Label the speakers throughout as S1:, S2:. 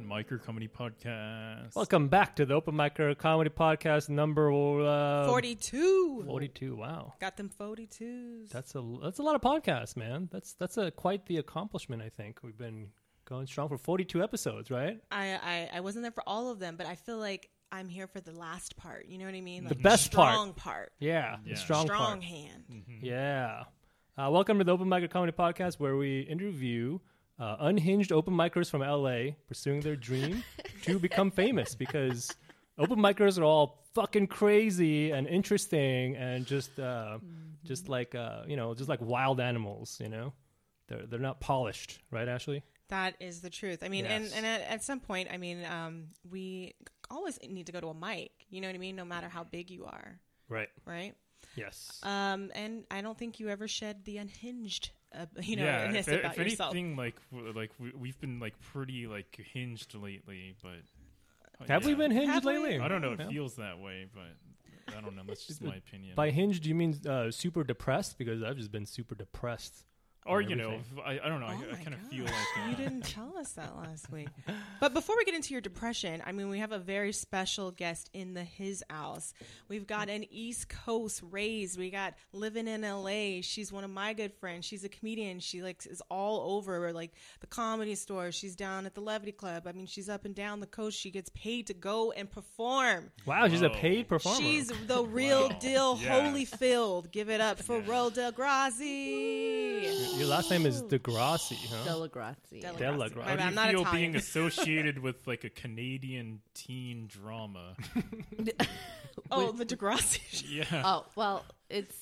S1: Micer Comedy Podcast.
S2: Welcome back to the Open Micer Comedy Podcast number uh,
S3: 42.
S2: 42. Wow.
S3: Got them 42s.
S2: That's a that's a lot of podcasts, man. That's that's a quite the accomplishment, I think. We've been going strong for 42 episodes, right?
S3: I, I, I wasn't there for all of them, but I feel like I'm here for the last part. You know what I mean?
S2: The
S3: Like,
S2: best part.
S3: strong part.
S2: Yeah.
S1: Yeah.
S2: Strong,
S3: Strong
S2: part.
S3: hand.
S2: Yeah. Uh, welcome to the Open Micer Comedy Podcast, where we interview uh, unhinged open micers from LA pursuing their dream to become famous because open micers are all fucking crazy and interesting and just uh,
S3: Mm-hmm.
S2: just like uh, you know just like wild animals. You know, they're they're not polished, right, Ashley?
S3: That is the truth. I mean,
S2: Yes.
S3: and, and at, at some point, I mean, um, we always need to go to a mic. You know what I mean? No matter how big you are,
S2: Right.
S3: right?
S2: Yes.
S3: Um, and I don't think you ever shed the unhinged, uh, you know,
S1: yeah,
S3: ness
S1: if,
S3: about
S1: if
S3: yourself.
S1: anything, like w- like we, we've been like pretty like hinged lately, but uh,
S2: Have we
S1: yeah.
S2: been hinged
S3: Have we?
S2: lately?
S1: I don't know. It
S2: Yeah.
S1: feels that way, but I don't know. That's just my opinion.
S2: By hinged, do you mean uh, super depressed? Because I've just been super depressed.
S1: or
S2: on
S1: you know,
S2: everything.
S1: if I, I don't know.
S3: Oh
S1: I, I
S3: my
S1: kind of
S3: God.
S1: feel like uh,
S3: You didn't tell us that last week. But before we get into your depression, I mean, we have a very special guest in the his house. We've got an East Coast raise. We got living in LA. She's one of my good friends. She's a comedian. She like is all over like the comedy store. She's down at the Levity Club. I mean, she's up and down the coast. She gets paid to go and perform.
S2: Wow, she's a
S1: Whoa.
S2: paid performer.
S3: She's the real
S1: Wow.
S3: deal,
S1: Yeah.
S3: holy filled. Give it up for
S1: Yeah.
S3: Roel Degrassi.
S2: Your last name is Degrassi, huh?
S4: Della Grazia.
S3: Della
S2: Della
S3: Grassi.
S1: How
S2: Grassi.
S3: My bad,
S1: do you
S3: I'm not
S1: feel
S3: Italian.
S1: being associated with like a Canadian teen drama?
S3: Oh, the Degrassi.
S1: yeah.
S4: oh well, it's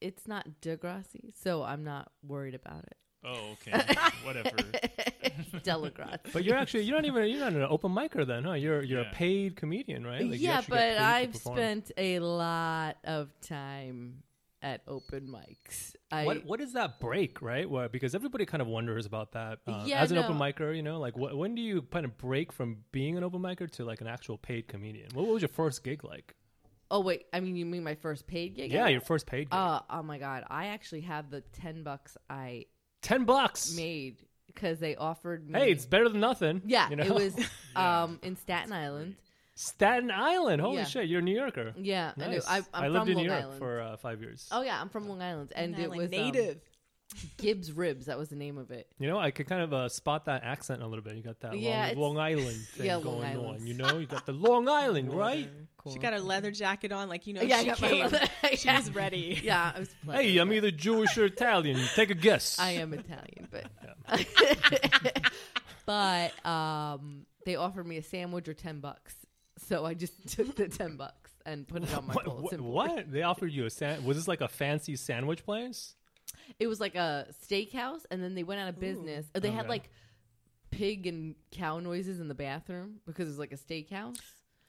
S4: it's not Degrassi, so I'm not worried about
S1: Oh, okay. Whatever.
S4: it. Della Grazia.
S2: But you're actually you're not even you're not an open micer then, huh? You're you're
S1: Yeah.
S2: a paid comedian, right? Like, you
S4: yeah,
S2: actually get paid
S4: but
S2: to
S4: I've
S2: perform.
S4: spent a lot of time at open mics. I
S2: What what is that break, right? Where, because everybody kind of wonders about that. Um,
S4: Yeah,
S2: as an open
S4: no.
S2: micer, you know, like wh- when do you kind of break from being an open micer to like an actual paid comedian? What, was your first gig like?
S4: oh wait, I mean you mean my first paid gig?
S2: Yeah, your first paid gig.
S4: Uh, oh my god, I actually have the ten bucks I
S2: Ten bucks.
S4: made because they offered me.
S2: Hey, it's better than nothing.
S4: yeah,
S2: you know?
S4: it was um in Staten Island.
S2: Staten Island. Holy
S4: Yeah.
S2: shit, you're a New Yorker.
S4: Yeah, I knew.
S2: Nice.
S4: I, I'm
S2: lived
S4: from
S2: in
S4: Long
S2: New York
S4: Island.
S2: for uh, five years.
S4: oh yeah, I'm from Long Island, and
S3: Long
S4: it
S3: Island
S4: was um,
S3: native.
S4: Gibbs Ribs. That was the name of it.
S2: You know, I could kind of uh, spot that accent a little bit. You got that
S4: Yeah, it's-
S2: Long, Long Island thing
S4: Yeah, Long
S2: going
S4: Island.
S2: on. You know, you got the Long Island, right?
S3: She got her leather jacket on, like you know.
S4: yeah,
S3: she
S4: I got
S3: came.
S4: my leather.
S3: She was ready.
S4: yeah, I was. Pleasant.
S2: Hey, I'm either Jewish or Italian. Take a guess.
S4: I am Italian, but but um, they offered me a sandwich or ten bucks, so I just took the ten bucks and put it on my
S2: What,
S4: bulletin
S2: what,
S4: board.
S2: what? They offered you a sand? Was this like a fancy sandwich place?
S4: It was like a steakhouse, and then they went out of business. They had
S2: Okay.
S4: like pig and cow noises in the bathroom because it was like a steakhouse.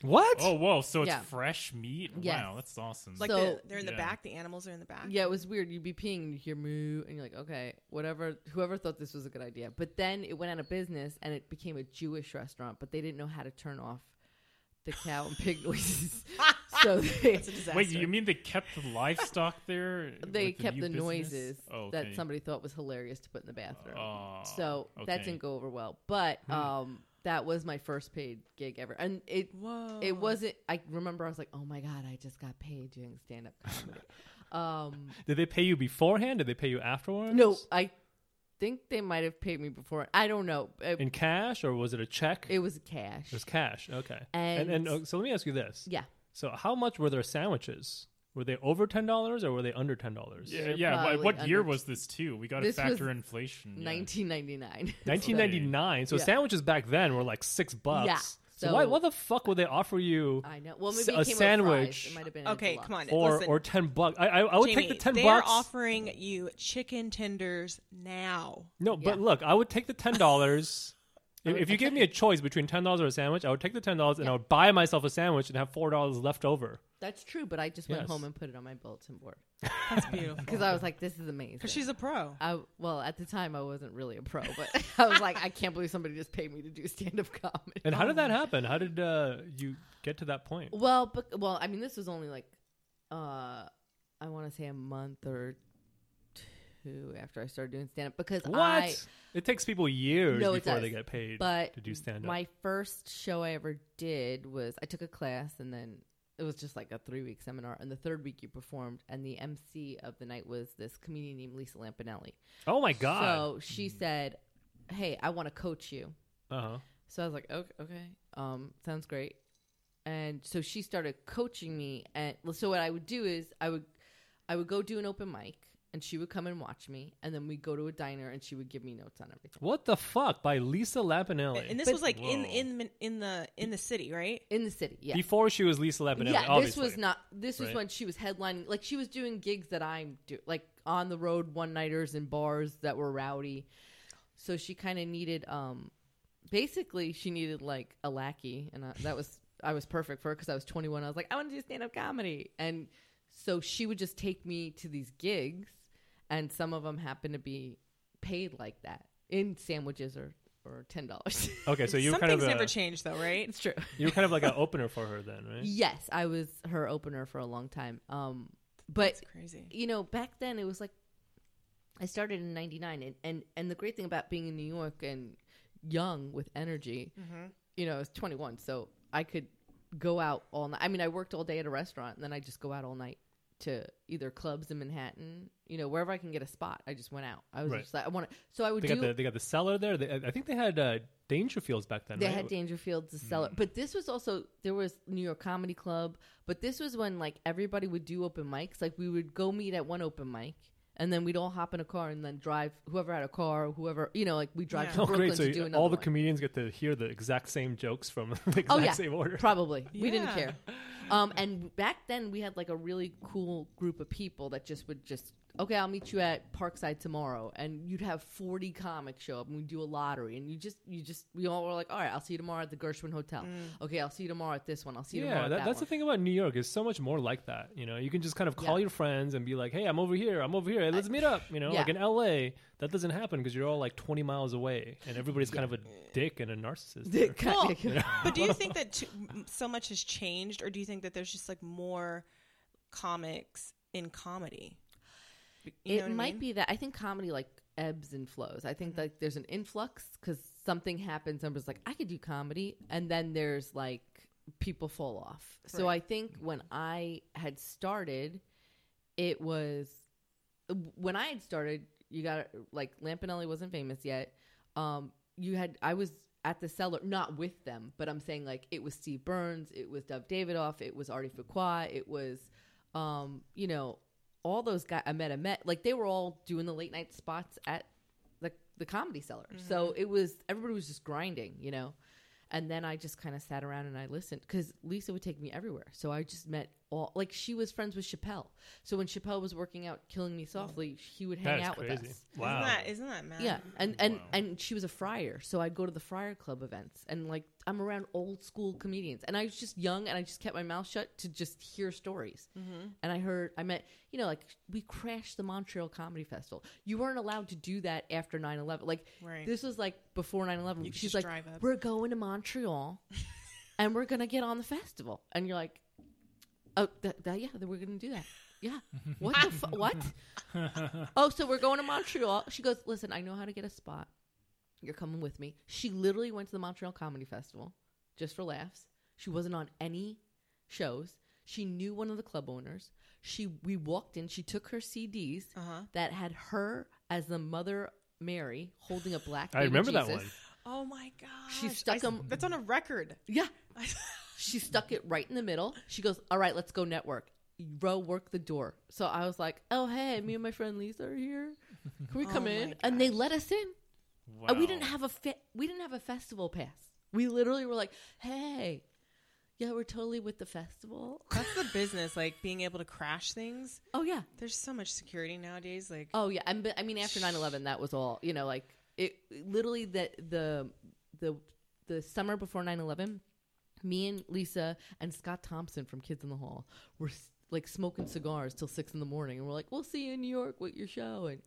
S2: What?
S1: Oh, whoa. So it's
S4: Yeah.
S1: fresh meat.
S4: Yes.
S1: Wow, that's awesome.
S3: Like
S4: So-
S3: the, they're in the
S1: Yeah.
S3: back. The animals are in the back.
S4: Yeah, it was weird. You'd be peeing, and you'd hear moo, and you're like, okay, whatever. Whoever thought this was a good idea, but then it went out of business, and it became a Jewish restaurant. But they didn't know how to turn off the cow and pig noises, so they,
S3: It's a disaster.
S1: Wait, you mean they kept the livestock there?
S4: they
S1: with
S4: kept
S1: new
S4: the,
S1: business?
S4: noises
S1: Oh, okay.
S4: that somebody thought was hilarious to put in the bathroom.
S1: Oh,
S4: so that
S1: okay. Hmm.
S4: didn't go over well. But um, that was my first paid gig ever, and it
S3: Whoa.
S1: Oh.
S4: it wasn't. I remember I was like, oh my god, I just got paid doing stand up comedy. um,
S2: Did they pay you beforehand? Did they pay you afterwards?
S4: No, I think they might have paid me before. I don't know. It,
S2: In cash or was it a check?
S4: it was cash.
S2: was cash. Okay.
S4: And-
S2: and, uh, so let me ask you this.
S4: yeah.
S2: So how much were their sandwiches? Were they over ten dollars or were they under ten dollars?
S1: Yeah,
S4: They're
S1: yeah. What,
S4: probably
S1: what year
S4: under-
S1: was this too? We got to
S4: This was
S1: factor inflation. yeah.
S4: 1999.
S2: 1999. So
S4: Yeah.
S2: sandwiches back then were like six bucks.
S4: Yeah,
S2: So, why,
S4: so-
S2: what the fuck would they offer you?
S4: I know. Well,
S2: s-
S4: maybe it
S2: a
S4: came with fries.
S2: sandwich
S4: It might have been
S3: Okay,
S4: deluxe.
S3: come on.
S2: or
S3: Listen,
S2: or ten bucks? I I, I would take the
S3: Jamie,
S2: ten
S3: they
S2: bucks.
S3: are offering you chicken tenders now.
S2: no, but
S4: Yeah.
S2: look, I would take the ten dollars. if, if you gave me a choice between ten dollars or a sandwich, I would take the ten dollars and I would buy myself a sandwich and have four dollars left over.
S4: That's true, but I just went
S2: Yes.
S4: home and put it on my bulletin board
S3: That's beautiful.
S4: because I was like, "This is amazing."
S3: Because she's a pro.
S4: I, well, at the time, I wasn't really a pro, but I was like, "I can't believe somebody just paid me to do stand-up comedy."
S2: And how did that happen? How did uh, you get to that point?
S4: Oh. Well, but, well, I mean, this was only like, uh, I want to say a month or who after I started doing stand up because
S2: What?
S4: I
S2: it takes people years
S4: No, it
S2: before
S4: does.
S2: they get paid
S4: but
S2: to do stand up.
S4: my first show I ever did was I took a class and then it was just like a three week seminar and the third week you performed and the MC of the night was this comedian named Lisa Lampanelli.
S2: Oh my god.
S4: So she said, "Hey, I want to coach you."
S2: uh-huh.
S4: So I was like, okay, okay, um, sounds great. And so she started coaching me, and well, so what I would do is I would, I would go do an open mic, and she would come and watch me, and then we'd go to a diner, and she would give me notes on everything.
S2: What the fuck by Lisa Lampanelli.
S3: And this
S4: But-
S3: was like in
S1: Whoa.
S3: in the- in the in the city, right?
S4: In the city, yeah,
S2: Before she was Lisa Lampanelli,
S4: yeah.
S2: obviously.
S4: This was not. This was
S2: Right.
S4: when she was headlining, like she was doing gigs that I'm do, like on the road one nighters and bars that were rowdy. So she kind of needed, um, basically she needed like a lackey, and I, that was I was perfect for her because I was 21. I was like, I want to do stand up comedy, and so she would just take me to these gigs, and some of them happened to be paid like that in sandwiches or or ten dollars.
S2: Okay, so you were
S3: Some
S2: kind of
S3: things never
S2: a,
S3: change, though, right?
S4: it's true.
S2: you were kind of like an opener for her then, right?
S4: Yes, I was her opener for a long time. Um, but
S3: That's crazy.
S4: you know, back then it was like I started in '99, and, and and the great thing about being in New York and young with energy,
S2: Mm-hmm.
S4: you know, I was 21, so I could go out all night. I mean, I worked all day at a restaurant, and then I just go out all night to either clubs in Manhattan, you know, wherever I can get a spot. I just went out. I was
S2: Right.
S4: just like, I want to. So I would
S2: They
S4: do.
S2: got the they got the cellar there. They, I think they had uh, Dangerfields back then.
S4: They
S2: right? Hmm.
S4: had Dangerfield to sell it. But this was also there was New York Comedy Club, but this was when like everybody would do open mics. Like we would go meet at one open mic and then we'd all hop in a car and then drive whoever had a car, whoever you know, like we drive
S3: Yeah.
S4: to
S2: Oh,
S4: Brooklyn
S2: great! So
S4: to do
S2: you-
S4: another
S2: all the
S4: one.
S2: comedians get to hear the exact same jokes from the exact
S4: Oh, yeah.
S2: same order.
S4: Probably. We didn't
S3: Yeah.
S4: care. Um, and back then we had like a really cool group of people that just would just okay, I'll meet you at Parkside tomorrow, and you'd have forty comics show up, and we'd do a lottery, and you just you just we all were like, all right, I'll see you tomorrow at the Gershwin Hotel. Okay, I'll see you tomorrow at this one. I'll see you
S2: Mm.
S4: tomorrow
S2: Yeah,
S4: at
S2: that,
S4: that,
S2: that's the
S4: one.
S2: thing about New York. It's so much more like that. You know, you can just kind of call
S4: Yeah.
S2: your friends and be like, "Hey, I'm over here. I'm over here. Hey, let's meet up." You know,
S4: Yeah.
S2: like in LA, that doesn't happen because you're all like 20 miles away, and everybody's kind of a dick and a narcissist. there.
S4: Kind of-
S3: but do you think that too, m- so much has changed, or do you think that there's just like more comics in comedy? You know what I
S4: it might
S3: mean? Mm-hmm.
S4: be that I think comedy like ebbs and flows. I think like there's an influx because something happens. and Somebody's like, I could do comedy, and then there's like people fall off. So
S3: Right.
S4: I think when I had started, it was when I had started. You got like Lampanelli wasn't famous yet. Um, you had I was at the cellar, not with them, but I'm saying like it was Steve Burns, it was Dove Davidoff, it was Artie Fuqua, it was, um, you know, all those guys I met, I met like they were all doing the late night spots at the the comedy cellar.
S2: Mm-hmm.
S4: So it was everybody was just grinding, you know. And then I just kind of sat around and I listened because Lisa would take me everywhere. So I just met all like she was friends with Chappelle. So when Chappelle was working out, killing me softly, he would
S2: Mm. That
S4: hang
S2: is
S4: out with
S2: crazy.
S4: us.
S2: Wow.
S3: Isn't that isn't that mad?
S4: Yeah, and and
S1: Wow.
S4: and she was a friar, so I'd go to the friar club events, and like I'm around old school comedians, and I was just young, and I just kept my mouth shut to just hear stories. And I heard, I met, you know, like we crashed the Montreal Comedy Festival. You weren't allowed to do that after 9/11. Like
S3: Right.
S4: this was like before 9/11.
S3: You could
S4: She's
S3: just
S4: like,
S3: drive up.
S4: we're going to Montreal, and we're gonna get on the festival, and you're like, oh, that, that yeah, we're gonna do that. Yeah. What the fu- what? oh, so we're going to Montreal. She goes, "Listen, I know how to get a spot. You're coming with me." She literally went to the Montreal Comedy Festival just for laughs. She wasn't on any shows. She knew one of the club owners. She we walked in. She took her CDs
S3: Uh-huh.
S4: that had her as the mother Mary holding a black.
S2: I
S4: baby
S2: remember that
S4: Jesus.
S2: one.
S3: Oh my gosh.
S4: stuck
S3: I-
S4: 'em-
S3: That's on a record.
S4: Yeah, she stuck it right in the middle. She goes, "All right, let's go network." Row work the door. So I was like, "Oh hey, me and my friend Lisa are here. Can we
S3: Oh
S4: come
S3: my
S4: in?" And they let us in.
S1: Wow.
S4: And we didn't have a fe- we didn't have a festival pass. We literally were like, "Hey, yeah, we're totally with the festival."
S3: That's the business, like being able to crash things.
S4: Oh yeah,
S3: There's so much security nowadays. Like,
S4: oh yeah. And but, I mean, after 9-11, that was all. You know, like it literally the the the the summer before 9-11, me and Lisa and Scott Thompson from Kids in the Hall were s- like smoking cigars till six in the morning, and we're like, "We'll see you in New York with your show." And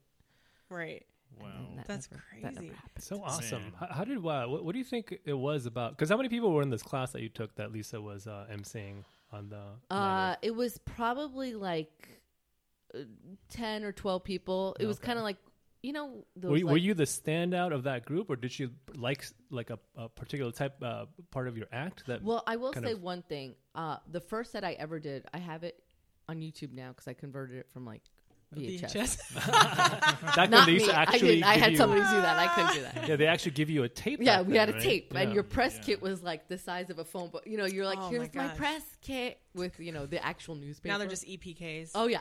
S3: right.
S1: Wow.
S4: that
S3: That's
S4: never- that
S3: crazy.
S4: never happened.
S2: So awesome.
S1: Man.
S2: How, how did wow? What, what do you think it was about? Because how many people were in this class that you took that Lisa was uh, emceeing on the? night
S4: Uh,
S2: of?
S4: it was probably like uh, 10 or 12 people. It was
S2: Okay.
S4: kind of like, you know, those
S2: Were, you- were
S4: like-
S2: you the standout of that group, or did you like like a, a particular type uh, part of your act that?
S4: Well, I will
S2: kind
S4: say
S2: of-
S4: one thing. Uh, the first set I ever did, I have it on YouTube now because I converted it from like VHS.
S2: back
S4: Not
S2: when they
S4: me.
S2: used to
S4: I,
S2: actually
S4: didn't. I
S2: give
S4: had
S2: you-
S4: somebody do that. I couldn't do that.
S2: Yeah, they actually give you a tape.
S4: Yeah,
S2: back
S4: we
S2: then,
S4: had a
S2: right?
S4: tape, and
S2: Yeah.
S4: your press
S1: Yeah.
S4: kit was like the size of a phone book. You know, you're like,
S3: Oh my
S4: here's my,
S3: gosh.
S4: press kit with you know the actual newspaper.
S3: now they're just E EPKs.
S4: oh yeah,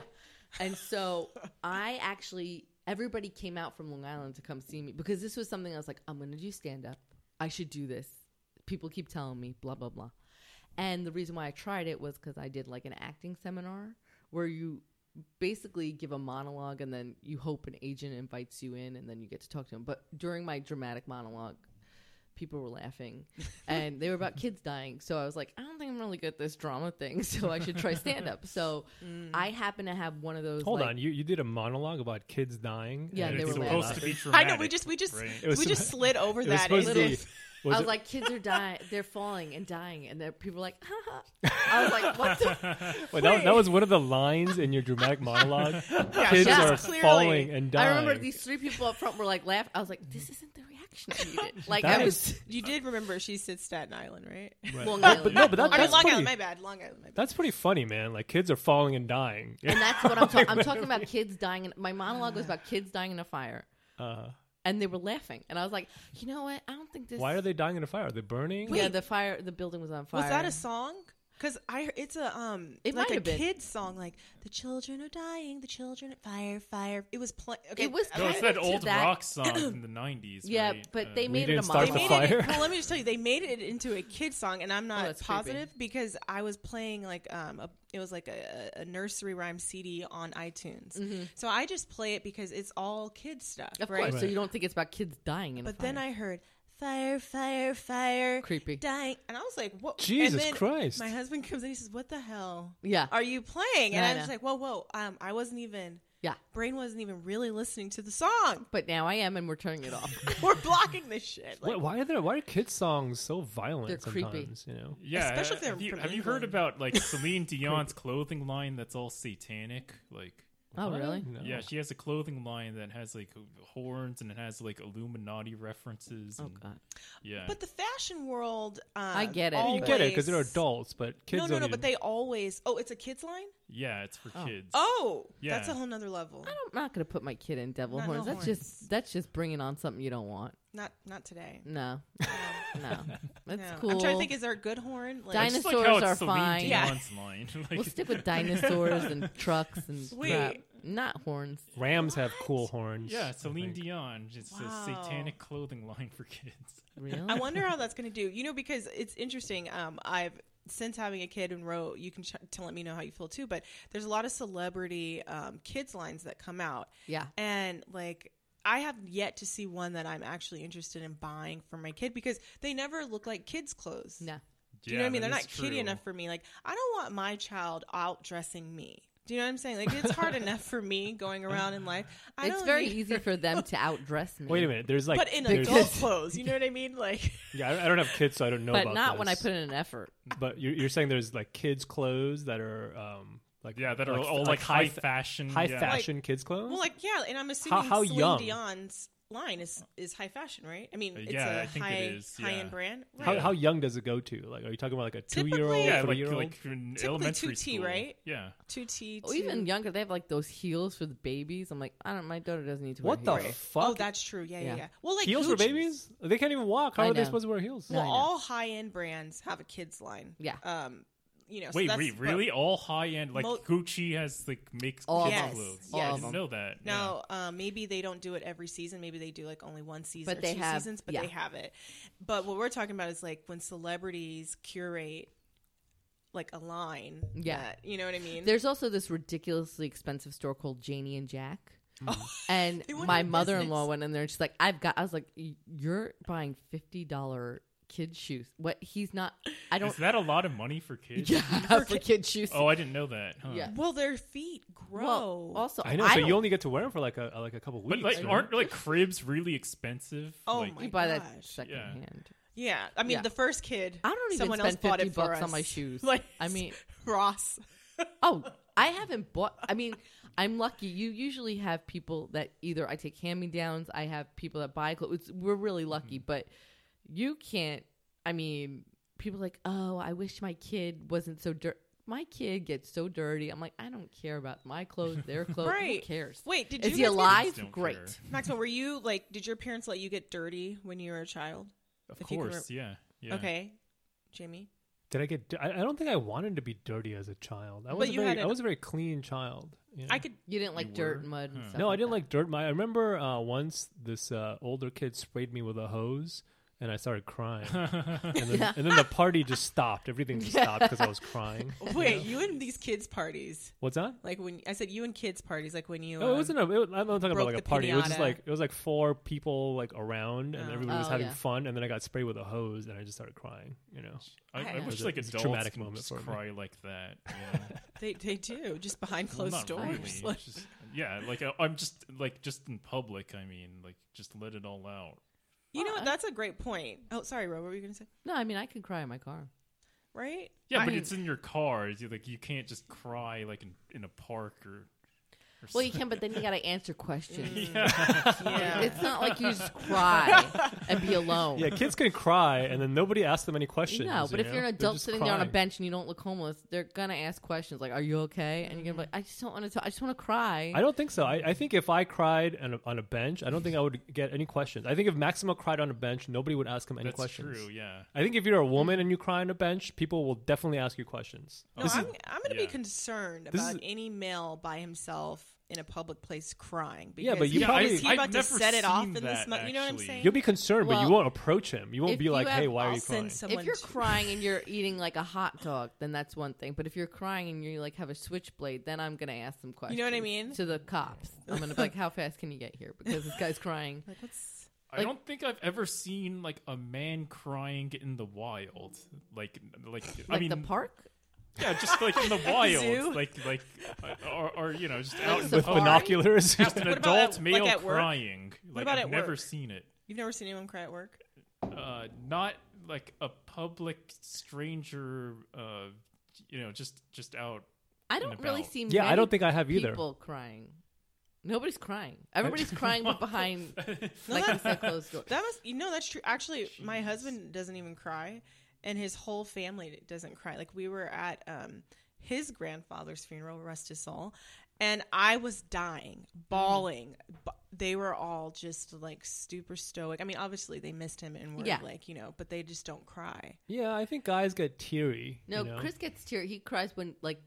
S4: and so I actually everybody came out from Long Island to come see me because this was something I was like, I'm gonna do stand up. I should do this. People keep telling me blah blah blah, and the reason why I tried it was because I did like an acting seminar where you basically give a monologue and then you hope an agent invites you in and then you get to talk to him. But during my dramatic monologue, people were laughing and they were about kids dying. So I was like, I don't think I'm really good at this drama thing, so I should try stand up. So I happen to have one of those.
S2: Hold
S4: like-
S2: on, you you did a monologue about kids dying.
S4: Yeah,
S2: and
S1: it's
S4: they were
S2: people
S1: supposed
S2: laughed.
S1: to be
S3: I
S1: dramatic.
S3: know. We just we just
S1: right?
S2: It was
S3: we just
S2: supposed-
S3: slid over
S2: It was
S3: that.
S2: supposed
S3: As
S2: to be.
S3: if,
S2: Was
S4: I was
S2: it-
S4: like, kids are dying. They're falling and dying. And they're- people were like, ha ha. I was like, what the?
S2: wait, that, that was one of the lines in your dramatic monologue.
S3: yeah,
S2: kids
S3: yes,
S2: are
S3: clearly.
S2: falling and dying. Mm.
S4: I remember these three people up front were like, laugh. I was like, this isn't the reaction I needed. Like,
S2: That
S4: I was.
S2: is-
S3: You did remember she said Staten Island, right?
S4: Long
S2: No, but
S4: Island.
S2: no, but that,
S3: I mean,
S2: that's
S3: Long
S2: pretty.
S3: Island. My bad. Long Island. My bad.
S2: That's pretty funny, man. Like kids are falling and dying.
S4: And that's what I'm talking. I'm talking about kids dying. In, my monologue was about kids dying in a fire,
S2: Uh,
S4: and they were laughing. And I was like, you know what? I don't think this.
S2: why are they dying in a fire? Are they burning?
S4: Yeah, the fire. The building was on fire.
S3: Was that a song? Because I hear- it's a um
S4: It
S3: like
S4: might
S3: a
S4: have been.
S3: kid's song like the children are dying the children fire fire it was pl- okay
S4: It was
S3: I-
S1: No, it's that
S4: to
S1: old
S4: that-
S1: rock song from the '90s.
S4: Yeah,
S1: right?
S4: but
S1: Uh,
S4: they
S2: We
S4: made it a
S2: didn't start
S3: they
S2: the
S4: monologue.
S3: made
S2: fire.
S3: it well let me just tell you they made it into a kid's song and I'm not
S4: Oh, that's creepy.
S3: positive because I was playing like um a, it was like a, a nursery rhyme CD on iTunes so I just play it because it's all kids stuff
S4: Mm-hmm. Of
S3: right
S4: course. So you don't think it's about kids dying in a
S3: but
S4: fire.
S3: then I heard fire fire fire
S4: Creepy.
S3: dying and I was like what
S2: Jesus
S3: and then
S2: Christ.
S3: my husband comes in he says what the hell
S4: Yeah.
S3: are you playing? And
S4: Yeah, I
S3: I was
S4: know.
S3: like, whoa, whoa. Um, I wasn't even,
S4: Yeah.
S3: brain wasn't even really listening to the song.
S4: But now I am, and we're turning it off.
S3: We're blocking this shit.
S2: Why,
S3: Like,
S2: why are there? Why are kids songs so violent?
S4: They're creepy.
S2: sometimes, You know.
S1: yeah,
S3: Especially if they're
S1: have you,
S3: from
S1: have you heard
S3: England.
S1: about like Celine Dion's clothing line that's all satanic? Like,
S4: oh,
S2: What?
S4: really?
S2: No.
S1: yeah, she has a clothing line that has like horns and it has like Illuminati references.
S4: Oh
S1: and-
S4: God.
S1: Yeah,
S3: but the fashion world, um,
S4: I get it.
S2: you get it because they're
S3: always-
S2: adults, but kids.
S3: no, no,
S2: don't
S3: no.
S2: even-
S3: But they always. Oh, it's a kids line.
S1: yeah, it's for
S4: Oh.
S1: kids.
S3: Oh,
S1: Yeah.
S3: that's a whole nother level.
S4: I'm not gonna put my kid in devil
S3: Not no
S4: horns. that's
S3: horns.
S4: just that's just bringing on something you don't want.
S3: Not, not today. Um,
S4: No, no, that's
S3: No.
S4: cool.
S3: I'm trying to think. Is there a good horn? Like,
S1: It's
S4: Dinosaur-
S1: just like how
S4: dinosaurs
S1: it's
S4: are
S1: Celine
S4: fine.
S3: Yeah.
S1: Dion's line. like,
S4: we'll stick with dinosaurs and trucks and
S3: Sweet.
S4: crap. Not horns.
S2: Rams have cool horns.
S1: yeah,
S2: I
S1: Celine
S2: think.
S1: Dion. It's a
S3: Wow.
S1: satanic clothing line for kids.
S4: Really?
S3: I wonder how that's going to do. You know, because it's interesting. Um, I've since having a kid and row, you can ch- to let me know how you feel too. But there's a lot of celebrity um, kids lines that come out,
S4: yeah.
S3: and like I have yet to see one that I'm actually interested in buying for my kid because they never look like kids' clothes.
S4: No.
S3: Do you know what I mean? They're not
S1: kidding
S3: kiddie enough for me. Like I don't want my child out dressing me. Do you know what I'm saying? Like it's hard enough for me going around in life. I
S4: it's
S3: don't
S4: very
S3: need-
S4: easy for them to outdress me.
S2: Wait a minute. There's like.
S3: but in
S2: there's-
S3: adult clothes. You know what I mean? Like
S2: Yeah, I I don't have kids, so I don't know.
S4: But
S2: about
S4: not when I
S2: this.
S4: put in an effort.
S2: But you're, you're saying there's like kids clothes that are um like
S1: Yeah, that are all like high fashion.
S2: high
S1: yeah.
S2: fashion kids clothes.
S3: Well, like yeah, and I'm assuming
S2: how
S3: Celine
S2: young?
S3: Dion's line is is high fashion, right? I mean,
S1: Uh,
S3: it's
S1: yeah,
S3: a
S1: I think it
S3: high
S1: is,
S3: high
S1: yeah.
S3: end brand. Right.
S2: how
S1: yeah.
S2: how young does it go to? Like, are you talking about like a two
S3: Typically-
S2: year old,
S1: Yeah,
S2: three
S1: like
S2: year old?
S1: like in
S3: Typically
S1: elementary
S3: 2T,
S1: school,
S3: right?
S1: Yeah.
S3: Two T,
S4: Or oh, even younger, they have like those heels for the babies. I'm like, I don't. My daughter doesn't need to.
S2: What the
S4: wear heels.
S2: fuck?
S3: Oh, that's true. Yeah, yeah, yeah.
S4: Yeah.
S3: Well, like
S2: heels for
S3: Gucci-
S2: babies? They can't even walk. How
S4: I
S2: are they
S4: know.
S2: supposed to wear heels?
S3: Well,
S4: I know.
S3: all high end brands have a kids line.
S4: Yeah.
S3: Um, you know. so
S1: Wait,
S3: that's-
S1: wait,
S3: but
S1: really? All high end, like
S3: Mo-
S1: Gucci has like makes
S4: All
S1: kids
S4: of
S3: them.
S1: clothes.
S3: Yes,
S1: Yeah, I
S3: yes.
S1: didn't know that.
S3: Now, uh, maybe they don't do it every season. Maybe they do like only one season
S4: But
S3: or
S4: they
S3: two
S4: have-
S3: seasons, but
S4: yeah.
S3: they have it. But what we're talking about is like when celebrities curate like a line.
S4: Yeah.
S3: that- you know what I mean?
S4: There's also this ridiculously expensive store called Janie and Jack.
S2: Mm-hmm.
S4: And
S3: Oh, They went
S4: my
S3: out of
S4: mother in law
S3: business.
S4: went in there and she's like, I've got, I was like, "Y- you're buying $50 kid shoes. What? He's not, I
S1: yeah.
S4: don't,
S1: Is that a lot of money for kids?
S4: yeah, for, kid shoes.
S1: Oh, I didn't know that. Huh.
S4: Yeah.
S3: well, their feet grow.
S4: well, also,
S2: I know. so
S4: don't-
S2: you only get to wear them for like a like a couple
S1: But
S2: weeks.
S1: like,
S2: right?
S1: aren't like cribs really expensive?
S3: Oh
S1: like,
S3: my
S4: you buy
S3: gosh.
S4: that secondhand.
S3: Yeah, I mean
S4: Yeah.
S3: the first kid.
S4: I don't even
S3: someone
S4: spend
S3: else bought
S4: 50
S3: it for
S4: bucks on
S3: us.
S4: my shoes.
S3: Like
S4: I mean,
S3: Ross.
S4: oh, I haven't bought. I mean, I'm lucky. You usually have people that either I take hand me downs. I have people that buy clothes. It's- We're really lucky, but you can't. I mean, people are like, oh, I wish my kid wasn't so dirty. My kid gets so dirty. I'm like, I don't care about my clothes, their clothes. Who
S3: Right.
S4: cares?
S3: Wait, did you
S4: Is he
S3: guys get-
S4: alive?
S1: Don't
S4: Great.
S1: care.
S3: Maxwell, were you like? Did your parents let you get dirty when you were a child?
S1: Of
S3: If you grew
S1: course, yeah, yeah.
S3: Okay, Jamie.
S2: Did I get? I, I don't think I wanted to be dirty as a child. I
S3: But
S2: was a
S3: you had
S2: very,
S3: an-
S2: I was a very clean child. you know?
S3: I could.
S4: You didn't like
S1: You
S4: dirt
S1: were?
S4: and mud and
S1: Huh.
S4: stuff.
S2: No, I didn't
S4: that.
S2: like dirt. My I remember uh, once this uh, older kid sprayed me with a hose, and I started crying. and, then, and then the party just stopped. Everything just stopped because I was crying.
S3: Wait, you and these kids parties?
S2: What's that?
S3: Like when I said you and kids parties? Like when you?
S2: No, Oh, it
S3: um,
S2: wasn't a. It, was- I'm not talking about
S3: broke
S2: like a
S3: the
S2: party. It was just
S3: piñata.
S2: like it was like four people like around, and
S3: Oh.
S2: everybody was
S4: Oh,
S2: having
S4: yeah.
S2: fun. And then I got sprayed with a hose, and I just started crying. You know,
S1: I,
S3: Yeah.
S1: I wish
S2: It's a-
S1: like
S2: it's a
S1: adults
S2: traumatic
S1: can
S2: moment
S1: just
S2: for me.
S1: cry like that. Yeah.
S3: They they do just behind
S1: Well,
S3: closed
S1: not
S3: doors.
S1: really.
S3: Like-
S1: It's just- yeah, like I, I'm just like just in public. I mean, like just let it all out.
S3: You know,
S4: Well, I-
S3: what? that's a great point. Oh, sorry, Ro, what were you going to say?
S4: No, I mean, I could cry in my car.
S3: Right?
S1: Yeah,
S4: I
S1: but
S4: mean-
S1: it's in your car. You like you can't just cry like in, in a park or. or
S4: Well, you
S1: something.
S4: can, but then you got to answer questions.
S3: Yeah.
S4: It's not like you just cry and be alone.
S2: yeah, kids can cry, and then nobody asks them any questions.
S4: No,
S2: you
S4: but if
S2: know?
S4: you're an
S2: They're
S4: adult
S2: just
S4: sitting there on a
S2: crying.
S4: bench and you don't look homeless, they're gonna ask questions like, "Are you okay?" And you're gonna be like, "I just don't want to. Talk. I just want to cry."
S2: I don't think so. I, I think if I cried on a, on a bench, I don't think I would get any questions. I think if Maximo cried on a bench, nobody would ask him any
S1: That's
S2: questions.
S1: true. Yeah.
S2: I think if you're a woman and you cry on a bench, people will definitely ask you questions.
S3: no,
S2: Oh, This is-
S3: I'm, I'm going to be
S1: yeah.
S3: concerned
S2: This
S3: about
S2: is-
S3: any male by himself in a public place crying. Because
S2: Yeah, but you
S3: is
S2: probably-
S3: he
S1: I've
S3: about to
S1: never
S3: set it off in
S1: seen
S3: this
S1: that,
S3: month? You know what I'm
S1: actually.
S3: saying?
S2: you'll be concerned, but you
S4: Well,
S2: won't approach him. You won't
S4: if
S2: be like,
S4: you
S2: "Hey,
S4: have-
S2: why are
S3: I'll
S2: you crying?"
S3: send someone
S4: If you're
S3: to-
S4: crying and you're eating like a hot dog, then that's one thing. But if you're crying and you like have a switchblade, then I'm gonna ask some questions.
S3: know what I mean?
S4: To the cops, I'm gonna be like, "How fast can you get here?" Because this guy's crying.
S3: Like, what's...
S1: I
S4: Like-
S1: don't think I've ever seen like a man crying in the wild. Like like, I
S4: Like
S1: mean
S4: the park.
S1: Yeah, just like in the
S3: zoo?
S1: wild. Like like uh, or, or you know, just out in the
S2: with
S4: Safari?
S1: public.
S2: binoculars.
S1: Just an
S3: What about
S1: adult
S3: at- like
S1: male
S3: at work?
S1: crying. Like
S3: about
S1: I've
S3: at
S1: never
S3: work?
S1: seen it.
S3: You've never seen anyone cry at work?
S1: Uh, not like a public stranger uh, you know, just just out
S4: I
S1: and
S4: don't really
S1: about.
S4: see.
S2: Yeah, I
S4: many
S2: don't think I have either.
S4: People crying. Nobody's crying. Everybody's crying, but behind like you said, closed doors.
S3: That was, you know, that's true. Actually, my husband doesn't even cry, and his whole family doesn't cry. Like we were at um, his grandfather's funeral, rest his soul, and I was dying,
S4: Mm.
S3: bawling. Bu- They were all just like super stoic. I mean, obviously they missed him and were
S4: Yeah.
S3: like, you know, but they just don't cry.
S2: yeah, I think guys get teary.
S4: No,
S2: you know?
S4: Chris gets teary. He cries when like,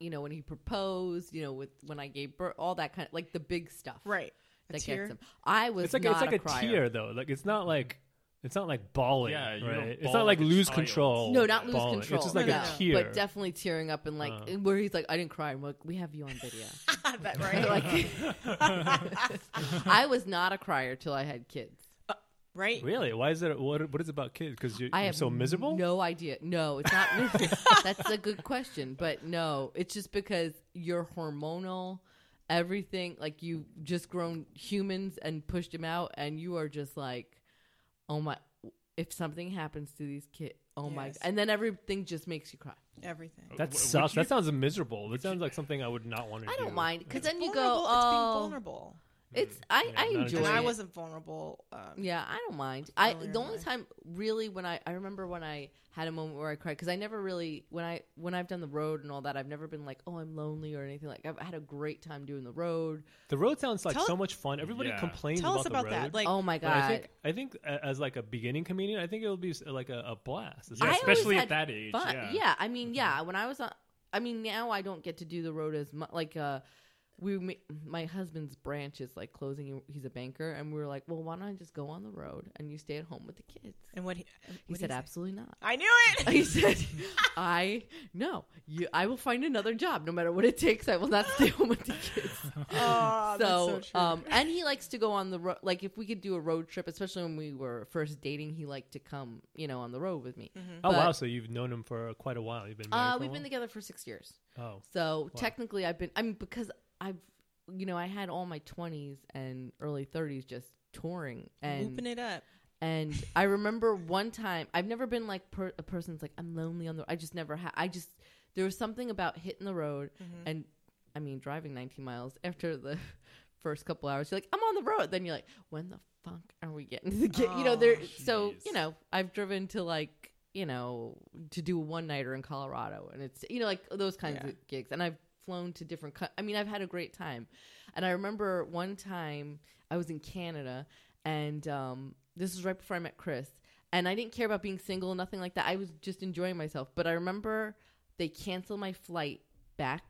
S4: you know, when he proposed. You know, with when I gave birth, all that kind of like the big stuff.
S3: Right. A
S4: That
S3: tear?
S4: gets him. I was.
S2: It's like
S4: not
S2: it's like a,
S4: crier.
S2: tear though. Like it's not like it's not like bawling.
S1: Yeah, you don't
S2: right? It's
S1: bawl
S2: not like
S1: like a
S2: lose
S1: child.
S2: control.
S4: No, not lose
S2: bawling.
S4: control.
S2: It's just
S3: No,
S2: like
S3: no,
S2: a
S3: no.
S2: tear.
S4: But definitely tearing up and like
S2: Uh.
S4: where he's like, I didn't cry. I'm like, we have you on video.
S3: that right?
S4: like, I was not a crier till I had kids.
S3: right?
S2: Really? Why is that? What What is it about kids? Because you're,
S4: I
S2: you're
S4: have
S2: so miserable.
S4: No idea. No, it's not. miserable. That's a good question, but no, it's just because you're hormonal. Everything like you just grown humans and pushed them out, and you are just like, oh my! If something happens to these kids, oh my!
S3: Yes.
S4: And then everything just makes you cry.
S3: Everything.
S1: Would
S2: That
S1: you-
S2: sucks. That sounds miserable. That sounds like something I would not want to do.
S4: I don't mind because then you go,
S3: Vulnerable, it's being
S4: oh,
S3: vulnerable.
S4: it's, I,
S2: Yeah,
S4: I
S2: not
S4: enjoy.
S2: interested.
S3: And I
S4: it.
S3: wasn't vulnerable. Um,
S4: Yeah, I don't mind. I
S3: earlier in
S4: the only
S3: life.
S4: time really when I I remember when I had a moment where I cried because I never really when I when I've done the road and all that I've never been like oh I'm lonely or anything like I've had a great time doing the road.
S2: The road sounds like
S3: Tell-
S2: so much fun. Everybody
S1: Yeah.
S2: complains
S3: Tell
S2: about
S3: us
S2: the
S3: about
S2: road.
S3: that. Like,
S4: oh my
S2: but
S4: god!
S2: I think I think a- as like a beginning comedian, I think it'll be s- like a, a blast. It's
S1: Yeah,
S4: I
S2: like-
S4: always
S1: especially
S4: had
S1: at that age.
S4: But
S1: Yeah.
S4: yeah. I mean, yeah,
S2: Mm-hmm.
S4: when I was on, I mean, now I don't get to do the road as much. Like, uh, we, ma- my husband's branch is like closing. He's a banker, and we were like, well, why don't I just go on the road and you stay at home with the kids?
S3: and what he,
S4: He
S3: what
S4: said,
S3: he
S4: absolutely not.
S3: I knew it.
S4: He said, I no, you, I will find another job, no matter what it takes. I will not stay home with the kids.
S3: oh,
S4: so,
S3: that's so true.
S4: um, and he likes to go on the road. Like, if we could do a road trip, especially when we were first dating, he liked to come, you know, on the road with me.
S3: Mm-hmm.
S2: oh
S4: but-
S2: wow! So you've known him for quite a while. You've been married
S4: Uh,
S2: for
S4: we've
S2: a
S4: been
S2: while?
S4: together for six years.
S2: oh.
S4: So technically, I've been. I mean, because I've, you know, I had all my twenties and early thirties just touring,
S3: Looping
S4: and
S3: it up.
S4: and I remember one time I've never been like per, a person's like I'm lonely on the. I just never ha I just There was something about hitting the road
S3: Mhm.
S4: and I mean driving 19 miles after the first couple hours. You're like, I'm on the road. Then you're like, when the fuck are we getting to the gate? you know,
S3: Oh,
S4: there. So
S1: jeez.
S4: you know, I've driven to like you know to do a one nighter in Colorado, and it's you know like those kinds
S3: Yeah.
S4: of gigs, and I've flown to different. Co- I mean, I've had a great time, and I remember one time I was in Canada, and um, this was right before I met Chris. And I didn't care about being single, nothing like that. I was just enjoying myself. But I remember they canceled my flight back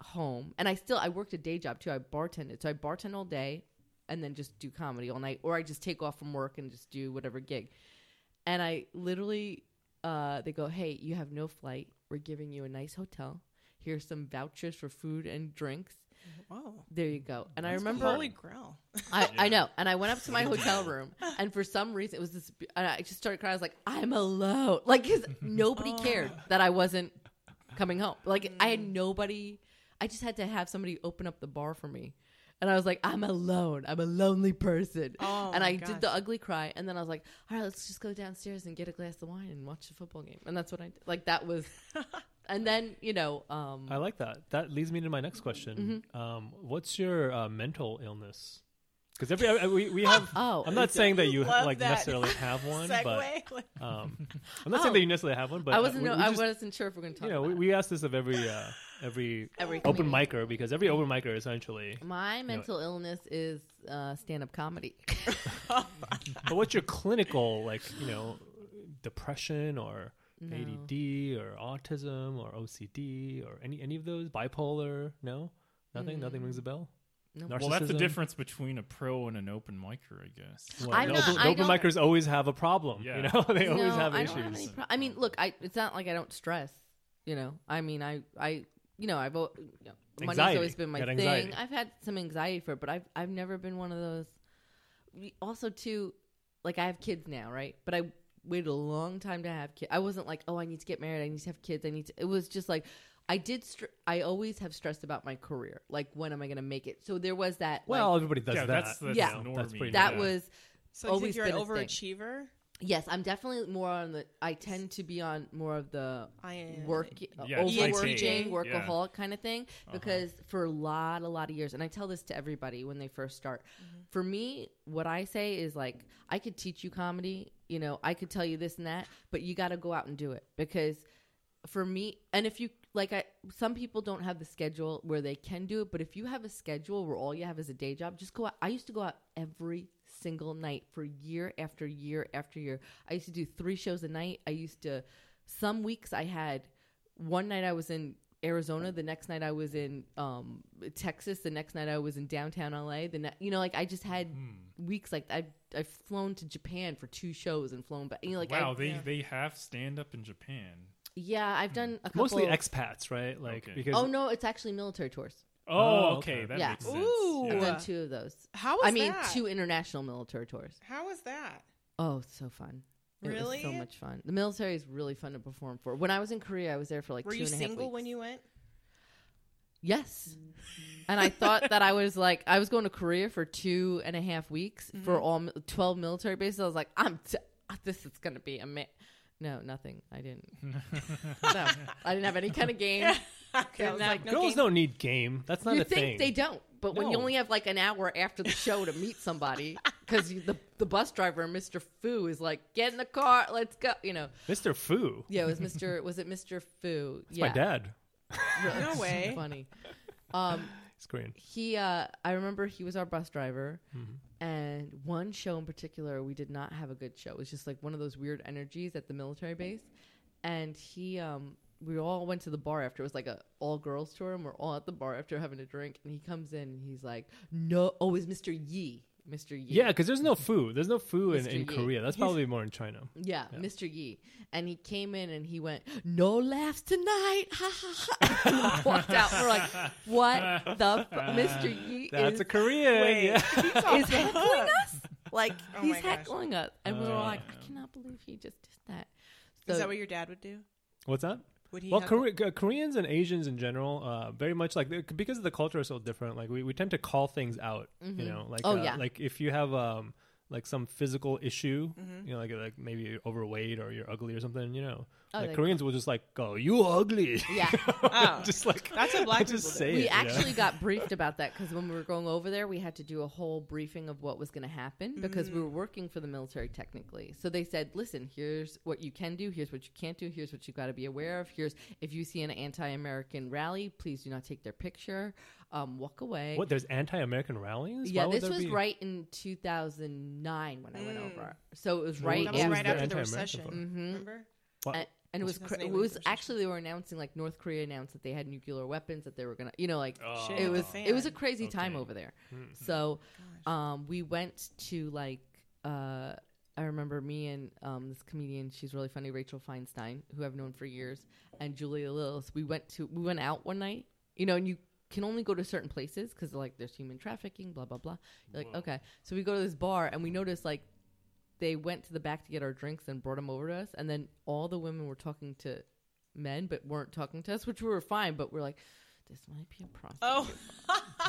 S4: home and i still i worked a day job too i bartended so i bartend all day and then just do comedy all night or i just take off from work and just do whatever gig and i literally uh, they go hey you have no flight we're giving you a nice hotel here's some vouchers for food and drinks
S3: Whoa.
S4: there you go and i
S1: That's
S4: remember
S3: Holy Grail.
S4: I, I
S1: Yeah.
S4: know. And I went up to my
S1: What a
S4: hotel
S1: deal.
S4: room, and for some reason, it was this. And I just started crying. I was like, I'm alone. Like, because nobody
S3: Oh.
S4: cared that I wasn't coming home. Like, I had nobody. I just had to have somebody open up the bar for me. And I was like, I'm alone. I'm a lonely person.
S3: Oh,
S4: and
S3: my
S4: I
S3: gosh.
S4: did the ugly cry. And then I was like, all right, let's just go downstairs and get a glass of wine and watch the football game. And that's what I did. Like, that was. and then, you know. Um,
S2: I like that. That leads me to my next question.
S4: Mm-hmm.
S2: Um, what's your uh, mental illness? Because every I, we we have.
S4: oh.
S2: I'm not saying that you
S3: Love
S2: like
S3: that
S2: necessarily have one, but
S3: Segway.
S2: um, I'm not saying that you necessarily have one. But
S4: I
S2: uh,
S4: wasn't,
S2: we-
S4: no,
S2: we
S4: I
S2: just-
S4: wasn't sure if we're going to talk
S2: You know,
S4: about
S2: we,
S4: it.
S2: we ask this of every uh, every
S4: Every
S2: open
S4: comedian.
S2: micer because every open micer essentially.
S4: My mental illness is uh, stand up comedy.
S2: but what's your clinical like? You know, depression or ADD or autism or OCD or any any of those bipolar? No, nothing. Nothing rings a bell.
S4: Mm. Nope.
S1: Well, that's the
S2: Narcissism?
S1: difference between a pro and an open micer, I guess.
S2: Well,
S4: I'm
S2: the
S4: not-
S2: open, the
S4: I
S2: open
S4: don't-
S2: micers always have a problem. You
S1: Yeah.
S2: know, they always
S4: No,
S2: have
S4: I
S2: issues.
S4: Don't have any pro- I mean, look, I, it's not like I don't stress. You know, I mean, I, I, you know, I've al- you know, money's
S2: Anxiety.
S4: always been my
S2: Got
S4: thing.
S2: anxiety.
S4: I've had some anxiety for it, but I've, I've never been one of those. We- Also, too, like I have kids now, right? But I waited a long time to have kids. I wasn't like, oh, I need to get married. I need to have kids. I need to. It was just like. I did. Str- I always have stressed about my career. Like, when am I going to make it? So there was that. like,
S2: well, everybody does
S1: Yeah,
S2: that.
S1: that's- that's
S4: Yeah.
S2: that's
S1: normie.
S2: pretty
S4: that
S1: yeah.
S4: was
S3: So you think
S4: always
S3: you're an
S4: been a thing.
S3: overachiever?
S4: Yes, I'm definitely more on the. I tend to be on more of the
S3: I am.
S4: work, uh,
S1: Yeah, it's
S3: like
S4: overworking,
S3: me.
S1: Yeah. Uh-huh.
S4: workaholic kind of thing. Because for a lot, a lot of years, and I tell this to everybody when they first start. For me, what I say is like, I could teach you comedy. You know, I could tell you this and that, but you got to go out and do it because for me, and if you like, I some people don't have the schedule where they can do it, but if you have a schedule where all you have is a day job, just go out. I used to go out every single night for year after year after year. I used to do three shows a night. I used to, some weeks I had one night I was in Arizona, the next night I was in um, Texas, the next night I was in downtown LA. The ne- you know, like I just had
S1: Hmm.
S4: weeks like I've I've flown to Japan for two shows and flown back. You know, like I-
S1: wow, they, Hmm.
S3: yeah.
S1: they have stand up in Japan.
S4: yeah, I've done a couple.
S2: Mostly expats, right? Like
S1: Okay.
S2: because
S4: Oh no, it's actually military tours.
S1: Oh, okay,
S2: Oh, okay.
S1: that
S4: Yeah.
S1: makes sense.
S3: Ooh.
S1: Yeah.
S4: I've
S3: Yeah.
S4: done two of those.
S3: How was
S4: I mean,
S3: that?
S4: two international military tours.
S3: How was that?
S4: Oh, so fun. It was
S3: Really?
S4: so much fun. The military is really fun to perform for. When I was in Korea, I was there for like
S3: Were
S4: two
S3: you
S4: and a half
S3: single
S4: weeks.
S3: when you went?
S4: Yes. and I thought that I was like, I was going to Korea for two and a half weeks
S3: Mm-hmm.
S4: for all mi- 12 military bases. I was like, I'm, t- ah, this is going to be a ma- No, nothing. I didn't. no, I didn't have any kind of game.
S3: Okay, I was like, no
S2: girls
S3: game.
S2: don't need game. That's not
S4: you
S2: a
S4: think
S2: thing.
S4: they don't, but when you
S2: No.
S4: only have like an hour after the show to meet somebody, because the the bus driver, Mister Fu, is like, get in the car, let's go. You know,
S2: Mr. Fu.
S4: yeah, it was Mister, was it Mister Fu?
S2: That's
S4: yeah,
S2: my dad.
S4: Really,
S3: No
S4: it's
S3: way.
S4: funny. Um,
S2: He's Korean.
S4: he, uh, I remember he was our bus driver,
S2: Mm-hmm.
S4: and one show in particular, we did not have a good show. It was just like one of those weird energies at the military base, and he, um. We all went to the bar after. It was like a all girls tour, and we're all at the bar after having a drink. And he comes in and he's like, "No, oh, is Mister Yee, Mister Yee?
S2: Yeah, because there's no foo. There's no foo in,
S4: Mr.
S2: in
S4: Yi.
S2: Korea. That's probably more in China.
S4: Yeah, Mr. Yee. And he came in and he went, No laughs tonight. Ha ha ha. And walked out. We're like, What the fu- Mr. Yee
S2: That's
S4: is,
S2: a Korean.
S3: Wait,
S2: Yeah.
S3: he's
S4: is
S3: off-
S4: heckling us? Like,
S3: Oh
S4: he's
S3: my gosh.
S4: heckling us. And we were
S2: Uh,
S4: like, I cannot believe he just did that. So,
S3: Is that what your dad would do?
S2: What's that?
S3: Would he?
S2: well,
S3: have-
S2: Kore- K- Koreans and Asians in general, uh, very much like because the culture is so different. Like we, we tend to call things out, you know, like
S4: Oh,
S2: uh,
S4: yeah.
S2: like if you have um, like some physical issue,
S3: Mhm.
S4: Mm-hmm.
S2: you know, like like maybe you're overweight or you're ugly or something, you know,
S4: Oh,
S2: like
S4: they-
S2: Koreans will just like go, "You ugly,"
S4: Yeah.
S3: Oh.
S2: just like
S3: That's what black
S2: just
S3: people
S2: say
S3: do.
S2: it,
S4: We
S2: you know?
S4: actually got briefed about that because when we were going over there, we had to do a whole briefing of what was going to happen because
S3: Mm.
S4: we were working for the military technically. So they said, listen, here's what you can do, here's what you can't do, here's what you got to be aware of. Here's if you see an anti American rally, please do not take their picture, um, walk away.
S2: What there's anti-American rallies?
S4: Yeah,
S2: Why would
S4: this
S2: there
S4: was
S2: be-
S4: right in 2009 when I went
S3: Mm.
S4: over. So it was
S2: What
S4: right
S2: was
S3: That was
S2: Yeah.
S3: right
S2: Yeah.
S3: after the
S2: Anti-American
S3: recession.
S2: vote.
S4: hmm
S3: Remember?
S2: What-
S4: and, and it was cra-
S3: 2008
S4: it
S3: was
S4: was
S3: the recession.
S4: actually they were announcing like North Korea announcing they had nuclear weapons that they were gonna you know like
S1: Oh.
S3: Shit.
S4: it was
S3: the
S4: it was a
S3: fan.
S4: crazy time
S2: Okay.
S4: over there.
S2: Mm.
S4: So um, we went to like uh, I remember me and um, this comedian she's really funny Rachel Feinstein who I've known for years and Julia Lillis. We went to we went out one night you know and you can only go to certain places because like there's human trafficking blah blah blah. You're like
S1: Whoa.
S4: okay so we go to this bar and we notice like they went to the back to get our drinks and brought them over to us and then all the women were talking to men but weren't talking to us which we were fine but we're like this might be a prostitute.
S3: Oh,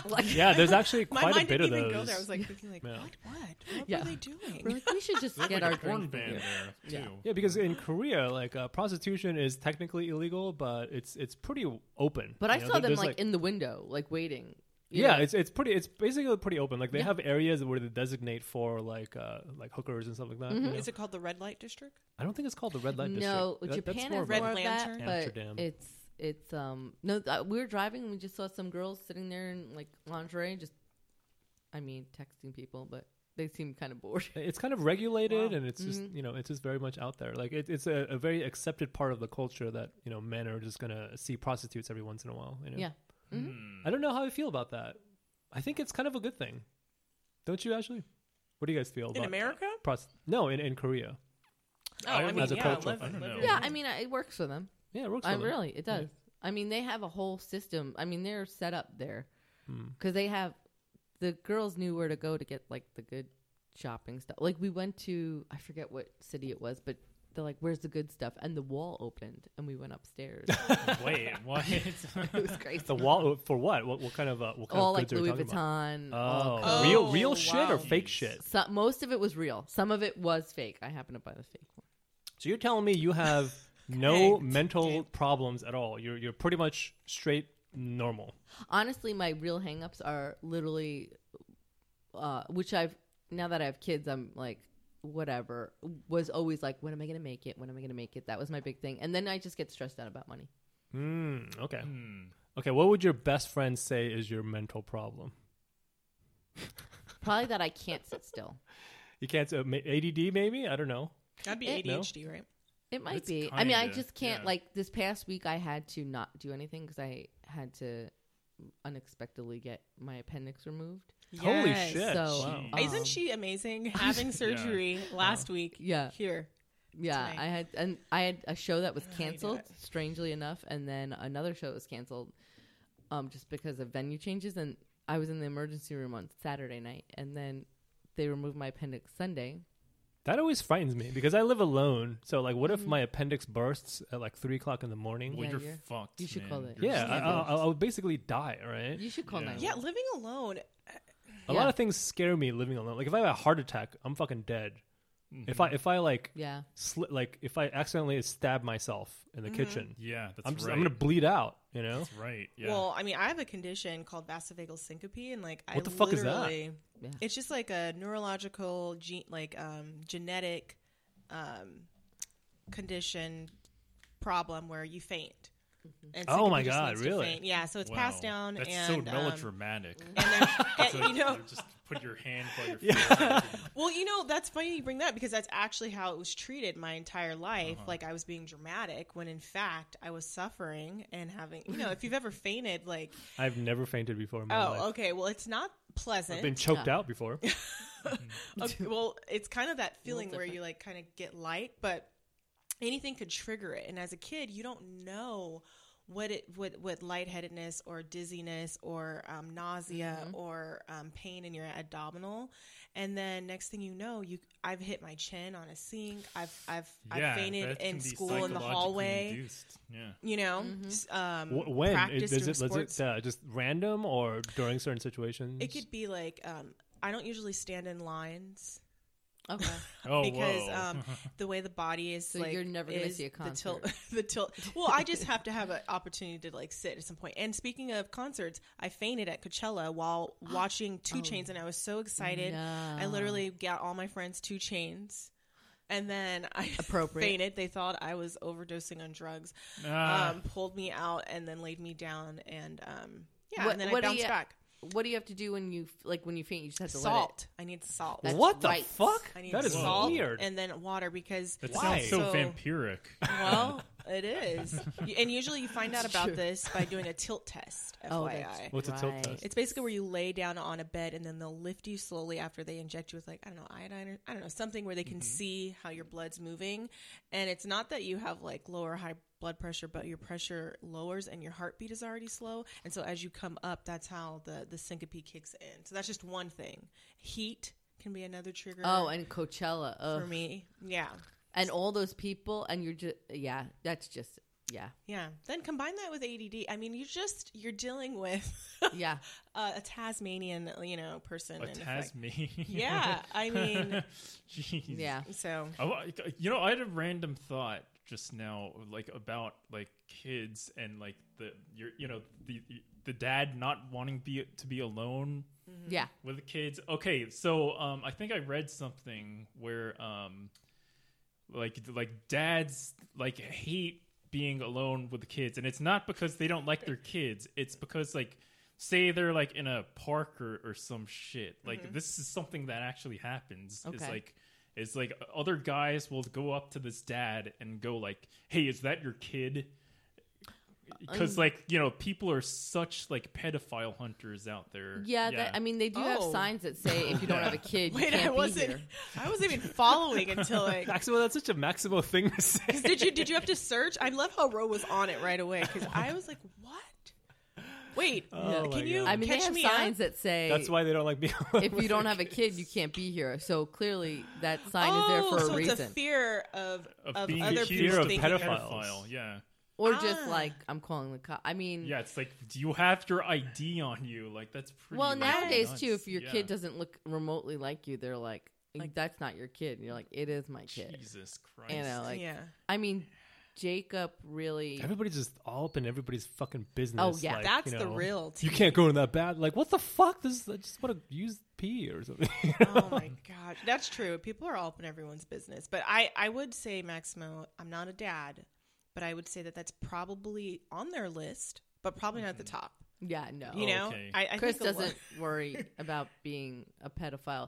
S4: like
S2: Yeah, there's actually
S3: my
S2: quite a
S3: mind
S2: bit
S3: didn't
S2: of
S3: even
S2: those.
S3: go there. I was like thinking, like,
S2: Yeah.
S3: what? What? What
S4: Yeah.
S3: were they
S4: We're
S3: doing?
S4: like, we should just
S1: They have,
S4: get
S1: like,
S4: our
S1: a porn
S4: drink.
S1: band
S4: Yeah.
S1: there
S4: Yeah.
S1: too.
S2: yeah, because in Korea, like uh, prostitution is technically illegal, but it's it's pretty open.
S4: But
S2: you
S4: I
S2: know,
S4: saw
S2: there-
S4: them
S2: there's,
S4: like, in the window, like waiting. you
S2: yeah,
S4: know?
S2: it's it's pretty it's basically pretty open. Like they
S4: Yeah.
S2: have areas where they designate for like uh like hookers and stuff like that. you know?
S3: Is it called the red light district?
S2: I don't think it's called the red light district.
S4: Mm-hmm. no,
S2: That- that's
S4: Japan
S2: more
S4: has
S2: of
S4: more
S2: a-
S3: Red
S4: of that,
S3: Lantern.
S4: but
S2: Amsterdam.
S4: it's it's um no. Th- we were driving and we just saw some girls sitting there in like lingerie, just I mean texting people, but they seemed kind of bored.
S2: It's kind of regulated,
S3: Wow.
S2: and it's
S4: Mm-hmm.
S2: just you know it's just very much out there. Like it, it's a, a very accepted part of the culture that you know men are just gonna see prostitutes every once in a while. You know?
S4: Yeah. Mm-hmm.
S2: I don't know how I feel about that. I think it's kind of a good thing, don't you, Ashley? What do you guys feel
S3: In
S2: about
S3: America?
S2: pros- no, in, in Korea.
S3: Oh,
S1: I
S3: I,
S1: don't
S3: mean,
S2: as a
S3: yeah,
S2: culture,
S3: live-
S1: I don't
S3: live
S1: know.
S3: your
S4: Yeah,
S3: life.
S4: I mean I, it works for them.
S2: Yeah, it works.
S4: I
S2: for them.
S4: really, it does. I mean, they have a whole system. I mean, they're set up there
S2: Hmm.
S4: because they have the girls knew where to go to get like the good shopping stuff. Like we went to, I forget what city it was, but they're like, "Where's the good stuff?" And the wall opened, and we went upstairs.
S1: Hmm. Wait, what?
S4: it was crazy.
S2: The wall for what? What, what kind of uh, what kind
S4: all
S2: of
S4: like
S2: goods
S4: Louis
S2: are we talking about?
S4: Vuitton. all
S2: Oh,
S4: kinds.
S2: real
S3: Oh,
S2: real shit or
S3: wow.
S2: fake
S1: Jeez.
S2: shit?
S4: So, most of it was real. Some of it was fake. I happen to buy the fake one.
S2: So you're telling me you have no
S3: Correct.
S2: mental
S3: Dude.
S2: problems at all. You're you're pretty much straight normal.
S4: honestly my real hangups are literally uh which i've now that i have kids i'm like whatever was always like when am i gonna make it when am i gonna make it that was my big thing and then i just get stressed out about money
S2: Mm, okay.
S1: Hmm.
S2: Okay, what would your best friend say is your mental problem?
S4: probably that i can't sit still
S2: You can't say ma- ADD maybe? I don't know.
S3: That'd be
S4: It-
S2: No.
S3: ADHD, right?
S4: it might
S1: It's
S4: be i mean i
S1: kinda,
S4: just can't
S1: yeah.
S4: like this past week i had to not do anything because i had to unexpectedly get my appendix removed
S2: Holy
S3: Yes.
S2: shit.
S4: so
S1: Wow.
S4: um,
S3: Isn't she amazing? Having surgery last week.
S4: Yeah.
S3: Here.
S4: Yeah,
S3: tonight.
S4: I had and I had a show that was
S3: how you do
S4: canceled,
S3: it.
S4: strangely enough, and then another show that was canceled, um, just because of venue changes. And I was in the emergency room on Saturday night, and then they removed my appendix Sunday.
S2: That always frightens me because I live alone. So like, what if
S4: Mm-hmm.
S2: my appendix bursts at like three o'clock in the morning?
S1: Well,
S4: Yeah,
S1: you're
S4: you're-
S1: fucked.
S4: you should
S1: man.
S4: call it.
S1: You're
S2: yeah,
S1: just-
S2: I, I, I'll- I'll basically die. Right.
S4: You should call
S1: Yeah.
S4: nine.
S3: Yeah, living alone.
S2: A
S4: Yeah.
S2: lot of things scare me living alone. Like if I have a heart attack, I'm fucking dead.
S1: Mm-hmm.
S2: If I if I like
S4: yeah,
S2: sli- like if I accidentally stab myself in
S3: Mm-hmm.
S2: the kitchen,
S1: yeah, that's
S2: I'm just
S1: right.
S2: I'm gonna bleed out. You know.
S1: That's right. Yeah.
S3: Well, I mean, I have a condition called vasovagal syncope, and like, I
S2: What the fuck is that?
S3: literally-
S4: Yeah.
S3: It's just like a neurological, gene, like um, genetic um, condition problem where you faint. And
S2: Oh
S3: syncope
S2: my
S3: just
S2: God,
S3: means to
S2: really?
S3: faint. Yeah, so it's
S1: Wow.
S3: passed down.
S1: That's
S3: and,
S1: so
S3: um,
S1: melodramatic.
S3: and then- and,
S1: It's like
S3: you know,
S1: you just put your hand by your yeah.
S3: Well, you know, that's funny you bring that because that's actually how it was treated my entire life.
S2: Uh-huh.
S3: Like I was being dramatic when in fact I was suffering and having, you know, if you've ever fainted, like,
S2: I've never fainted before in my life.
S3: oh, okay, well, it's not pleasant.
S2: I've been choked
S4: Yeah.
S2: out before.
S3: Okay, well, it's kind of that feeling where
S4: different.
S3: you like kind of get light, but anything could trigger it. And as a kid, you don't know what it what what lightheadedness or dizziness or um, nausea or um, pain in your abdominal. And then next thing you know, you I've hit my chin on a sink. I've I've
S1: Yeah,
S3: I've fainted
S1: that can
S3: in
S1: be
S3: school in the
S1: psychologically
S3: hallway.
S1: induced. Yeah.
S3: You know, S- um,
S2: Wh- when it,
S3: practice
S2: does
S3: during
S2: it, does
S3: sports.
S2: it uh, just random or during certain situations?
S3: It could be like um, I don't usually stand in lines.
S4: Okay.
S1: Oh,
S3: because
S1: whoa.
S3: um, the way the body is
S4: So
S3: like
S4: you're never gonna
S3: is
S4: see a
S3: The
S4: concert.
S3: tilt, the tilt. Well, I just have to have an opportunity to like sit at some point. And speaking of concerts, I fainted at Coachella while watching Two Chains, and I was so excited. I
S4: Oh, No.
S3: literally got all my friends Two Chains, and then I
S4: Appropriate.
S3: fainted. They thought I was overdosing on drugs.
S1: Ah.
S3: Um, pulled me out and then laid me down, and um, yeah,
S4: What-
S3: and then
S4: what
S3: I
S4: do
S3: bounced
S4: you-
S3: back.
S4: What do you have to do when you f- like when you faint? You just have to
S3: Salt. I need salt.
S4: That's
S2: what the
S4: right.
S2: fuck?
S3: I need
S2: That is
S3: salt
S2: weird.
S3: and then water because
S1: that
S2: why?
S1: sounds so,
S3: So-
S1: vampiric.
S3: Well, it is. You- And usually you find out about
S4: true.
S3: this by doing a tilt test, FYI.
S4: Oh, that's-
S2: What's a tilt
S4: Right.
S2: test?
S3: It's basically where you lay down on a bed and then they'll lift you slowly after they inject you with like I don't know iodine or I don't know something where they
S4: Mm-hmm.
S3: can see how your blood's moving and it's not that you have like low or high blood pressure but your pressure lowers and your heartbeat is already slow and so as you come up that's how the the syncope kicks in. So that's just one thing. Heat can be another trigger.
S4: let it. Oh, and Coachella.
S3: for
S4: Ugh.
S3: me. Yeah.
S4: And all those people, and you're just yeah. That's just yeah,
S3: Yeah. Then combine that with ADD. I mean, you just you're dealing with
S4: yeah.
S3: uh, a Tasmanian, you know, person.
S1: A
S3: and it's like-
S1: Tasmanian.
S3: Yeah, I mean-
S1: Jeez.
S4: Yeah.
S3: So
S1: I wa- you know, I had a random thought just now, like about like kids and like the your you know the the dad not wanting be, to be alone
S4: Yeah.
S1: with the kids. Okay, so um, I think I read something where um, like like dads like hate being alone with the kids, and it's not because they don't like their kids. It's because like say they're like in a park or, or some shit. Like this is something that actually happens. Is
S4: Mm-hmm. Okay.
S1: like. It's like other guys will go up to this dad and go like, "Hey, is that your kid?"
S4: Um,
S1: Because like you know, people are such like pedophile hunters out there.
S4: Yeah, That, I mean, they do have
S3: Oh.
S4: signs that say if you don't
S1: Yeah.
S4: have a kid, you
S3: wait,
S4: can't
S3: I wasn't.
S4: be here.
S3: I wasn't even following until like.
S2: Maximo, that's such a Maximo thing to say.
S3: Did you did you have to search? I love how Ro was on it right away because I was like, what? Wait,
S2: Oh my
S3: can you
S2: God.
S4: I mean,
S3: catch
S4: they have
S3: me
S4: signs
S3: up?
S4: that say
S2: That's why they don't like being alone
S4: if
S2: with
S4: you don't
S2: their
S4: have a
S2: kids.
S4: kid, you can't be here. So clearly, that sign
S3: oh,
S4: is there for
S3: so
S4: a
S3: it's a
S4: reason.
S3: fear of
S1: of,
S3: of,
S1: being
S3: other
S1: accused
S3: people
S1: of
S2: being
S3: thinking.
S2: pedophile.
S1: pedophile. Yeah,
S4: or just
S3: Ah.
S4: like I'm calling the cop. I mean,
S1: yeah. It's like, do you have your ID on you? Like that's pretty.
S4: well,
S1: like,
S4: nowadays
S1: nuts.
S4: too, if your
S1: Yeah.
S4: kid doesn't look remotely like you, they're like, "That's not your kid." And you're like, "It is my kid."
S1: Jesus Christ,
S4: You know, like
S3: yeah,
S4: I mean, Jacob really.
S2: Everybody's just all up in everybody's fucking business.
S4: Oh, yeah.
S2: like,
S3: that's
S2: you
S3: the
S2: know,
S3: real.
S2: You
S3: Tea.
S2: can't go in that bad. Like, what the fuck? This is, I just want to use pee or something.
S3: oh my gosh, that's true. People are all up in everyone's business, but I I would say Maximo, I'm not a dad, but I would say that that's probably on their list, but probably not at the top.
S4: Yeah, no.
S3: You know,
S1: Mm-hmm. Oh, Okay.
S3: I, I
S4: Chris
S3: think a lo-
S4: doesn't worry about being a pedophile.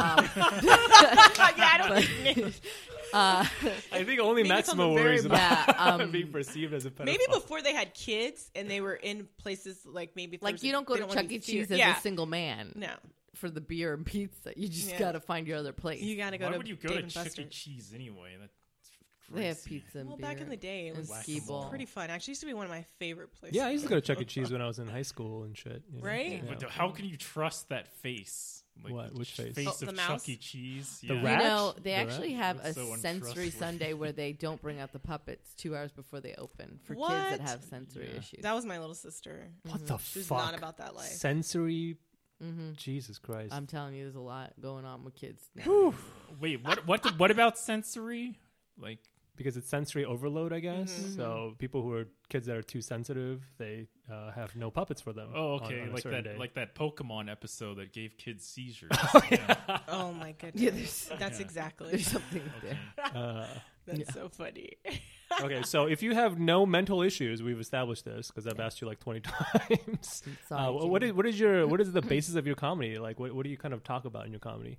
S4: Um,
S3: yeah, I don't.
S4: uh,
S2: I think only
S3: Maybe it's on
S2: Maximo
S3: Maximo the very
S2: worries
S3: worries
S4: about
S2: about
S4: back. Yeah, um,
S2: being perceived as a pedophile.
S3: maybe before they had kids and they were in places like maybe if there
S4: like
S3: was
S4: you
S3: a-
S4: don't go
S3: they
S4: to
S3: wanna
S4: Chuck
S3: be
S4: E. Cheese
S3: fear-
S4: as
S3: yeah,
S4: a single man
S3: No,
S4: for the beer and pizza. You just
S3: Yeah.
S4: gotta find your other place.
S3: you gotta go
S1: why
S3: to
S1: would you go
S3: Dave
S1: to
S3: and
S1: Chuck E.
S3: Buster's.
S1: Cheese anyway? That's crazy.
S4: they have pizza and
S3: Well,
S4: beer.
S3: back in the day, it
S4: and
S3: was
S4: skee ball.
S3: pretty fun. Actually, used to be one of my favorite places.
S2: yeah, I used to go to Chuck E. Cheese when I was in high school and shit. you know,
S3: Right?
S2: yeah.
S1: But how can you trust that face?
S2: What?
S1: the
S2: Which face?
S1: Face
S3: Oh,
S1: of
S3: the
S1: Chuck
S3: mouse?
S1: E. Cheese.
S2: The
S1: yeah.
S4: You
S2: rat?
S4: know,
S2: Rat?
S4: they
S2: The
S4: actually
S1: rat?
S4: have a
S1: That's so
S4: sensory
S1: untrustworthy.
S4: Sunday where they don't bring out the puppets two hours before they open for kids
S3: What?
S4: that have sensory
S1: Yeah.
S4: issues.
S3: That was my little sister.
S2: What the
S3: She was
S2: fuck?
S3: Mm-hmm. not about that life. Mm-hmm.
S2: Sensory.
S4: Mhm.
S2: Jesus Christ.
S4: I'm telling you, there's a lot going on with kids now.
S1: Wait, what? What? What about sensory? Like,
S2: because it's sensory overload, I guess.
S3: Mm-hmm.
S2: So people who are kids that are too sensitive, they uh, have no puppets for them.
S1: oh,
S2: on-
S1: okay,
S2: on a
S1: like
S2: certain
S1: that,
S2: day.
S1: like that Pokemon episode that gave kids seizures.
S3: Oh my goodness.
S4: Yeah, there's-
S3: That's
S1: Yeah.
S3: exactly.
S4: There's something there.
S2: Uh,
S3: That's so funny.
S2: okay, so if you have no mental issues, we've established this because I've asked you like twenty times.
S4: sorry,
S2: uh, wh- what
S4: Jimmy.
S2: is what is your what is the basis of your comedy? Like, what what do you kind of talk about in your comedy?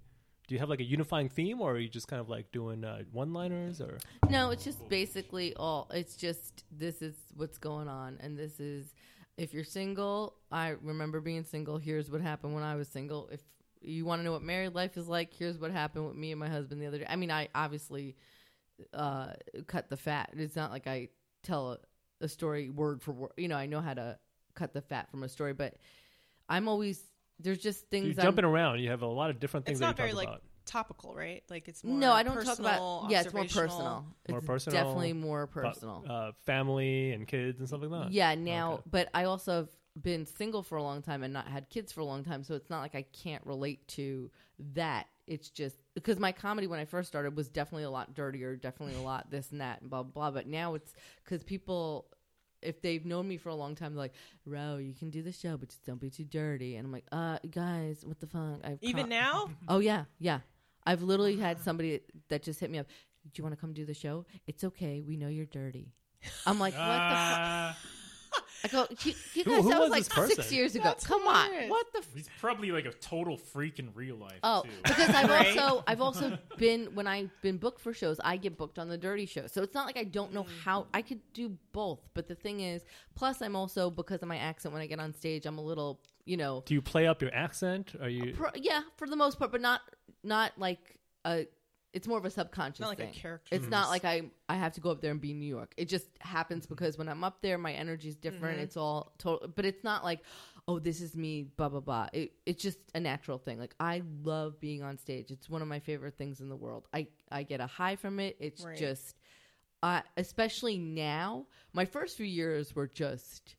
S2: Do you have like a unifying theme, or are you just kind of like doing uh, one-liners? Or
S4: No, it's just basically all. It's just this is what's going on, and this is if you're single. I remember being single. Here's what happened when I was single. If you want to know what married life is like, here's what happened with me and my husband the other day. I mean, I obviously uh, cut the fat. It's not like I tell a, a story word for word. You know, I know how to cut the fat from a story, but I'm always there's just things.
S2: you're
S4: I'm-
S2: jumping around. You have a lot of different things
S3: It's
S2: that
S3: not
S2: you
S3: very
S2: talk
S3: like
S2: about.
S3: topical, right? Like it's more
S4: no, I don't
S3: personal,
S4: talk about. Yeah, it's more
S3: observational.
S4: personal.
S2: More
S4: it's
S2: personal,
S4: Definitely more
S2: About,
S4: personal.
S2: uh, family and kids and stuff like that.
S4: Yeah, now,
S2: Okay.
S4: but I also have been single for a long time and not had kids for a long time, so it's not like I can't relate to that. It's just because my comedy when I first started was definitely a lot dirtier, definitely a lot this and that and blah blah. blah. But now it's because people, if they've known me for a long time, they're like, "Ro, you can do the show, but just don't be too dirty." And I'm like, "Uh, guys, what the fuck?" I've
S3: Even
S4: con-
S3: now,
S4: Oh yeah, yeah. I've literally had somebody that just hit me up. Do you want to come do the show? It's okay. We know you're dirty. I'm like, what
S1: Ah,
S4: the? Fuck? I go, you, you
S2: Who-
S4: guys.
S2: who
S4: that
S2: was
S4: was like
S2: this person?
S4: six years ago.
S3: That's
S4: come
S3: hilarious.
S4: on, what the? F-
S1: he's probably like a total freak in real life.
S4: oh,
S1: too.
S4: because I've
S3: Right?
S4: also I've also been when I've been booked for shows, I get booked on the dirty show. So it's not like I don't know
S3: Mm.
S4: how I could do both. But the thing is, plus I'm also because of my accent when I get on stage, I'm a little you know
S2: Do you play up your accent? Are you?
S4: Pro, yeah, for the most part, but not not like a. It's more of a subconscious.
S3: Not like a
S4: thing.
S3: character.
S4: It's not like I I have to go up there and be New York. It just happens because when I'm up there, my energy's different. It's all total, but it's not like, oh, this is me. Blah blah blah. It, it's just a natural thing. Like I love being on stage. It's one of my favorite things in the world. I I get a high from it. It's
S3: Right.
S4: just, uh, especially now. My first few years were just.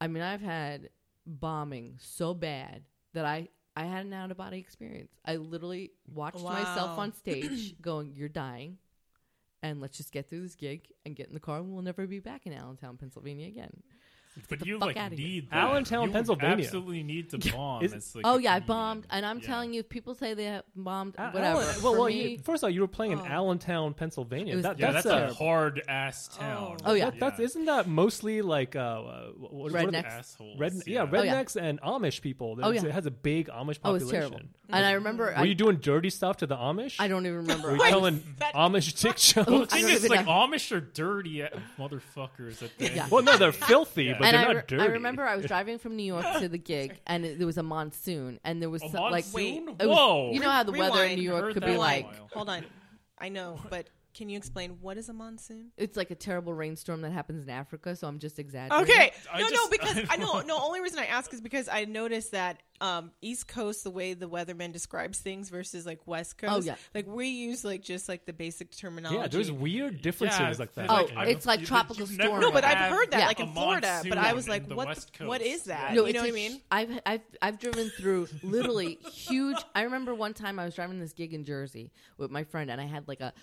S4: I mean, I've had bombing so bad that I I had an out of body experience. I literally watched myself
S3: Wow.
S4: on stage going, "You're dying." And let's just get through this gig and get in the car, and we'll never be back in Allentown, Pennsylvania again.
S1: but
S4: the
S1: you
S4: fuck
S1: like
S4: outta here.
S1: need that.
S2: Allentown,
S1: You
S2: Pennsylvania.
S1: Absolutely need to bomb.
S2: Is-
S1: as, like,
S4: oh
S1: a
S4: yeah, I
S1: comedian.
S4: bombed, and I'm
S1: Yeah.
S4: telling you, if people say they have bombed,
S2: Al-
S4: Uh, whatever.
S2: Allen-
S4: For
S2: Ah, oh, well, well,
S4: me,
S2: you, first of all, you were playing
S4: Oh.
S2: in Allentown, Pennsylvania.
S4: It was
S2: That,
S1: Yeah, that's,
S2: that's,
S1: a,
S2: a,
S1: hard ass town.
S3: Oh.
S4: Oh, yeah.
S2: that's isn't that mostly like uh, uh, what, what- what are
S4: Rednecks.
S2: the-
S1: assholes.
S2: Red, yeah,
S4: Oh, yeah.
S2: rednecks and Amish people.
S4: Oh, yeah.
S2: It has a big Amish population.
S4: oh, it's terrible. And I remember,
S2: Were
S4: I,
S2: you doing dirty stuff to the Amish?
S4: I don't even remember.
S2: Were you
S4: I-
S2: telling Amish
S1: Well,
S2: dick
S1: the
S2: jokes?
S4: I
S1: thing
S4: don't
S1: is,
S4: even
S1: like Amish are dirty a- motherfuckers. At the end
S4: Yeah.
S1: of
S2: well, no,
S1: the
S2: they're
S1: day.
S2: filthy,
S1: Yeah.
S2: but
S4: and
S2: they're
S4: I,
S2: not
S4: re-
S2: dirty.
S4: I remember I was driving from New York to the gig, and it, there was a monsoon, and there was
S1: A
S4: some, like
S1: monsoon?
S4: it was-
S1: Whoa.
S4: you know how the weather
S3: Rewind.
S4: in New York
S1: Heard
S4: could
S1: that
S4: be
S1: a
S4: like
S1: while.
S3: hold on. I know, but can you explain what is a monsoon?
S4: it's like a terrible rainstorm that happens in Africa. So I'm just exaggerating.
S3: Okay,
S1: I
S3: no, no,
S1: just-
S3: because I know. No, only reason I ask is because I noticed that um, East Coast, the way the weatherman describes things versus like West Coast,
S4: Oh, yeah.
S3: like we use like just like the basic terminology.
S2: Yeah, there's weird differences
S1: Yeah,
S2: like that.
S1: it's
S4: Oh,
S1: I-
S4: it's like
S1: you-
S4: tropical
S1: you've never
S4: storm.
S3: No, but I've
S1: had
S3: heard that
S4: Yeah.
S3: like in
S1: a
S3: Florida, but I was
S1: monsoon
S3: like,
S1: in the
S3: what?
S1: West
S3: the- what
S1: Coast.
S3: is that?
S4: No,
S3: you
S4: it's
S3: know what I
S4: a-
S3: mean?
S4: I've I've I've driven through literally huge. I remember one time I was driving this gig in Jersey with my friend, and I had like a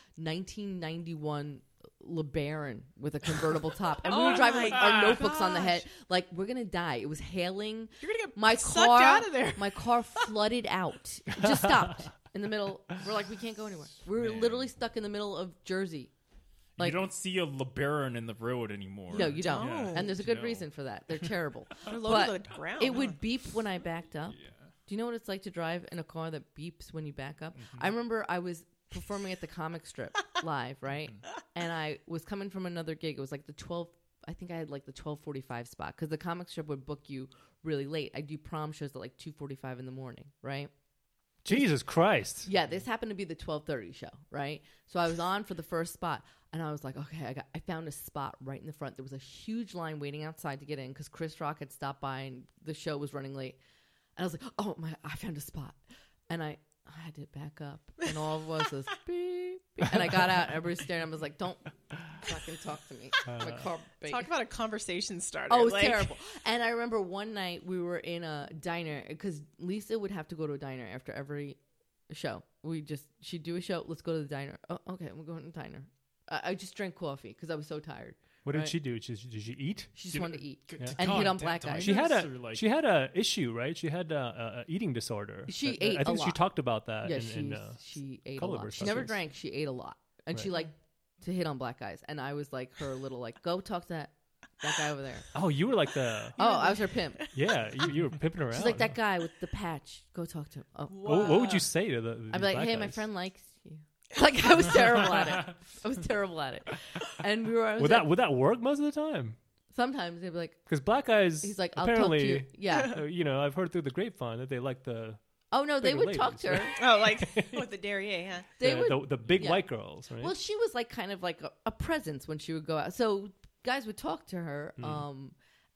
S4: 1991 LeBaron with a convertible top, and we
S3: Oh
S4: were driving
S3: my
S4: with our notebooks on the
S3: gosh.
S4: head, like we're gonna die. It was hailing.
S3: You're gonna get
S4: my
S3: sucked
S4: car
S3: out of there.
S4: My car flooded out. It Just stopped in the middle. We're like, we can't go anywhere. We were
S1: Man.
S4: literally stuck in the middle of Jersey. like-
S1: you don't see a LeBaron in the road anymore.
S4: No, you don't.
S1: Yeah.
S4: And there's a good
S1: No.
S4: reason for that. They're terrible.
S3: They're low to
S4: but
S3: the ground.
S4: it
S3: huh?
S4: would beep when I backed up. Do you know what it's like to drive in a car that beeps when you back up? I remember I was performing at the comic strip live, right? And I was coming from another gig. It was like the 12 I think I had like the 12:45 spot cuz the comic strip would book you really late. I do prom shows at like 2:45 in the morning, right?
S2: Jesus Christ.
S4: Yeah, this happened to be the 12:30 show, right? So I was on for the first spot and I was like, okay, I got I found a spot right in the front. There was a huge line waiting outside to get in cuz Chris Rock had stopped by and the show was running late. And I was like, "Oh my, I found a spot." And I I had to back up, and all it was was beep, beep. And I got out, and everybody staring. I was like, "Don't fucking talk to me." My car beeped.
S3: talk about a conversation starter.
S4: Oh, it was
S3: like-
S4: terrible. And I remember one night we were in a diner because Lisa would have to go to a diner after every show. We just she'd do a show. Let's go to the diner. Oh, okay, we're going to the diner. I, I just drank coffee because I was so tired.
S2: What did
S4: Right.
S2: she do? She, did she eat?
S4: She just
S1: Did-
S4: wanted to eat.
S1: Good
S4: And
S1: God,
S4: hit on
S1: that
S4: black
S1: time.
S4: guys.
S2: She had a
S1: Or, like-
S2: she had a issue, right? She had a, a, a eating disorder. I-
S4: She
S2: I,
S4: ate
S2: I
S4: a
S2: think she
S4: lot.
S2: talked about that.
S4: Yeah,
S2: in,
S4: she
S2: in,
S4: was-
S2: uh,
S4: she ate a
S2: Culliver
S4: lot. She never
S2: Sessions.
S4: drank. She ate a lot, and she
S2: Right.
S4: liked to hit on black guys. And I was like her little like, go talk to that that guy over there.
S2: oh, you were like the
S4: Oh, I was her pimp.
S2: yeah. You, you were pimping around.
S4: She's like that guy with the patch. Go talk to him. Oh.
S2: What, what would you say to the?
S4: I'd
S2: these
S4: be like,
S2: black
S4: hey, my
S2: guys?
S4: friend likes you. Like I was terrible at it. I was terrible at it. And we were I was
S2: Would
S4: like-
S2: that would that work most of the time?
S4: sometimes they'd be like,
S2: Because black guys,
S4: he's like, I'll
S2: apparently,
S4: talk to you. Yeah.
S2: uh, you know, I've heard through the grapevine that they like the
S4: Oh no, they
S2: Bigger
S4: would talk
S2: ladies,
S4: to her.
S3: Oh, like with the derriere, huh?
S4: They
S2: the,
S4: would.
S2: the, the big
S4: yeah.
S2: white girls, right?
S4: Well, she was like kind of like a, a presence when she would go out. So guys would talk to her.
S2: Hmm.
S4: Um,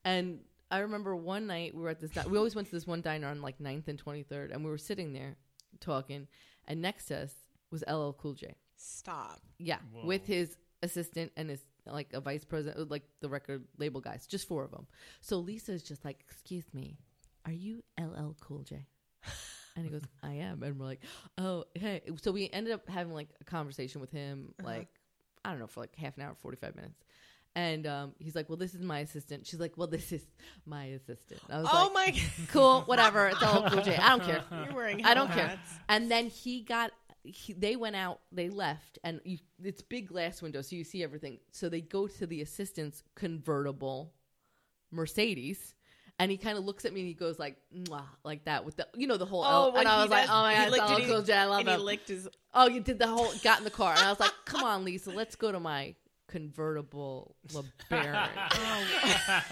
S4: and I remember one night we were at this. Di- we always went to this one diner on like 9th and twenty third, and we were sitting there talking, and next to us was LL Cool J.
S3: Stop.
S4: Yeah, with his assistant and his like a vice president, uh, like the record label guys, just four of them. So Lisa's just like, "Excuse me, are you LL Cool J?" And he goes, "I am," and we're like, "Oh, hey!" So we ended up having like a conversation with him,
S3: Uh-huh.
S4: like I don't know, for like half an hour, forty five minutes. And um, he's like, "Well, this is my assistant." She's like, "Well, this is my assistant." I was
S3: oh
S4: like,
S3: my
S4: "Cool, whatever. It's all Cool J. I don't care."
S3: god, you're wearing.
S4: I don't
S3: hell
S4: care.
S3: hats.
S4: And then he got. He, they went out. They left, and you, it's big glass window, so you see everything. So they go to the assistant's convertible Mercedes, and he kind of looks at me and he goes like, Mwah, like that with the, you know, the whole.
S3: Oh,
S4: Oh,
S3: when
S4: and I
S3: he
S4: was like,
S3: does-
S4: oh my
S3: he
S4: god, it's
S3: licked
S4: all
S3: it, he-
S4: Cool J, I love
S3: And he
S4: him.
S3: licked his.
S4: oh, you did the whole. Got in the car, and I was like, come on, Lisa, let's go to my convertible LeBaron.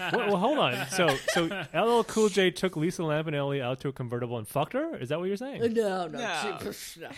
S2: well, well, hold on. So, so LL Cool J took Lisa Lampanelli out to a convertible and fucked her. Is that what you're saying?
S4: no, no,
S3: No.
S4: she- no.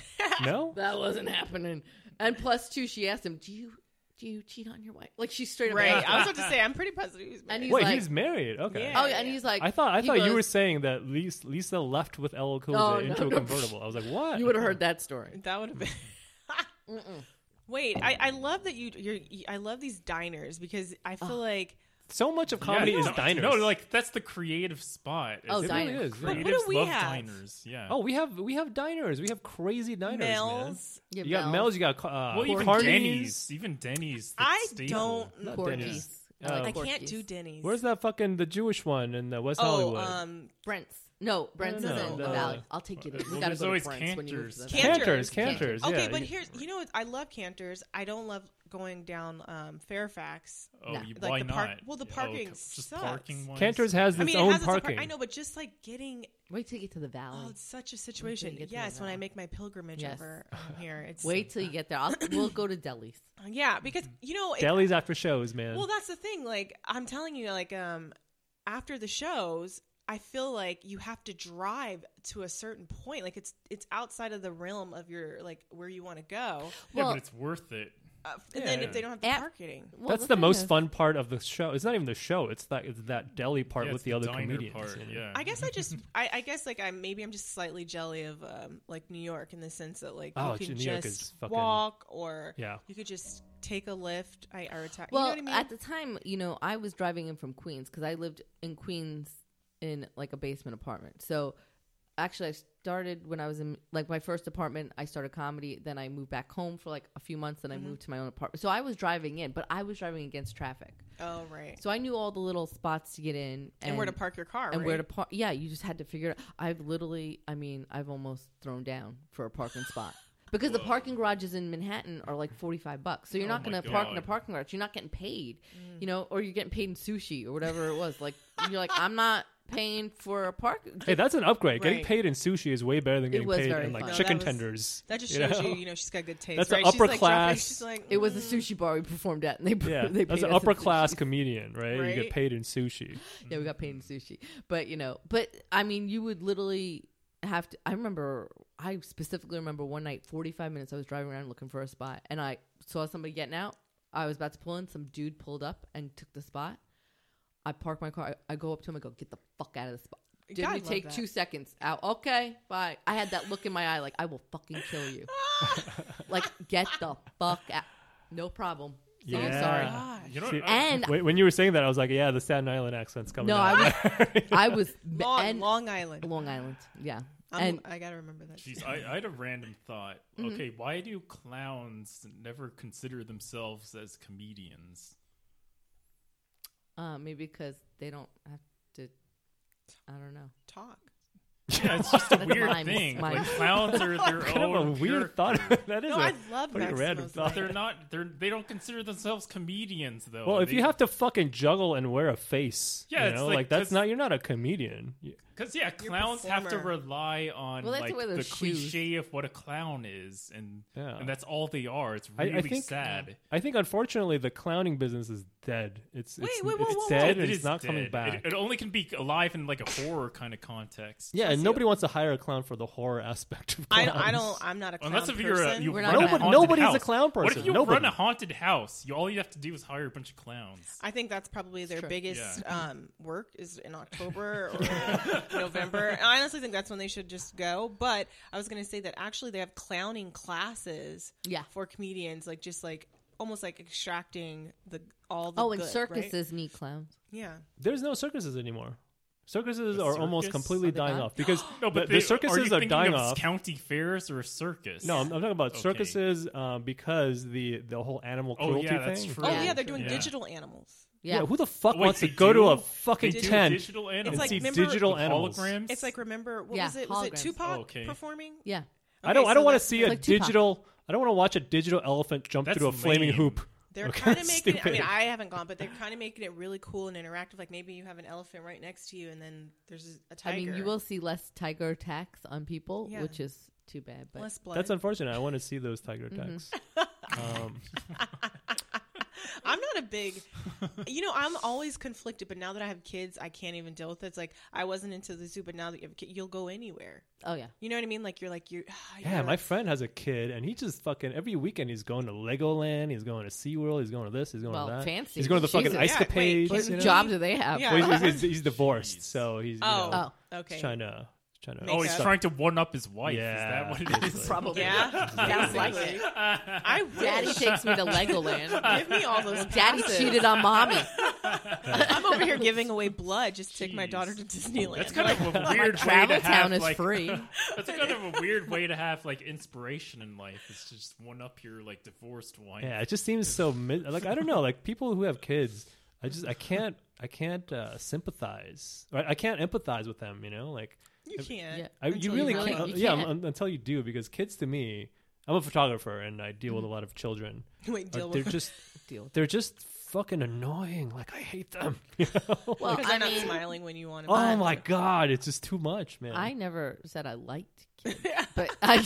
S2: No.
S4: That wasn't happening. And plus two, she asked him, "Do you do you cheat on your wife?" Like she straight up.
S3: Right.
S4: asked him.
S3: I was about to say, I'm pretty positive he's
S4: And
S3: married.
S4: he's
S2: Wait,
S4: like,
S2: he's married. Okay.
S3: Yeah.
S4: oh, yeah, and he's like,
S2: I thought I
S4: he
S2: thought you
S4: goes,
S2: were saying that Lisa, Lisa left with LL Cool J
S4: No, no,
S2: into a
S4: no.
S2: convertible. I was like, what?
S4: You would have heard that story.
S3: That would have been. Wait, I, I love that you. You're, you- I love these diners because I feel like.
S2: So much of comedy
S1: Yeah,
S2: is
S1: no,
S2: diners.
S1: No, like that's the creative spot. is
S4: Oh,
S1: that
S2: it really is.
S4: diners.
S2: yeah.
S3: But what
S1: Creatives
S3: do we
S1: love
S3: have?
S1: diners. Yeah.
S2: Oh, we have we have diners. We have crazy diners, man.
S3: Mel's.
S4: Yeah,
S2: You got
S4: Mel,
S2: Mel's. You got uh,
S1: well, even
S2: Carney's.
S1: Denny's. Even Denny's. the
S3: I
S1: staple.
S3: don't.
S2: Not
S4: Corky's.
S2: Denny's.
S4: like
S2: Uh,
S3: I can't
S4: Corky's.
S3: do Denny's.
S2: Where's that fucking the Jewish one in the West
S3: Oh,
S4: uh,
S2: Hollywood?
S3: um,
S4: Brent's. No, Brent's
S3: No,
S4: is
S3: no,
S4: in
S3: no.
S4: the valley. I'll take you. There. We
S1: Well,
S4: gotta
S1: there's
S4: go to
S1: always
S4: Brent's when you move
S1: Cantor's.
S4: to the
S2: Cantors,
S3: Cantor's.
S2: Cantors.
S3: Okay,
S2: yeah.
S3: but here's you know what I love Cantors. I don't love going down um, Fairfax.
S1: Oh,
S4: Nah.
S1: you,
S3: Like
S1: why
S3: the
S1: not?
S3: park- well, the
S1: Oh,
S3: parking
S1: just
S3: sucks.
S1: parking. wise.
S2: Cantor's has its
S3: I mean,
S2: own
S3: it has
S2: parking.
S3: Its own par- I know, but just like getting
S4: Valley. Wait till you get to the valley.
S3: oh, it's such a situation.
S4: Um, get to
S3: Yes,
S4: the
S3: when I
S4: valley.
S3: make my pilgrimage
S4: Yes.
S3: over um, here, it's uh,
S4: Wait till you get there. I'll, we'll go to Deli's.
S3: Yeah, because you know, it,
S2: Delis after shows, man.
S3: well, that's the thing. Like I'm telling you, like um, after the shows. I feel like you have to drive to a certain point. Like it's it's outside of the realm of your like where you want to go.
S1: Yeah,
S4: Well-
S1: but it's worth it.
S3: Uh, and then
S1: Yeah.
S3: if they don't have the
S4: At-
S3: parking,
S4: Well,
S2: That's the
S4: thing
S2: most
S4: is-
S2: fun part of the show. It's not even the show. It's that it's that deli part
S1: Yeah,
S2: with
S1: it's
S2: the, other
S1: diner
S2: comedians.
S1: Part,
S2: you know?
S1: yeah.
S3: I guess I just, I, I guess like I'm maybe I'm just slightly jelly of um, like New York in the sense that like
S2: Oh,
S3: you can
S2: New York
S3: just
S2: is fucking-
S3: walk or
S2: Yeah.
S3: you could just take a lift I, or a taxi.
S4: Well,
S3: you know what I mean?
S4: at the time, you know, I was driving in from Queens because I lived in Queens in like a basement apartment. So actually, I started when I was in like my first apartment. I started comedy. Then I moved back home for like a few months. Then
S3: Mm-hmm.
S4: I moved to my own apartment. So I was driving in, but I was driving against traffic.
S3: oh, right.
S4: So I knew all the little spots to get in
S3: And, where to park your car?
S4: and where to
S3: right?
S4: park. Yeah, you just had to figure it out. I've literally, I mean, I've almost thrown down for a parking spot. Because the parking garages in Manhattan are like forty five bucks, so you're not
S1: Oh my
S4: going to park in
S1: God. Mm.
S4: a parking garage. You're not getting paid, you know, or you're getting paid in sushi or whatever it was. Like you're like, I'm not paying for a park.
S2: Hey, that's an upgrade. Getting
S3: Right.
S2: paid in sushi is way better than getting
S4: was
S2: paid
S4: very
S2: in like
S4: fun. No,
S2: chicken
S3: that was-
S2: tenders.
S3: That just
S2: you
S3: shows
S2: know?
S3: you, you know, she's got good taste.
S2: That's the
S3: right? she's
S2: upper
S3: like Dropping,
S2: class.
S3: she's like,
S4: It was a sushi bar we performed at, and they
S2: Yeah,
S4: they
S2: that's an
S4: paid us in
S2: upper
S4: sushi.
S2: class comedian, right? You
S3: Right?
S2: get paid in sushi.
S4: Yeah, we got paid in sushi. But you know, but I mean, you would literally have to. I remember, I specifically remember one night, forty-five minutes, I was driving around looking for a spot, and I saw somebody getting out. I was about to pull in. Some dude pulled up and took the spot. I park my car. I, I go up to him. I go, "Get the fuck out of the spot."
S3: God,
S4: Didn't
S3: I
S4: it
S3: love
S4: take
S3: that.
S4: two seconds? Out. Okay, bye. I had that look in my eye, like I will fucking kill you. like, get the fuck out. No problem. So
S2: Yeah.
S4: sorry.
S3: oh, God.
S1: You know,
S2: See-
S1: I,
S4: And
S2: Wait, when you were saying that, I was like, yeah, the Staten Island accent's coming.
S4: no,
S2: out.
S4: I was, I was,
S3: Long,
S4: and-
S3: Long Island.
S4: Long Island. Yeah.
S3: I'm-
S4: and
S3: I gotta remember that.
S1: Jeez, I, I had a random thought.
S4: Mm-hmm.
S1: Okay, why do clowns never consider themselves as comedians?
S4: uh, maybe because they don't have to. I don't know.
S3: Talk.
S1: Yeah, it's just a
S4: That's
S1: weird
S4: mimes,
S1: thing. Like
S4: mimes.
S1: clowns are their
S2: kind
S1: own.
S2: of a weird
S1: pure-
S2: thought. that is
S3: No,
S2: a-
S3: I love
S2: pretty
S3: Max
S2: random
S3: Mosley.
S2: thought.
S1: They're not. They're they don't consider themselves comedians though.
S2: Well, if
S1: They-
S2: you have to fucking juggle and wear a face,
S1: Oh, Yeah,
S2: you
S1: it's
S2: know,
S1: like-
S2: like, that's
S1: 'cause-
S2: not you're not a comedian. You-
S1: Because yeah, clowns have to
S3: performer.
S1: rely on
S4: Well, they have to
S1: like
S4: wear
S1: the
S4: those shoes.
S1: cliche of what a clown is, and
S2: Yeah.
S1: and that's all they are. It's
S2: I,
S1: really
S2: I think
S1: sad.
S2: I think unfortunately the clowning business is dead. It's
S3: Wait,
S2: it's,
S3: wait, whoa,
S2: it's
S3: whoa, whoa.
S2: dead
S1: It
S2: and
S1: is
S2: it's not coming
S1: dead.
S2: back.
S1: It, it only can be alive in like a horror kind of context.
S2: yeah, and nobody wants to hire a clown for the horror aspect of
S3: I,
S2: clowns.
S3: I don't. I'm not a clown
S1: Unless if you're a,
S3: person.
S1: you
S4: We're
S1: run
S4: not
S1: a
S4: Nobody-
S1: haunted
S2: nobody's a
S1: house.
S2: clown
S1: What
S2: person.
S1: if you run
S2: Nobody.
S1: a haunted house? You all you have to do is hire a bunch of clowns.
S3: I think that's probably their
S4: true.
S3: biggest um, work is in October or November. And I honestly think that's when they should just go. But I was going to say that actually they have clowning classes
S4: Yeah.
S3: for comedians, like just like almost like extracting the all the
S4: Oh, and
S3: good, right?
S4: circuses need clowns.
S3: yeah
S2: There's no circuses anymore. Circuses
S1: The
S2: are almost
S1: circus?
S2: completely
S4: Are they
S2: dying
S4: gone?
S2: off because
S1: No, but
S2: the,
S1: they-
S2: the circuses
S1: are,
S2: are,
S1: you thinking
S2: dying
S1: of
S2: off.
S1: County fairs or a circus?
S2: No, I'm, I'm talking about
S1: Okay.
S2: circuses uh, because the the whole animal
S1: Oh,
S2: cruelty
S1: yeah, that's
S2: thing.
S1: true.
S3: oh
S4: Yeah.
S3: yeah, they're doing
S1: Yeah.
S3: digital animals
S4: Yeah.
S2: who the fuck
S1: Wait,
S2: wants to
S1: they
S2: go to
S1: do-
S2: a fucking
S1: they do
S2: tent
S1: Digital
S2: and
S1: animals.
S3: like
S2: see
S3: remember-
S2: digital
S1: With
S2: animals?
S1: holograms.
S3: it's like remember what
S4: Yeah,
S3: was it was it
S4: holograms.
S3: Tupac
S1: Oh, okay.
S3: performing
S4: Yeah.
S2: I don't.
S3: Okay,
S2: I don't
S3: so
S2: want to
S3: that's-
S2: see a
S4: It's like Tupac.
S2: digital. I don't want to watch a digital elephant jump
S1: That's
S2: through a flaming
S1: lame.
S2: hoop.
S3: They're
S2: Okay,
S3: kind of making. It, I
S2: stupid.
S3: mean, I haven't gone, but they're kind of making it really cool and interactive. Like maybe you have an elephant right next to you, and then there's a tiger.
S4: I mean, you will see less tiger attacks on people,
S3: Yeah.
S4: which is too bad. But
S3: less blood.
S2: That's unfortunate. I want to see those tiger attacks. um,
S3: I'm not a big, you know, I'm always conflicted. But now that I have kids, I can't even deal with it. It's like I wasn't into the zoo, but now that you have a kid, you'll go anywhere.
S4: oh yeah,
S3: You know what I mean? Like you're like you're.
S2: yeah, my friend has a kid, and he just fucking every weekend he's going to Legoland, he's going to SeaWorld, he's going to this, he's going
S4: Well,
S2: to that.
S4: fancy.
S2: He's going to the fucking
S4: Jesus.
S2: ice
S3: Yeah, wait,
S2: capades.
S3: kids
S4: what
S2: you know?
S4: job do they have?
S3: Yeah.
S2: Well, he's, he's, he's divorced,
S1: Jeez.
S2: so he's you
S3: Oh.
S2: know,
S4: Oh,
S3: okay.
S2: he's trying to trying to.
S3: Make
S1: oh, he's
S3: up.
S1: trying to one up his wife.
S2: Yeah,
S1: Is that what it is?
S4: probably.
S3: Yeah,
S4: Sounds like it.
S3: I
S4: Daddy
S3: wish.
S4: takes me to Legoland.
S3: Give me all those.
S4: Daddy
S3: passes.
S4: cheated on mommy.
S3: I'm over here giving away blood just to take my
S1: Jeez.
S3: daughter to Disneyland.
S1: That's kind of a weird way
S4: Travel
S1: to have.
S4: town is
S1: like,
S4: free.
S1: That's kind of a weird way to have like inspiration in life. It's just one up your like divorced wife.
S2: Yeah, it just seems so mi- like I don't know, like people who have kids, I just I can't I can't uh, sympathize. I, I can't empathize with them, you know? Like
S3: you can't.
S4: Yeah.
S2: I, you
S4: Until
S2: really
S4: you really-
S2: can't.
S4: you
S2: yeah,
S4: can't.
S2: un- until you do because kids to me, I'm a photographer and I deal with a lot of children.
S3: Wait,
S2: Are-
S3: deal
S2: they're
S3: with.
S2: just
S4: Deal.
S2: they're just fucking annoying. Like I hate them. You know?
S4: Well,
S3: Because they're
S4: I
S3: not
S4: mean,
S3: smiling when you want to.
S2: oh my god, it's just too much, man.
S4: I never said I liked kids, but I,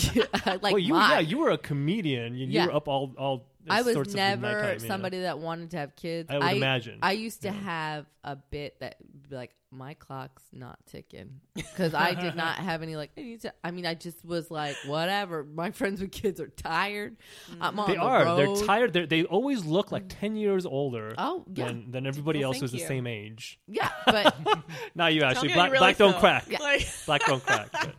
S4: I like
S2: well, you
S4: mine.
S2: yeah, you were a comedian. You,
S4: Yeah.
S2: you were up all all.
S4: I was
S2: sorts of
S4: never
S2: nighttime, you know?
S4: somebody that wanted to have kids.
S2: I would imagine.
S4: I used to
S2: Yeah.
S4: have a bit that be like my clock's not ticking because I did not have any like. I, need to, I mean, I just was like whatever. My friends with kids are tired. I'm on
S2: They
S4: the
S2: are.
S4: road. Mm.
S2: They're tired. They're, they always look like ten years older
S4: Oh yeah,
S2: than than everybody
S3: Well,
S2: else who's
S3: thank
S2: the
S3: you.
S2: same age.
S4: yeah. But
S2: Not you,
S3: Tell
S2: actually.
S3: me how
S2: Black,
S3: you really
S2: black don't
S3: feel.
S2: crack.
S3: Like,
S2: Black don't crack. But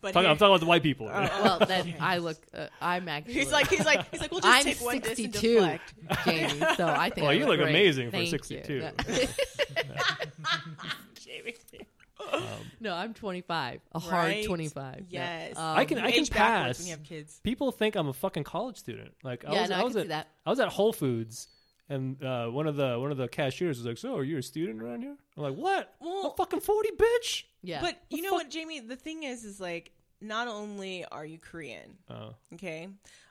S3: but
S2: talking-
S3: here-
S2: I'm talking about the white people.
S4: well, then I look. Uh, I'm actually.
S3: he's like, he's like, he's like, we'll just
S4: I'm
S3: take one disc and
S4: 62,
S3: deflect.
S4: Jamie. So I think.
S2: Well,
S4: I
S2: you look
S4: great.
S2: amazing for
S4: Thank you.
S2: 62.
S4: No,
S3: Jamie.
S4: No, I'm 25. A hard
S3: Right?
S4: 25. No.
S3: Yes.
S4: Um,
S2: I can-
S3: You
S2: I
S3: age backwards
S2: pass.
S3: When you have kids.
S2: People think I'm a fucking college student. Like I
S4: Yeah,
S2: was,
S4: no,
S2: I
S4: I
S2: was
S4: can
S2: at
S4: see that.
S2: I was at Whole Foods, and uh, one of the one of the cashiers was like, "So, are you a student around here?" I'm like, "What? I'm
S3: Well-
S2: fucking forty, bitch."
S4: Yeah.
S3: But you know
S2: fuck?
S3: what, Jamie? The thing is, is like, not only are you Korean,
S2: Oh.
S3: okay,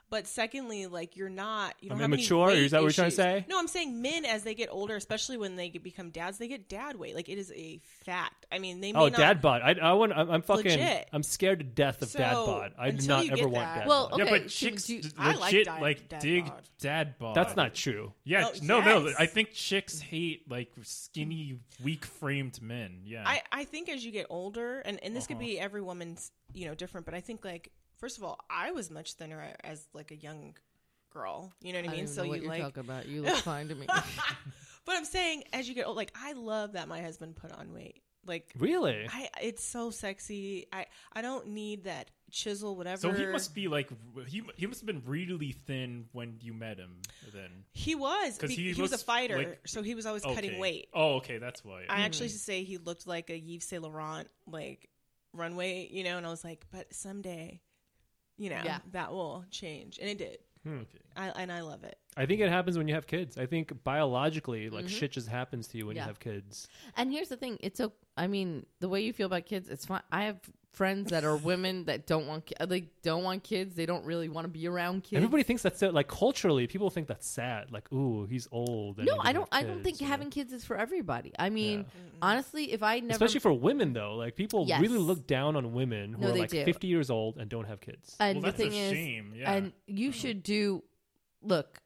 S3: but secondly, like, you're not. You don't
S2: I'm
S3: have any
S2: immature?
S3: weight
S2: Is that what you're trying to
S3: issues.
S2: say?
S3: No, I'm saying men as they get older, especially when they get- become dads, they get dad weight. Like it is a fact. I mean, they may
S2: Oh,
S3: not,
S2: dad bod. I, I want. I'm, I'm fucking.
S3: Legit.
S2: I'm scared to death of dad
S3: So,
S2: bod. I do
S3: until
S2: not
S3: you
S2: ever
S3: get
S2: want
S3: that-
S2: dad
S4: Well,
S2: bod.
S1: Yeah,
S4: okay,
S1: but
S4: should we
S1: chicks
S4: do-
S1: d-
S3: I like
S1: legit
S3: dad-
S1: like
S3: dad
S1: dig
S3: bod.
S1: dad bod.
S2: That's not true.
S1: Yeah,
S3: Oh,
S1: no, no.
S3: yes.
S1: I think chicks hate like skinny, weak-framed men. Yeah,
S3: I, I think as you get older, and, and this could
S1: Uh-huh.
S3: be every woman's, you know, different, but I think like, first of all, I was much thinner as like a young girl. You know what I
S4: I
S3: mean?
S4: don't
S3: so
S4: know what
S3: you
S4: you're
S3: like,
S4: talking about. You look fine to me.
S3: but I'm saying as you get old, like I love that my husband put on weight. Like
S2: Really?
S3: I, it's so sexy. I, I don't need that chisel, whatever.
S1: so he must be like r- he he must have been really thin when you met him. Then
S3: He was.
S1: 'Cause
S3: be-
S1: he
S3: he, was a
S1: looks
S3: fighter,
S1: like-
S3: so he was always cutting
S1: Okay.
S3: weight.
S1: Oh, okay, that's why.
S4: Mm-hmm.
S3: I actually used to say he looked like a Yves Saint Laurent like runway, you know, and I was like, but someday, you know,
S4: Yeah.
S3: that will change, and it did.
S1: okay.
S3: I and I love it.
S2: Hmm. I think it happens when you have kids. I think biologically, like shit just happens to you when you
S4: Mm-hmm. Yeah.
S2: have kids.
S4: and here's the thing: it's a. I mean, the way you feel about kids, it's fine. I have friends that are women that don't want ki- like don't want kids. They don't really want to be around kids.
S2: Everybody thinks that's so, like culturally, people think that's sad. Like, ooh, he's old. And
S4: no,
S2: he
S4: I
S2: doesn't
S4: don't.
S2: have
S4: I don't
S2: kids,
S4: think
S2: you know?
S4: having kids is for everybody. I mean,
S2: Yeah.
S4: honestly, if I never,
S2: especially for women though, like people
S4: Yes.
S2: really look down on women who
S4: No,
S2: are
S4: they
S2: like
S4: do.
S2: 50 years old and don't have kids.
S4: and
S1: Well, that's
S4: the thing
S1: a
S4: is,
S1: shame. Yeah. Uh-huh.
S4: and you should do look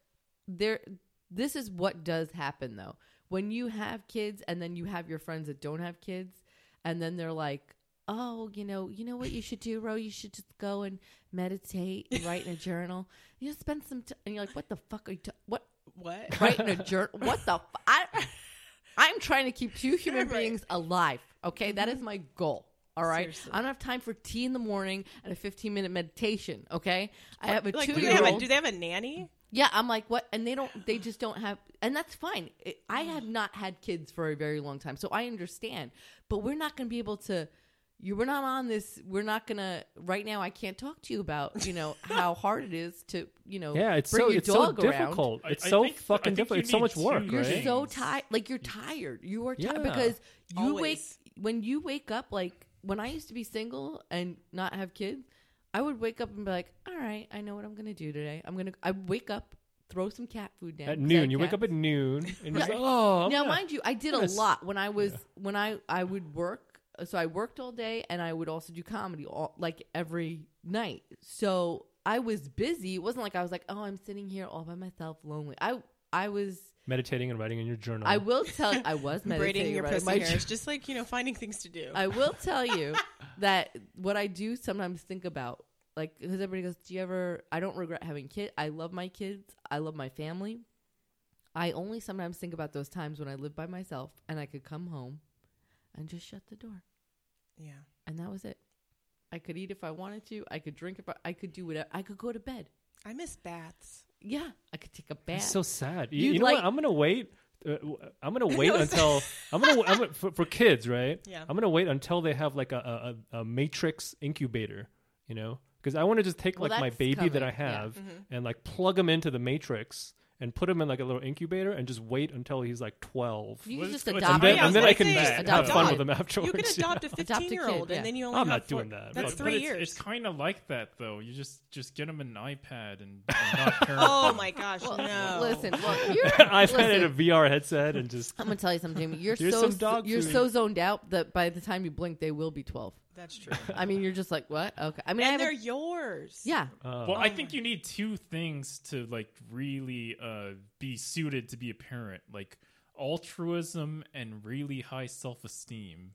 S4: there this is what does happen though when you have kids and then you have your friends that don't have kids and then they're like oh you know you know what you should do ro you should just go and meditate and write in a journal you know spend some time and you're like what the fuck are you ta- what
S3: What?
S4: write in a journal what the fu- I, i'm trying to keep two
S3: Right.
S4: human
S3: Mm-hmm.
S4: beings alive okay That is my goal all right
S3: Seriously.
S4: i don't have time for tea in the morning and a 15 minute meditation okay i have a
S3: Like,
S4: two
S3: do they,
S4: year
S3: have a,
S4: old
S3: do they have a nanny?
S4: Yeah, I'm like, what? And they don't, they just don't have, and that's fine. It, I
S3: Mm.
S4: have not had kids for a very long time, so I understand. But we're not going to be able to, you, we're not on this, we're not going to, right now, I can't talk to you about, you know, how hard it is to, you know,
S2: Yeah, it's
S4: bring
S2: so
S4: your
S2: it's so
S4: dog around.
S2: difficult.
S1: I-
S2: It's
S1: I
S2: so
S1: think- I
S2: fucking
S1: think you
S2: difficult. It's so
S1: need
S2: much work.
S1: to-
S4: You're
S1: Right.
S4: so tired. Like you're tired. You are tired
S2: Yeah.
S4: because you
S3: Always.
S4: wake when you wake up. Like when I used to be single and not have kids, I would wake up and be like, "All right, I know what I'm gonna do today. I'm gonna I wake up, throw some cat food down
S2: At noon,
S4: dead
S2: you wake up
S4: cats."
S2: at noon, and you're
S4: Right.
S2: like, oh, I'm
S4: now,
S2: gonna-
S4: mind you, I did a
S2: Yes.
S4: lot when I was when I I would work. So I worked all day, and I would also do comedy all like every night. So I was busy. It wasn't like I was like, oh, I'm sitting here all by myself, lonely. I I was.
S2: meditating and writing in your journal.
S4: I will tell. I was meditating.
S3: braiding your
S4: about it.
S3: pussy
S4: My
S3: hairs, just like you know, finding things to do.
S4: I will tell you that what I do sometimes think about, like, because everybody goes, "Do you ever?" I don't regret having kids. I love my kids. I love my family. I only sometimes think about those times when I lived by myself and I could come home and just shut the door,
S3: yeah,
S4: and that was it. I could eat if I wanted to. I could drink if I. I could do whatever. I could go to bed.
S3: I miss baths.
S4: Yeah, I could take a bath.
S2: It's so sad. You,
S4: You'd
S2: you know
S4: like-
S2: what? I'm gonna wait. Uh, w- I'm gonna wait until I'm gonna, I'm gonna for, for kids, right?
S3: Yeah.
S2: I'm gonna wait until they have like a a, a a matrix incubator, you know, because I want to just take
S4: Well,
S2: like my
S4: that's
S2: baby that
S4: coming,
S2: I
S4: yeah. Mm-hmm.
S2: have and like plug him into the matrix and put him in like a little incubator and just wait until he's like 12.
S4: you
S1: Well,
S4: could just
S1: it's- it's-
S2: and
S4: adopt.
S2: then,
S3: yeah, I
S2: and then
S3: was
S2: I can
S3: gonna say,
S2: just have
S3: adopt
S2: fun
S3: a
S2: with him
S3: You
S2: afterwards.
S3: could
S2: yeah.
S3: adopt a
S4: kid,
S3: 15 year old,
S4: yeah.
S3: and then you only
S2: I'm
S3: have
S2: not
S3: four-
S2: doing that,
S3: That's
S2: but-
S1: But
S3: three
S1: it's,
S3: years.
S1: It's kind of like that though. You just just get them an iPad and, and not parent
S3: oh
S1: them.
S3: my gosh,
S4: Well,
S3: no!
S4: Listen, well, you're,
S2: I've had it in
S4: listen.
S2: a VR headset and just
S4: I'm gonna tell you something, Jamie. You're
S2: Here's
S4: so
S2: some dog
S4: you're
S2: food.
S4: so zoned out that by the time you blink, they will be twelve.
S3: that's true.
S4: I mean, you're just like, what? Okay. I mean, I
S3: and
S4: have
S3: they're
S4: a,
S3: yours.
S4: yeah.
S2: uh,
S1: Well, I think you need two things to like really uh, be suited to be a parent, like altruism and really high self esteem.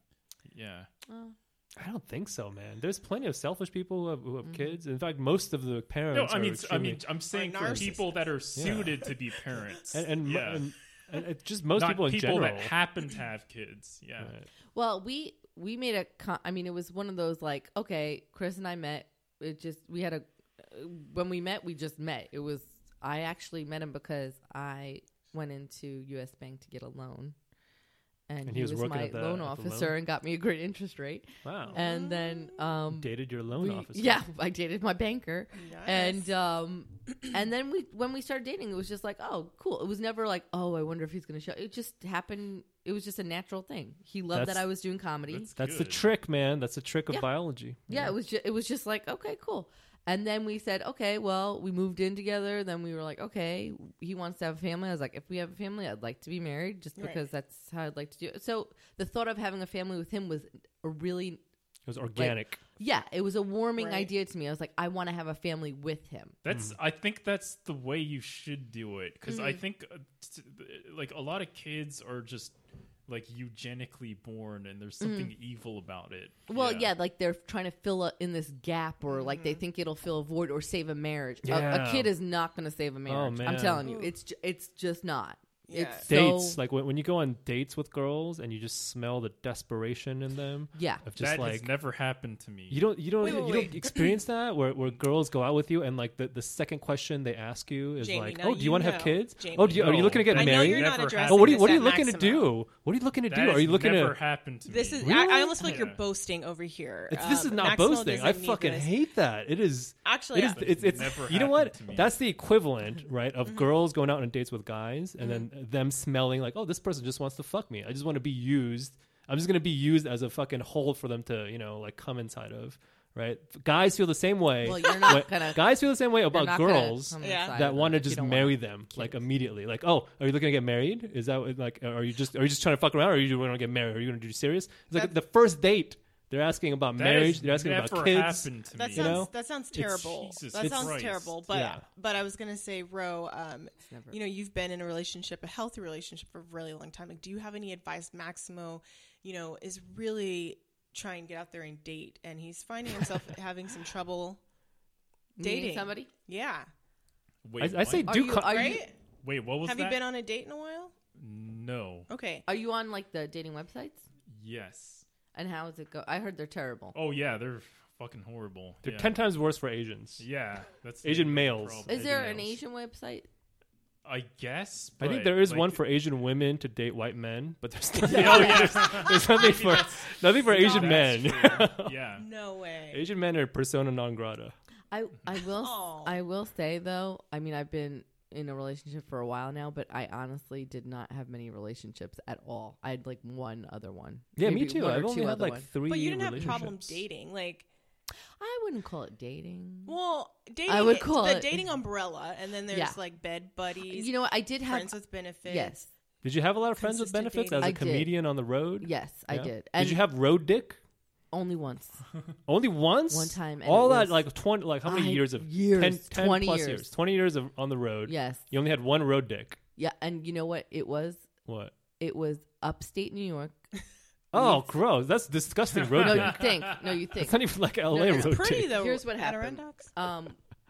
S1: Yeah,
S2: I don't think so, man. There's plenty of selfish people who have, who have
S4: Mm-hmm.
S2: kids. In fact, most of the
S1: no,
S2: parents.
S1: I
S2: are
S1: mean, I
S2: extremely-
S1: mean, I'm saying for people that are suited to be parents,
S2: and and,
S1: yeah.
S2: and, and it just most
S1: Not
S2: people in general.
S1: that happen to have kids. Yeah,
S2: Right.
S4: Well, we we made a. Con- I mean, it was one of those like, okay, Chris and I met. It just we had a when we met, we just met. It was I actually met him because I went into U.S. Bank to get a loan, and, he, was,
S2: working
S4: my
S2: at the-
S4: loan
S2: at the
S4: officer
S2: loan?
S4: and got me a great interest rate.
S2: wow,
S4: And then um,
S2: dated your loan
S4: we-
S2: officer.
S4: Yeah, I dated my banker,
S3: Nice.
S4: and um, and then we when we started dating, it was just like, oh, cool. It was never like, oh, I wonder if he's going to show. It just happened. It was just a natural thing. He loved
S2: That's-
S4: that I was doing comedy.
S1: That's
S2: that's the
S1: good.
S2: trick, man. That's the trick of
S4: Yeah.
S2: biology.
S4: Yeah, it was just it was just like, okay, cool. And then we said, okay, well, we moved in together. Then we were like, okay, he wants to have a family. I was like, if we have a family, I'd like to be married, just
S3: Right.
S4: because that's how I'd like to do it. So the thought of having a family with him was a really
S2: It was organic.
S4: yeah, it was a warming
S3: Right.
S4: idea to me. I was like, I want to have a family with him.
S1: That's
S2: Mm-hmm.
S1: I think that's the way you should do it because
S3: Mm.
S1: I think uh, t- like a lot of kids are just like eugenically born and there's something
S3: Mm.
S1: evil about it.
S4: Well, yeah. like they're trying to fill a, in this gap, or like
S3: Mm-hmm.
S4: they think it'll fill a void or save a marriage. A- A,
S2: Yeah. Oh,
S4: kid is not going to save a marriage. I'm
S2: man.
S4: telling you, it's ju- it's just not.
S3: Yeah.
S4: It's
S2: Dates,
S4: so
S2: like when, when you go on dates with girls and you just smell the desperation in them.
S4: Yeah.
S2: of just
S1: that
S2: like
S1: has never happened to me.
S2: You don't you don't
S3: Wait, wait,
S2: you
S3: wait.
S2: don't experience that where, where girls go out with you and like the, the second question they ask you is
S3: Jamie,
S2: like,
S3: now
S2: Oh, do you
S3: you
S2: want to have
S3: know.
S2: kids?
S3: Jamie.
S2: Oh, do you, are you
S1: No,
S2: looking to get
S1: that
S3: I know
S2: married?
S3: you're not
S1: Never
S3: addressing.
S2: oh, what are you
S3: this
S2: what are you
S3: at
S2: looking to
S3: Maximo.
S2: do? What are you looking to
S1: That
S2: do? Are
S1: has
S2: you looking
S1: never
S2: to
S1: happened to
S3: This
S1: me.
S3: is.
S2: Really?
S3: I, I almost feel like
S1: Yeah.
S3: you're boasting over here.
S2: It's, this
S3: Um,
S4: uh,
S2: is not
S3: Maximo
S2: boasting.
S3: doesn't
S2: I
S3: need
S2: fucking
S3: this.
S2: hate that. It is.
S3: Actually,
S2: It is.
S3: yeah.
S2: It's. it's
S1: Never
S2: you know
S1: happened
S2: what?
S1: to me.
S2: That's the equivalent, right,
S4: Mm-hmm.
S2: of girls going out on dates with guys and then them smelling like, oh, this person just wants to fuck me. I just want to be used. I'm just gonna be used as a fucking hole for them to, you know, like come inside of. Right? Guys feel the same way.
S4: Well, you're not
S2: when-
S4: gonna-
S2: Guys feel the same way
S4: you're
S2: about
S4: not gonna
S2: girls
S4: come
S3: Yeah.
S4: inside of
S2: that
S4: them
S2: want to
S4: if you
S2: just
S4: don't wanna
S2: marry them like immediately. Like, oh, are you looking to get married? Is that what- like, are you just are you just trying to fuck around? Or are you want to get married? Are you going to do serious? It's like the first date. They're asking about
S1: That
S2: marriage.
S1: has
S2: They're asking
S1: never
S2: about kids.
S1: happened to
S3: That
S1: me.
S3: sounds
S2: know?
S3: that sounds
S2: It's-
S3: terrible.
S1: Jesus
S3: that sounds
S1: Christ.
S3: terrible. But
S2: Yeah.
S3: but I was gonna say, Ro, um,
S4: never-
S3: you know, you've been in a relationship, a healthy relationship for a really long time. Like, do you have any advice? Maximo, you know, is really trying to get out there and date, and he's finding himself having some trouble
S4: Meeting
S3: dating
S4: somebody.
S3: Yeah,
S1: Wait,
S2: I, I say
S1: what?
S4: Are
S2: do
S4: you,
S2: co-
S4: are, you,
S3: right.
S1: Wait, what was
S3: Have
S1: that?
S3: you been on a date in a while?
S1: No.
S3: Okay,
S4: are you on like the dating websites?
S1: Yes.
S4: And how does it go? I heard they're terrible.
S1: Oh yeah, they're fucking horrible.
S2: They're
S1: yeah.
S2: ten times worse for Asians.
S1: Yeah, that's
S2: Asian
S1: the
S2: males.
S1: problem.
S4: Is there an
S1: males.
S4: Asian website?
S1: I guess.
S2: I think
S1: but,
S2: there is
S1: like,
S2: one for Asian women to date white men, but there's
S1: Oh
S2: nothing,
S1: yeah,
S2: there's nothing for nothing for
S3: Stop.
S2: Asian
S1: That's
S2: men.
S1: true. yeah.
S3: No way.
S2: Asian men are persona non grata.
S4: I I will
S3: Oh.
S4: I will say though, I mean I've been in a relationship for a while now, but I honestly did not have many relationships at all. I had like one other one.
S2: Yeah, me
S4: Maybe
S2: too.
S4: one or
S2: I've only
S4: two
S2: had
S4: other
S2: like
S4: ones.
S2: three.
S3: But you didn't have problem
S2: relationships.
S3: dating. Like,
S4: I wouldn't call it dating.
S3: well, dating.
S4: would call
S3: the
S4: it-
S3: dating umbrella, and then there's
S4: Yeah.
S3: like bed buddies,
S4: You know what? I did have
S3: friends with benefits.
S4: yes,
S2: Did you have a lot of friends with
S3: Consistent
S2: benefits as
S3: dating.
S2: a
S4: I did.
S2: comedian on the road?
S4: yes, I
S2: Yeah.
S4: did. And
S2: Did you have road dick?
S4: only once?
S2: Only once?
S4: One time, and
S2: All
S4: it
S2: that,
S4: was-
S2: like 20, like how many
S4: I-
S2: years of?
S4: years,
S2: 10, 10
S4: 20
S2: plus
S4: years.
S2: 20 years of on the road.
S4: Yes,
S2: You only had one road dick.
S4: yeah, and you know what? It was
S2: What?
S4: it was upstate New York.
S2: Oh, gross. That's disgusting road
S4: No, you
S2: dick.
S4: think? No, you think?
S2: It's not even like LA
S4: No,
S2: road
S3: It's pretty
S2: dick.
S3: though.
S4: Here's what happened.
S3: Adirondacks?
S4: um,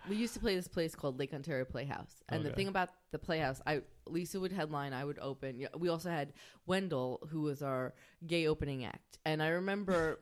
S4: we used to play this place called Lake Ontario Playhouse, and the
S2: Okay.
S4: thing about the Playhouse, I Lisa would headline, I would open. Yeah, We also had Wendell, who was our gay opening act, and I remember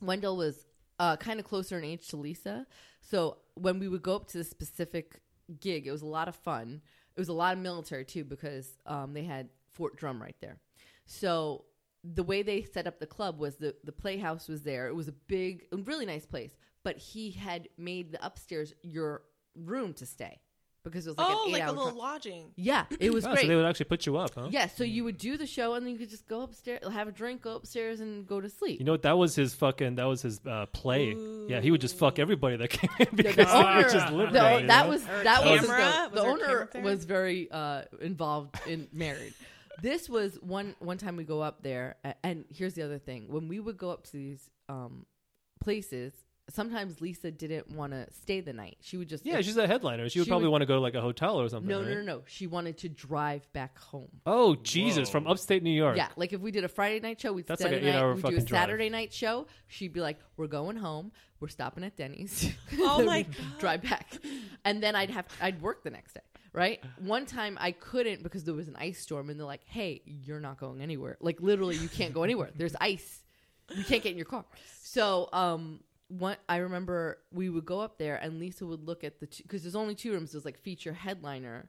S4: Wendell was uh, kind of closer in age to Lisa, so when we would go up to this specific gig, it was a lot of fun. It was a lot of military too because um, they had Fort Drum right there. So the way they set up the club was the the playhouse was there. It was a big, a really nice place, but he had made the upstairs your room to stay because it was like
S3: oh,
S4: an eight
S3: like a
S4: hour.
S3: little
S4: con-
S3: lodging.
S4: yeah, it was
S2: Oh,
S4: great.
S2: so they would actually put you up, huh?
S4: yeah, so you would do the show and then you could just go upstairs, have a drink, go upstairs, and go to sleep.
S2: You know what? That was his fucking. That was his uh, play. Yeah, he would just fuck everybody that came in because
S4: the
S2: he
S4: owner,
S2: was just
S1: the-
S2: living.
S4: the-
S2: there, you
S4: that
S2: know?
S4: was
S3: Or a
S4: that was
S3: camera?
S4: the, the
S3: Was there a camera
S4: owner
S3: there?
S4: was very uh, involved in married. This was one one time we go up there, a- and here's the other thing: when we would go up to these um, places, sometimes Lisa didn't want to stay the night. She would just
S2: Yeah, she's a headliner. She would
S4: She
S2: probably
S4: would-
S2: want to go to like a hotel or something.
S4: no,
S2: right?
S4: no, no, no. She wanted to drive back home.
S2: Oh Jesus!
S1: Whoa.
S2: From upstate New York.
S4: Yeah, like if we did a Friday night show, we'd
S2: That's like
S4: Saturday
S2: an eight-hour
S4: night, we do a
S2: fucking drive.
S4: Saturday night show. She'd be like, "We're going home. We're stopping at Denny's.
S3: Oh
S4: Then
S3: my
S4: we'd
S3: God.
S4: Drive back, and then I'd have I'd work the next day. Right? One time I couldn't because there was an ice storm, and they're like, "Hey, you're not going anywhere. Like literally, you can't go anywhere. There's ice. You can't get in your car." So, um. One, I remember we would go up there and Lisa would look at the because there's only two rooms. There's like feature headliner,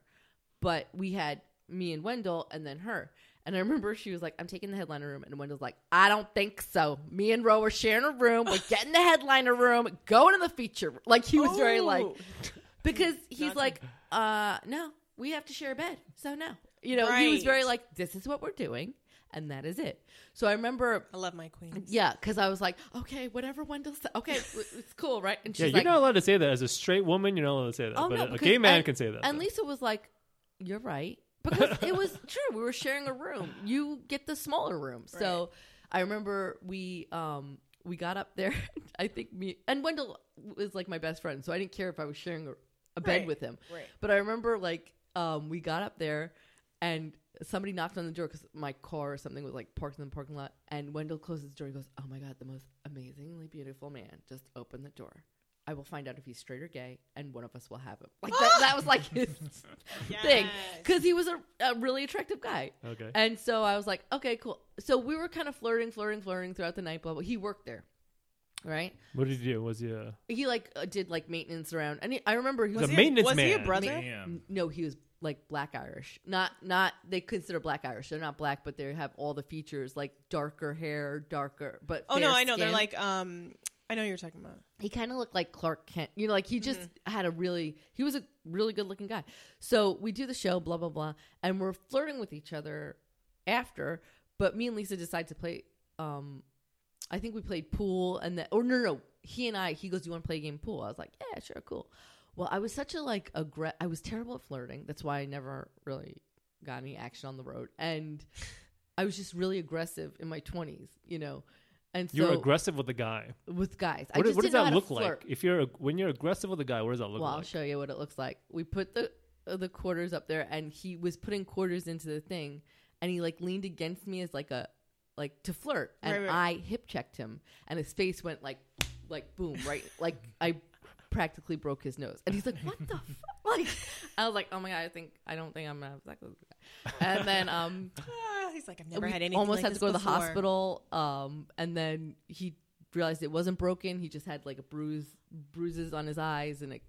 S4: but we had me and Wendell and then her. And I remember she was like, I'm taking the headliner room. And Wendell's like, I don't think so. Me and Ro are sharing a room. We're getting the headliner room, going to the feature. room." Like, he was very like,
S3: Ooh.
S4: because he's
S3: Gotcha.
S4: like, uh, no, we have to share a bed. So, no. You know, he was very
S3: Right.
S4: like, this is what we're doing. And that is it. So I remember,
S3: I love my queen.
S4: yeah, because I was like, okay, whatever Wendell said, okay, w- it's cool, right? And
S2: Yeah,
S4: she's
S2: you're
S4: like,
S2: not allowed to say that as a straight woman. You're not allowed to say that,
S4: Oh,
S2: but a-
S4: no,
S2: a
S4: because-
S2: gay man
S4: and-
S2: can say that.
S4: And
S2: though.
S4: Lisa was like, "You're right," because it was true. We were sharing a room. You get the smaller room. So I remember we um we got up there. I think me and Wendell was like my best friend, so I didn't care if I was sharing a, a bed
S3: Right,
S4: with him.
S3: right.
S4: But I remember like um we got up there and. Somebody knocked on the door because my car or something was like parked in the parking lot. And Wendell closes the door. He goes, "Oh my god, the most amazingly beautiful man just opened the door." I will find out if he's straight or gay, and one of us will have him. Like that, that was like his thing
S3: Yes.
S4: because he was a, a really attractive guy.
S2: okay.
S4: And so I was like, okay, cool. So we were kind of flirting, flirting, flirting throughout the night. Blah blah. He worked there, right?
S2: What did you do? Was he a,
S4: He like uh, did like maintenance around, and he, I remember he
S2: was
S4: was
S2: a
S3: he-
S2: maintenance
S3: was
S2: man?
S3: he a brother?
S1: Damn.
S4: no, he was like black Irish. Not not they consider black Irish. They're not black, but they have all the features like darker hair, darker. But
S3: Oh no,
S4: fair
S3: I know. They're
S4: skin.
S3: like, um, I know who you're talking about.
S4: he kind of looked like Clark Kent. You know, like he just had a really he was a really good looking guy. So we do the show, blah blah blah, and we're flirting with each other after. But me and Lisa decide to play. um I think we played pool, and then or no no no, he and I. He goes, "Do you want to play a game of pool?" I was like, "Yeah, sure, cool." Well, I was such a like aggre- I was terrible at flirting. That's why I never really got any action on the road, and I was just really aggressive in my twenties, you know. And so
S2: You were aggressive with the guy.
S4: with guys, I
S2: What,
S4: just
S2: what does
S4: didn't know
S2: that
S4: how
S2: look
S4: to
S2: like?
S4: flirt.
S2: If you're ag- when you're aggressive with a guy, what does that look
S4: Well, I'll
S2: like?
S4: show you what it looks like. We put the uh, the quarters up there, and he was putting quarters into the thing, and he like leaned against me as like a like to flirt, and
S3: Right,
S4: I hip checked him, and his face went like like boom right like I practically broke his nose, and he's like, "What the fuck?" Like I was like, "Oh my god, I think I don't think I'm gonna have sex with this guy," and then um
S2: Uh-huh.
S3: Ah, he's like, I've never
S4: we
S3: had anything.
S4: almost
S3: like
S4: had
S3: this
S4: to go to the
S3: before.
S4: hospital um and then he realized it wasn't broken. He just had like a bruise, bruises on his eyes and a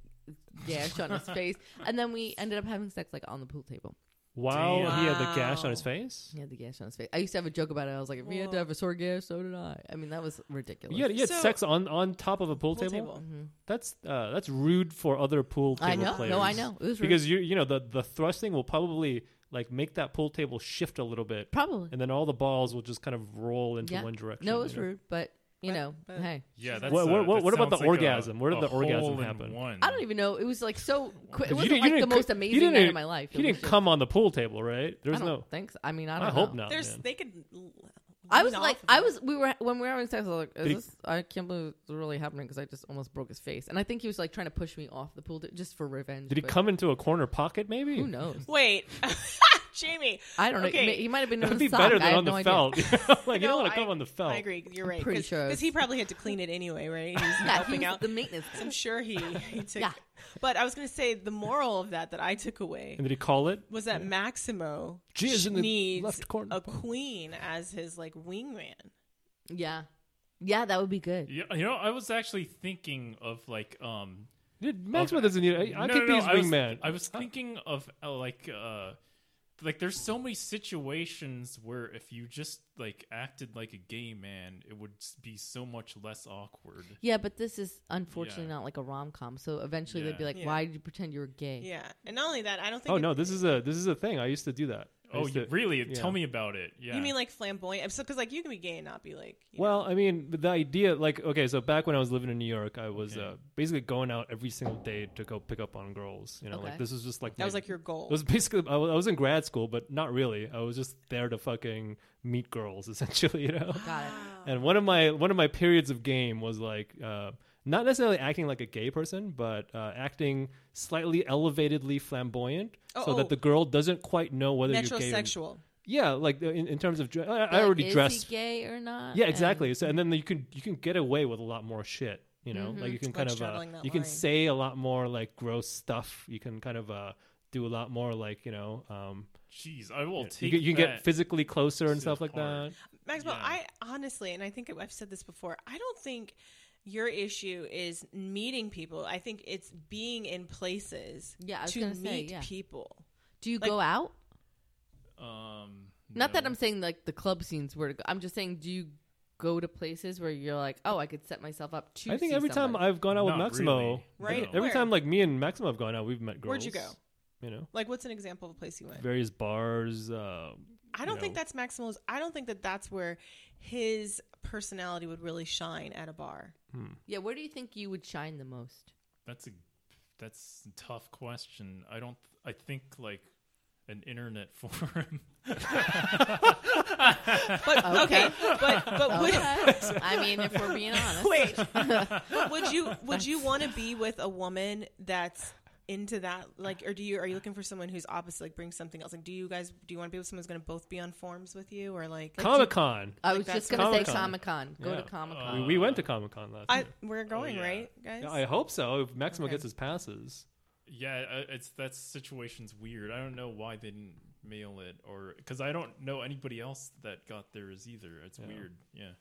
S4: gash on his face. And then we ended up having sex like on the pool table.
S2: While he had the gash on
S3: Wow.
S2: his face.
S4: He had the gash on his face. I used to have a joke about it. I was like, if he had to
S3: Whoa.
S4: have a sore gash, so did I. I mean, that was ridiculous.
S2: You had, you had
S3: So-
S2: sex on, on top of a pool,
S3: Pool
S2: table?
S3: table.
S4: Mhm.
S2: That's uh, that's rude for other pool table
S4: I know.
S2: players.
S4: No, I know. It was rude.
S2: Because you you know the the thrusting will probably like make that pool table shift a little bit,
S4: probably
S2: and then all the balls will just kind of roll into
S4: Yeah.
S2: one direction.
S4: no, it
S2: you
S4: was
S2: know?
S4: rude, but you
S3: But-
S4: know,
S3: but-
S4: hey,
S1: Yeah,
S3: She's
S1: that's
S2: What- what-
S1: uh,
S2: what
S1: that
S2: about the
S1: sounds like a-
S2: orgasm? Where did
S1: a
S2: the orgasm
S1: hole in
S2: happen?
S1: One.
S4: I don't e- even know. It was like so quick. It
S2: Because
S4: wasn't
S2: Hmm. you
S4: like
S2: didn't
S4: the
S2: cou-
S4: most
S2: you
S4: amazing night
S2: didn't-
S4: of my life.
S2: You
S4: It was
S2: didn't
S4: just-
S2: come on the pool table, right? There's
S4: I don't
S2: no.
S4: think so. I mean, I
S2: I,
S4: don't.
S2: hope
S4: know.
S2: not.
S3: There's,
S2: Oh, man.
S3: they could. l-
S4: I
S3: lean
S4: was
S3: off
S4: like,
S3: of
S4: I
S3: it.
S4: was. We were when we were having sex. I was like,
S2: Did he-
S4: is this, I can't believe this is really happening because I just almost broke his face, and I think he was like trying to push me off the pool to, just for revenge.
S2: Did he
S4: but
S2: come into a corner pocket? Maybe.
S4: Who knows?
S3: Wait, Jamie.
S4: I don't know.
S3: Okay.
S4: He, may- he might have been.
S2: That'd
S4: in
S2: be
S4: the sock.
S2: better
S4: I
S2: than
S4: have
S2: on
S4: no
S2: the
S4: idea.
S2: felt. like you
S3: No,
S2: don't want to
S3: I-
S2: come on the felt.
S3: I agree. You're right.
S4: pretty
S3: Because
S4: sure.
S3: he probably had to clean it anyway, right? He was
S4: Yeah, he
S3: helping
S4: was
S3: out.
S4: the maintenance.
S3: So I'm sure he, he took.
S4: Yeah.
S3: But I was going to say the moral of that that I took away
S2: And did he call it?
S3: was that Maximo
S2: Jizz in the
S3: needs
S2: left corner.
S3: a queen as his like wingman.
S4: Yeah, yeah, that would be good.
S1: Yeah, you know, I was actually thinking of like um.
S2: Dude, Maxwell doesn't need. I, I could be his
S1: I was-
S2: wingman.
S1: I was thinking of uh, like uh, like there's so many situations where if you just like acted like a gay man, it would s- be so much less awkward.
S4: Yeah, but this is unfortunately
S1: Yeah.
S4: not like a rom com. So eventually they'd be
S1: Yeah.
S4: like,
S3: Yeah.
S4: "Why did you pretend you were gay?"
S3: Yeah, and not only that, I don't think.
S2: Oh
S3: it-
S2: no, this is a this is a thing. I used to do that. I
S1: Oh,
S2: used
S1: you,
S2: to-
S1: really? Tell
S2: yeah.
S1: me about it. Yeah.
S3: You mean like flamboyant? Because like you can be gay and not be like. you
S2: Well, I mean, but the idea, like, okay, so back when I was living in New York, I was
S1: Okay.
S2: uh, basically going out every single day to go pick up on girls. You know,
S4: Okay.
S2: like this was just like
S3: That
S2: my-
S3: was like your goal.
S2: It was basically I was, I was in grad school, but not really. I was just there to fucking meet girls, essentially. You
S3: Ah.
S2: know.
S4: Got it.
S2: And one of my one of my periods of game was like uh, not necessarily acting like a gay person, but uh, acting slightly elevatedly flamboyant,
S3: Oh,
S2: so
S3: oh.
S2: that the girl doesn't quite know whether you're gay. Or,
S3: Metrosexual.
S2: yeah, like uh, in, in terms of dre- I, I
S4: Like,
S2: already
S4: is
S2: dressed.
S4: He gay or not?
S2: Yeah,
S4: And-
S2: exactly. So and then you can you can get away with a lot more shit. You know,
S4: Mhm.
S2: like you can
S3: Mm-hmm.
S2: kind
S3: Like
S2: of uh,
S3: straddling that
S2: you can
S3: line.
S2: say a lot more like gross stuff. You can kind of uh, do a lot more like you know um,
S1: jeez, I will
S2: you,
S1: take.
S2: can- you can
S1: that.
S2: get physically closer and
S1: to
S2: stuff
S1: the
S2: like
S1: heart.
S2: that.
S3: Maxwell,
S1: Yeah.
S3: I honestly, and I think I've said this before, I don't think your issue is meeting people. I think it's being in places
S4: Yeah, I was
S3: to
S4: gonna
S3: meet
S4: say, yeah.
S3: people.
S4: Do you
S3: Like-
S4: go out?
S1: Um,
S4: Not that
S1: no.
S4: I'm saying like the club scenes where to go. I'm just saying, do you go to places where you're like, oh, I could set myself up to?
S2: I think
S4: see
S2: every time
S4: someone?
S2: I've gone out with
S1: Not
S2: Maximo,
S1: really.
S3: Right?
S1: No.
S2: every
S3: Where?
S2: time like me and Maximo have gone out, we've met girls.
S3: Where'd you go?
S2: You know,
S3: Like, what's an example of a place you went?
S2: various bars. Uh,
S3: I don't
S2: you
S3: think
S2: know.
S3: that's Maximo's. I don't think that that's where his personality would really shine at a bar.
S4: yeah, where do you think you would shine the most?
S1: That's a that's a tough question. I don't. I think like an internet forum.
S3: But okay, but but
S2: Oh,
S3: would,
S4: Okay. I mean, if we're being honest,
S3: wait, but would you would you want to be with a woman that's into that? Like, or do you are you looking for someone who's opposite? Like, brings something else. Like, do you guys do you want to be with someone who's going to both be on forms with you, or like?
S2: Comic Con.
S4: I
S3: Like
S4: was just
S3: that's-
S4: gonna say Comic
S2: Comic-Con.
S4: Con. Go
S2: Yeah.
S4: to Comic Con.
S2: we, we went
S1: Uh,
S2: to Comic Con last
S3: I,
S2: year.
S3: we're going
S1: yeah.
S3: right, guys.
S2: Oh, Yeah, I hope so. If Maximo
S3: Okay.
S2: gets his passes,
S1: Yeah, uh, it's that situation's weird. I don't know why they didn't mail it, or because I don't know anybody else that got theirs either. It's weird. Yeah.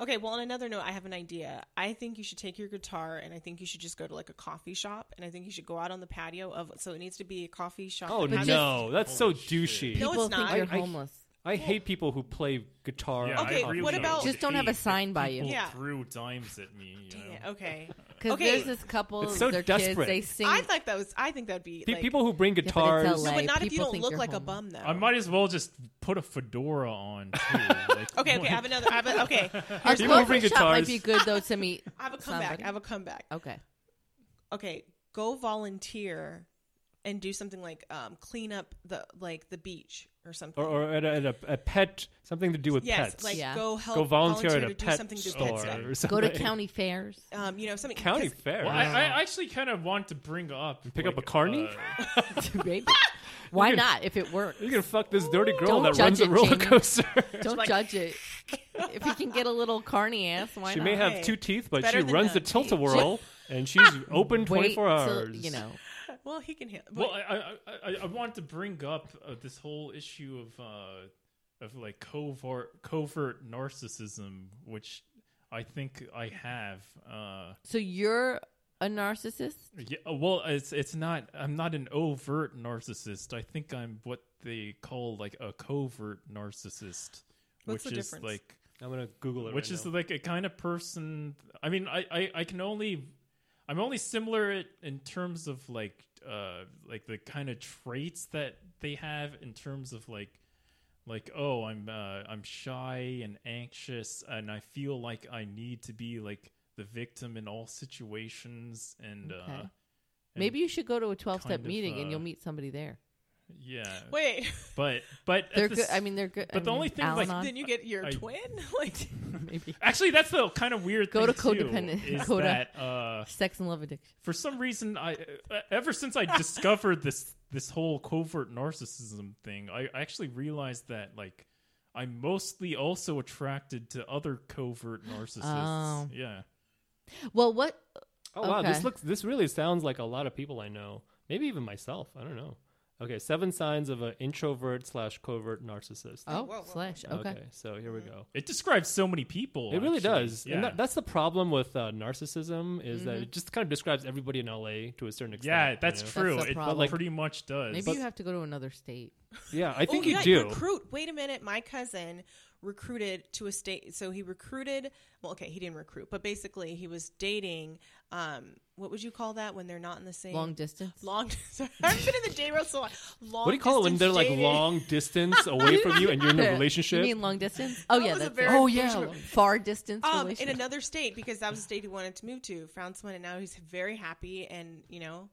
S3: okay. Well, on another note, I have an idea. I think you should take your guitar, and I think you should just go to like a coffee shop, and I think you should go out on the patio of. So it needs to be a coffee shop.
S2: oh
S3: that has-
S2: no, that's so
S1: Holy shit.
S2: douchey.
S3: No,
S4: People
S3: it's
S4: think
S3: not.
S4: you're
S2: I- I-
S4: homeless.
S2: I hate people who play guitar.
S1: Yeah,
S2: on
S3: Okay,
S1: I
S2: coffee
S1: really
S3: what about-
S4: Just don't have a
S1: hate
S4: sign
S1: that
S4: by
S1: people
S4: you.
S3: Yeah.
S1: Threw dimes at me. You
S3: Dang it.
S1: know?
S3: Okay.
S4: Because
S3: Okay.
S4: there's this couple.
S2: It's so
S4: their
S2: desperate.
S4: Kids, they sing.
S3: I thought that was. I think that'd be
S2: Pe-
S3: like,
S2: people who bring
S4: it's
S2: guitars.
S3: No,
S4: LA.
S3: but not if
S4: People
S3: you don't
S4: think
S3: look
S4: you're
S3: like a
S4: homeless.
S3: bum, though.
S1: I might as well just put a fedora on. Too. Like,
S3: Okay, okay, I have another. I have a, okay,
S4: Our
S2: People who
S4: coffee
S2: bring
S4: shop
S2: guitars.
S4: might be good though to meet.
S3: I have a comeback.
S4: Somebody.
S3: I have a comeback.
S4: Okay.
S3: Okay, go volunteer and do something like um, clean up the like the beach or something.
S2: or, or at, a, at a, a pet, something to do with
S3: yes,
S2: pets.
S3: like
S4: Yeah.
S3: go help
S2: Go volunteer, at a
S3: to do
S2: pet
S3: something to
S2: store
S3: pet stuff.
S2: or something.
S4: Go to county fairs.
S3: Um, you know something
S2: county
S3: 'cause
S2: fair.
S1: Well, I, I actually kind of want to bring up
S2: Pick up
S1: like,
S2: a carny?
S1: uh,
S4: Maybe. Why
S2: can-
S4: not? If it works,
S2: you can fuck this dirty girl
S4: Don't
S2: that runs
S4: judge
S2: a
S4: it,
S2: roller
S4: Jamie.
S2: coaster.
S4: don't
S3: like-
S4: judge it. If you can get a little carny ass, why
S2: she
S4: not?
S2: may have
S3: Hey,
S2: two teeth, but
S3: better
S2: she
S3: than
S2: runs the
S3: none.
S2: tilt a whirl, and she's open
S4: Ah, Wait
S2: 24
S4: till,
S2: hours.
S4: you know,
S3: Well, he can handle.
S1: Well, I, I, I, I want to bring up uh, this whole issue of uh, of like covert covert narcissism, which I think I have. Uh,
S4: So you're a narcissist?
S1: yeah, uh, well, it's it's not. I'm not an overt narcissist. I think I'm what they call like a covert narcissist,
S3: What's
S1: which
S3: the
S1: is
S3: difference?
S1: like
S2: I'm gonna Google it.
S1: which
S2: right
S1: is
S2: now.
S1: like a kind of person i mean I, I i can only i'm only similar it in terms of like uh like the kind of traits that they have in terms of like like oh i'm uh i'm shy and anxious and i feel like i need to be like the victim in all situations and
S4: Okay.
S1: uh and
S4: Maybe you should go to a 12
S1: kind
S4: step
S1: of,
S4: meeting and
S1: uh,
S4: you'll meet somebody there.
S2: uh,
S1: yeah
S3: Wait,
S1: but but at
S4: They're
S1: the
S4: good.
S1: s-
S4: I mean, they're good. I
S1: but the
S4: mean,
S1: only thing is, like,
S4: Al-Anon,
S3: then you get your
S1: I-
S3: twin? Like,
S4: maybe.
S1: actually that's the kind of weird
S4: Go
S1: thing,
S4: to
S1: too,
S4: codependent-
S1: is
S4: go to-
S1: that uh
S4: Sex and love addiction.
S1: for some reason i uh, ever since i discovered this this whole covert narcissism thing i actually realized that like i'm mostly also attracted to other covert narcissists
S4: Oh.
S1: yeah
S4: Well, what?
S2: Oh wow, this
S4: Okay.
S2: looks this really sounds like a lot of people I know. Maybe even myself. I don't know. Okay, seven signs of an introvert slash covert narcissist.
S4: Oh,
S3: whoa, whoa, whoa.
S4: slash. Okay. Mm-hmm.
S2: so here we go.
S1: it describes so many people
S2: It really
S1: actually.
S2: does,
S1: yeah
S2: and that, that's the problem with uh, narcissism is
S4: Mm-hmm.
S2: that it just kind of describes everybody in LA to a certain extent.
S1: yeah
S2: you
S1: that's
S2: know?
S1: true
S4: That's the
S1: it
S4: problem.
S1: pretty much does
S4: Maybe you have to go to another state.
S2: Yeah, I think
S3: oh,
S2: you
S3: yeah,
S2: do.
S3: recruit. Wait a minute, my cousin recruited to a state. So he recruited. Well, okay, he didn't recruit, but basically he was dating. Um, what would you call that when they're not in the same
S4: Long distance.
S3: Long. Sorry, I've been in the dating world so long. Long.
S2: what do you call it when
S3: distance
S2: they're like
S3: dating.
S2: long distance away from you and you're in a relationship?
S4: You mean long distance? Oh,
S3: That
S4: yeah.
S3: was a
S4: That's it.
S3: very
S2: Oh, yeah.
S4: Long- Far distance
S3: Um, in
S4: relationship.
S3: another state because that was the state he wanted to move to. Found someone and now he's very happy and you know.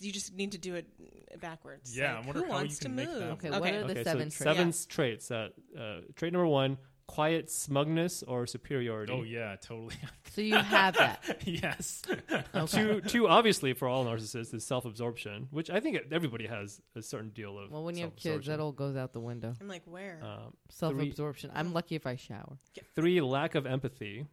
S3: You just need to do it backwards.
S1: Yeah, I
S3: Like,
S1: wonder
S3: who
S1: how you
S3: wants
S1: can
S3: to
S1: make
S3: move.
S1: that
S4: Okay, what are the
S2: okay,
S4: seven
S2: so
S4: traits?
S2: seven traits. Uh, uh, trait number one: quiet smugness or superiority.
S1: oh yeah totally
S4: So you have that.
S1: yes
S4: Okay.
S2: Two, two obviously for all narcissists is self-absorption, which I think everybody has a certain deal of.
S4: Well, when you have kids,
S2: self-absorption.
S4: that all goes out the window.
S3: I'm like, where?
S1: Uh,
S2: Um,
S4: Self absorption. I'm lucky if I shower.
S2: three, lack of empathy.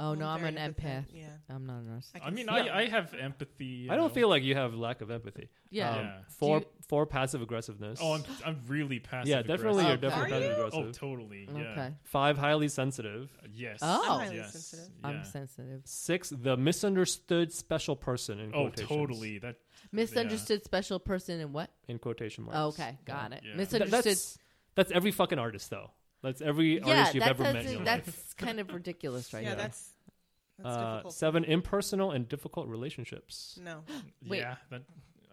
S4: Oh, no, I'm
S3: very
S4: an empath.
S3: empathetic, Yeah.
S4: I'm not a narcissist.
S1: i mean
S3: feel it.
S1: i i have empathy you
S2: I don't
S1: know.
S2: feel like you have lack of empathy. Um,
S4: Yeah.
S1: Yeah.
S2: Four,
S4: Do
S2: four passive aggressiveness.
S1: oh i'm i'm really passive
S2: yeah, definitely. You're
S1: aggressive.
S4: Okay.
S2: definitely
S3: Are
S2: passive
S3: you?
S2: aggressive.
S1: oh totally yeah
S4: Okay.
S2: Five, highly sensitive.
S1: yes
S4: Oh.
S3: I'm highly
S1: yes.
S3: sensitive.
S1: yeah.
S4: I'm sensitive.
S2: Six, the misunderstood special person. In
S1: Oh,
S2: quotations.
S1: totally. That
S4: Misunderstood special person and what?
S2: In quotation marks.
S4: Oh, okay, got it.
S1: Yeah.
S2: Th-
S4: Misunderstood.
S2: that's that's every fucking artist though. That's every
S4: yeah,
S2: artist you've
S4: that
S2: ever met. in your
S4: doesn't.
S2: life.
S4: That's kind of ridiculous, right?
S3: yeah,
S4: now.
S3: that's that's
S2: Uh,
S3: difficult.
S2: seven impersonal and difficult relationships.
S4: Mm,
S3: No,
S4: Wait.
S1: yeah. That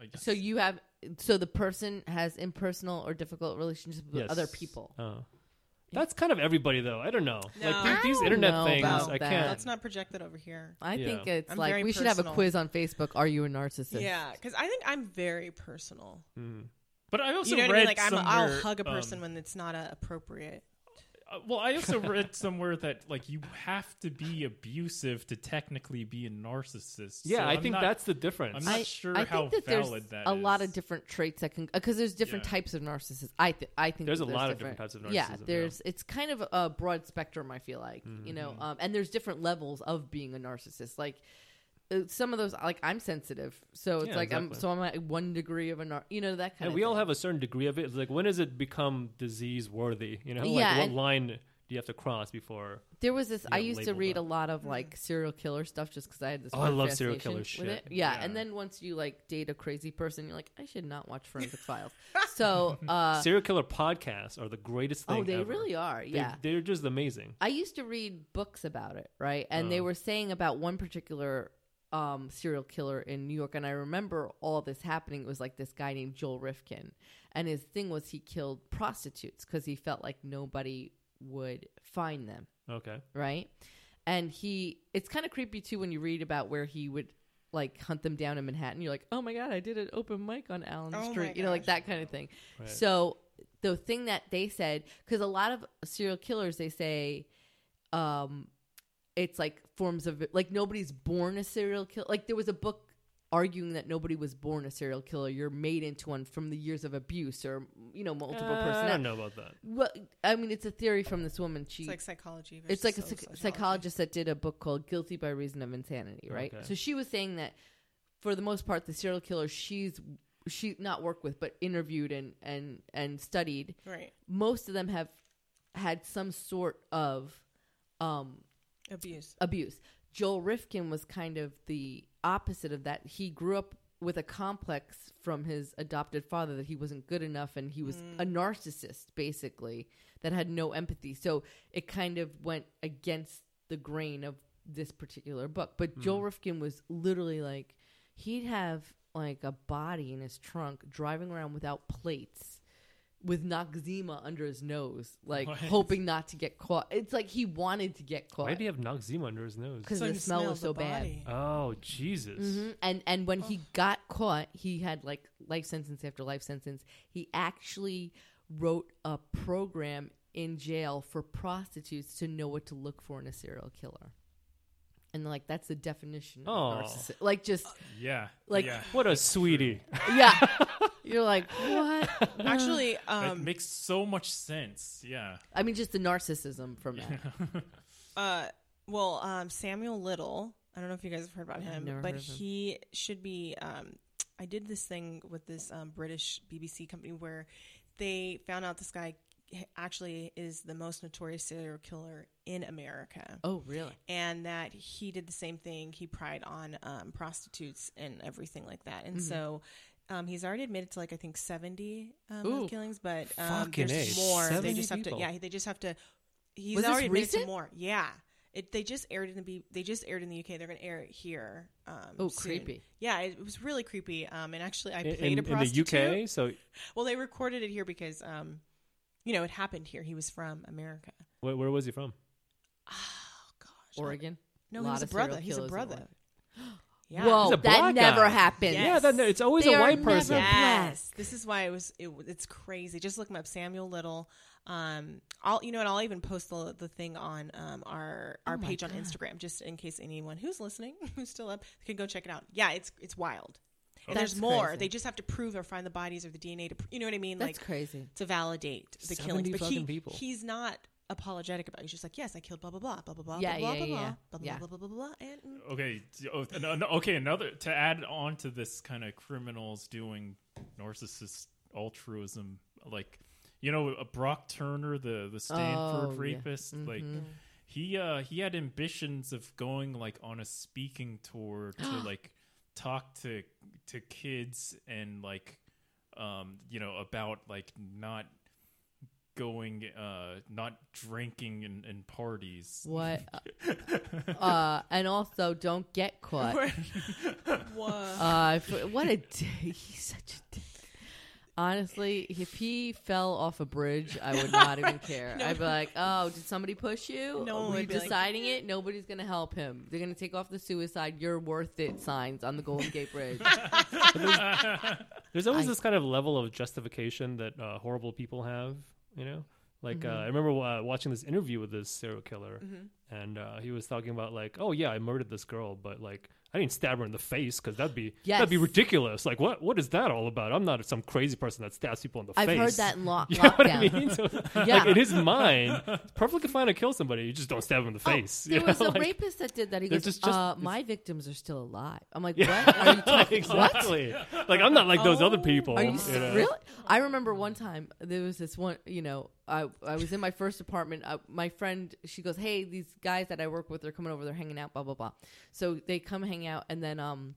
S1: I guess.
S4: So you have. So the person has impersonal or difficult relationships with
S2: Yes.
S4: other people.
S2: Uh, that's kind of everybody though. I don't know.
S3: No.
S2: Like
S3: I
S2: these, these
S4: don't know
S2: internet things,
S4: about
S2: I
S4: that.
S2: can't.
S3: let's not project that over here.
S4: I
S2: Yeah.
S4: think it's
S3: I'm very
S4: like we should have a
S3: personal.
S4: quiz on Facebook. Are you a narcissist?
S3: Yeah, because I think I'm very personal.
S2: mm.
S1: but I also
S3: you know what I
S1: read
S3: mean? Like I'm,
S1: somewhere.
S3: I'll hug a
S1: um,
S3: person when it's not uh, appropriate.
S1: uh, well, I also read somewhere that like you have to be abusive to technically be a narcissist.
S2: Yeah,
S1: So
S2: I
S1: I'm
S2: think
S1: not-
S2: that's the difference.
S1: I'm not
S4: I,
S1: sure
S4: I
S1: how
S4: think that
S1: valid
S4: there's
S1: that
S4: a lot
S1: is.
S4: of different traits that can because there's different
S1: Yeah.
S4: types of narcissists. I th- I think
S2: There's a
S4: that
S2: lot of different types of
S4: Yeah,
S2: narcissism, yeah.
S4: there's it's kind of a broad spectrum. I feel like you know,
S2: Mm-hmm.
S4: um, and there's different levels of being a narcissist. Like uh, some of those, like I'm sensitive, so it's
S2: Yeah,
S4: like I'm
S2: exactly.
S4: so I'm at one degree of a nar- you know that kind
S2: And
S4: of.
S2: we all
S4: thing.
S2: have a certain degree of it. It's like when does it become disease worthy? You know,
S4: Yeah,
S2: like
S4: and-
S2: what line do you have to cross before?
S4: There was this.
S2: you
S4: I
S2: know,
S4: used to
S2: labeled
S4: read
S2: up.
S4: a lot of like serial killer stuff just because I had this.
S2: Oh, I
S4: weird
S2: love serial
S4: fascination
S2: killer
S4: with
S2: shit.
S4: it. Yeah,
S1: Yeah.
S4: and then once you like date a crazy person, you're like, I should not watch Forensic Files. So, uh,
S2: Serial killer podcasts are the greatest thing.
S4: oh, they
S2: ever.
S4: really are.
S2: They-
S4: Yeah,
S2: they're just amazing.
S4: I used to read books about it, right? And they
S2: Oh.
S4: were saying about one particular um, serial killer in New York, and I remember all this happening. It was like this guy named Joel Rifkin, and his thing was he killed prostitutes because he felt like nobody would find them
S2: Okay,
S4: right? And he, it's kind of creepy too when you read about where he would like hunt them down in Manhattan. You're like, oh my god, I did an open mic on Allen
S3: Oh my
S4: Street, you know, like
S3: gosh.
S4: that kind of thing.
S2: Right.
S4: So the thing that they said, because a lot of serial killers, they say, um, it's like forms of like nobody's born a serial killer. Like there was a book arguing that nobody was born a serial killer. You're made into one from the years of abuse or you know multiple
S2: Uh, I
S4: personality.
S2: don't know about that.
S4: Well, I mean, it's a theory from this woman. She
S3: It's like psychology.
S4: it's like a
S3: versus
S4: psych-
S3: sociology.
S4: psychologist that did a book called guilty by reason of insanity right
S2: Okay.
S4: so she was saying that for the most part the serial killer she's she not worked with but interviewed and and and studied
S3: right?
S4: most of them have had some sort of um
S3: Abuse.
S4: abuse. Joel Rifkin was kind of the opposite of that. He grew up with a complex from his adopted father that he wasn't good enough and he was a narcissist basically that had no empathy. So it kind of went against the grain of this particular book. But Joel Rifkin was literally like he'd have like a body in his trunk driving around without plates with Noxzema under his nose, like
S1: What?
S4: hoping not to get caught. It's like he wanted to get caught
S2: Why do you have Noxzema under his nose?
S4: because
S3: So
S4: the
S3: you
S4: smell, was
S3: the
S4: so bad.
S3: body.
S2: Oh Jesus!
S4: Mhm. And and when he got caught, he had like life sentence after life sentence. He actually wrote a program in jail for prostitutes to know what to look for in a serial killer. And like that's the definition
S2: Aw.
S4: of narcissist. Like just
S1: Yeah.
S4: Like-
S1: yeah.
S2: What a sweetie!
S4: yeah. You're like, what?
S3: Actually,
S1: That
S3: um,
S1: makes so much sense. Yeah.
S4: I mean just the narcissism from that.
S3: uh, well, um, Samuel Little. I don't know if you guys have heard about him,
S4: never
S3: but
S4: heard of him.
S3: he should be. Um, I did this thing with this um, British BBC company where they found out this guy actually is the most notorious serial killer in America.
S4: Oh really?
S3: and that he did the same thing. He pried on um, prostitutes and everything like that.
S4: Mm-hmm.
S3: And so um, he's already admitted to like I think seventy um,
S4: Ooh.
S3: of killings, but um,
S2: Fucking
S3: there's
S2: A,
S3: more. They
S2: 70
S3: just have
S2: people.
S3: to. Yeah, they just have to. He's
S4: Was this
S3: already admitted to
S4: recent?
S3: more. Yeah. It, they just aired in the B- they just aired in the UK. They're going to air it here. Um,
S4: Oh,
S3: soon.
S4: creepy.
S3: Yeah, it, was really creepy. Um, and actually, I
S2: In,
S3: played a
S2: in the
S3: prostitute.
S2: UK, so
S3: Well, they recorded it here because, um, you know, it happened here. He was from America.
S2: where, where was he from?
S3: Oh gosh,
S4: Oregon.
S3: No,
S4: Lot
S3: he was a
S4: of serial
S3: brother. He's a
S4: killers in
S3: brother.
S4: Oregon.
S3: Yeah.
S4: Whoa,
S2: He's a
S4: Oh, that
S2: black
S4: never
S2: guy.
S4: happened.
S3: Yes.
S2: Yeah, that, it's always
S4: They
S2: a
S4: are
S2: white
S4: never
S2: person.
S4: black.
S3: Yes, this is why it was. It, w- it's crazy. Just look him up, Samuel Little. Um, I'll you know, and I'll even post the, the thing on um our our
S4: Oh my
S3: page on
S4: God.
S3: Instagram, just in case anyone who's listening who's still up can go check it out. Yeah, it's it's wild. And
S4: That's
S3: there's more.
S4: crazy.
S3: They just have to prove or find the bodies or the DNA to pr- you know what I mean,
S4: That's
S3: like
S4: crazy.
S3: to validate the
S2: 70
S3: killings. But he,
S2: fucking people.
S3: he's not apologetic about. it. He's just like, yes, I killed blah blah blah blah blah blah
S4: Yeah,
S3: blah
S4: yeah,
S3: blah
S4: yeah,
S3: blah
S4: yeah.
S3: blah blah blah blah blah and. mm,
S1: Okay. t- oh, an- an- Okay. Another to add on to this kind of criminals doing narcissist altruism, like you know, uh, Brock Turner, the the Stanford
S4: Oh, yeah.
S1: rapist, like he uh he had ambitions of going like on a speaking tour to like talk to to kids and like um you know about like not going uh not drinking and, and parties
S4: What? uh, and also, don't get caught.
S3: Whoa.
S4: Uh, if- what a dick! He's such a dick. Honestly, if he fell off a bridge, I would not even care. I'd be like, "Oh, did somebody push you?
S3: No
S4: Were
S3: one
S4: you
S3: would be like-
S4: deciding it? Nobody's gonna help him. They're gonna take off the suicide. You're worth it." Signs on the Golden Gate Bridge.
S2: There's always
S4: I-
S2: this kind of level of justification that uh, horrible people have, you know. Like
S4: Mm-hmm.
S2: uh, I remember uh, watching this interview with this serial killer, and uh, he was talking about like, oh yeah, I murdered this girl, but like I didn't stab her in the face because that'd be that'd be
S4: Yes.
S2: ridiculous. Like what what is that all about? I'm not some crazy person that stabs people in the
S4: I've
S2: face.
S4: heard that in lo-
S2: You know
S4: lockdown.
S2: what I mean? So,
S4: Yeah.
S2: Like in his mind, it's perfectly fine to kill somebody. You just don't stab him in the
S4: Oh,
S2: face.
S4: there
S2: you
S4: was
S2: know?
S4: a
S2: Like-
S4: rapist that did that. He
S2: they're
S4: goes,
S2: just- just-
S4: uh, "My victims are still alive." I'm like,
S2: Yeah.
S4: "What are you
S2: exactly. Like I'm not like those other people.
S4: Are you
S2: you know?
S4: s really? I remember one time there was this one. You know, I I was in my first apartment. I, my friend, she goes, "Hey, these guys that I work with, they're coming over. They're hanging out. Blah blah blah." So they come hang out, and then um,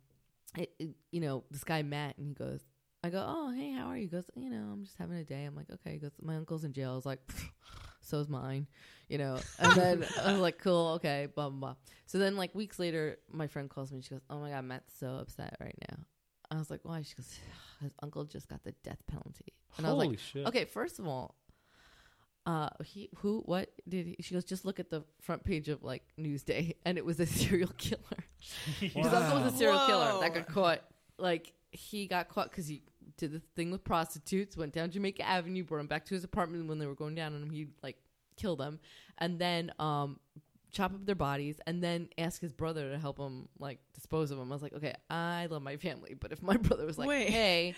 S4: it, it- you know, this guy Matt, and he goes, "I go, oh hey, how are you?" He goes, "You know, I'm just having a day." I'm like, "Okay." He goes, "My uncle's in jail." I was like. So's mine, you know. And then I was like, cool, okay, blah, blah, blah. So then, like, weeks later, my friend calls me. She goes, oh my God, Matt's so upset right now. I was like, why? She goes, his uncle just got the death penalty. And I was
S2: Holy
S4: like,
S2: shit.
S4: okay, first of all, uh, he who what did he? She goes, just look at the front page of like Newsday, and it was a serial killer. His uncle was a serial killer that got caught. Like he got caught because he did the thing with prostitutes, went down Jamaica Avenue, brought him back to his apartment when they were going down on him. He like kill them, and then um chop up their bodies and then ask his brother to help him like dispose of them. I was like, okay, I love my family, but if my brother was like,
S3: Wait.
S4: hey,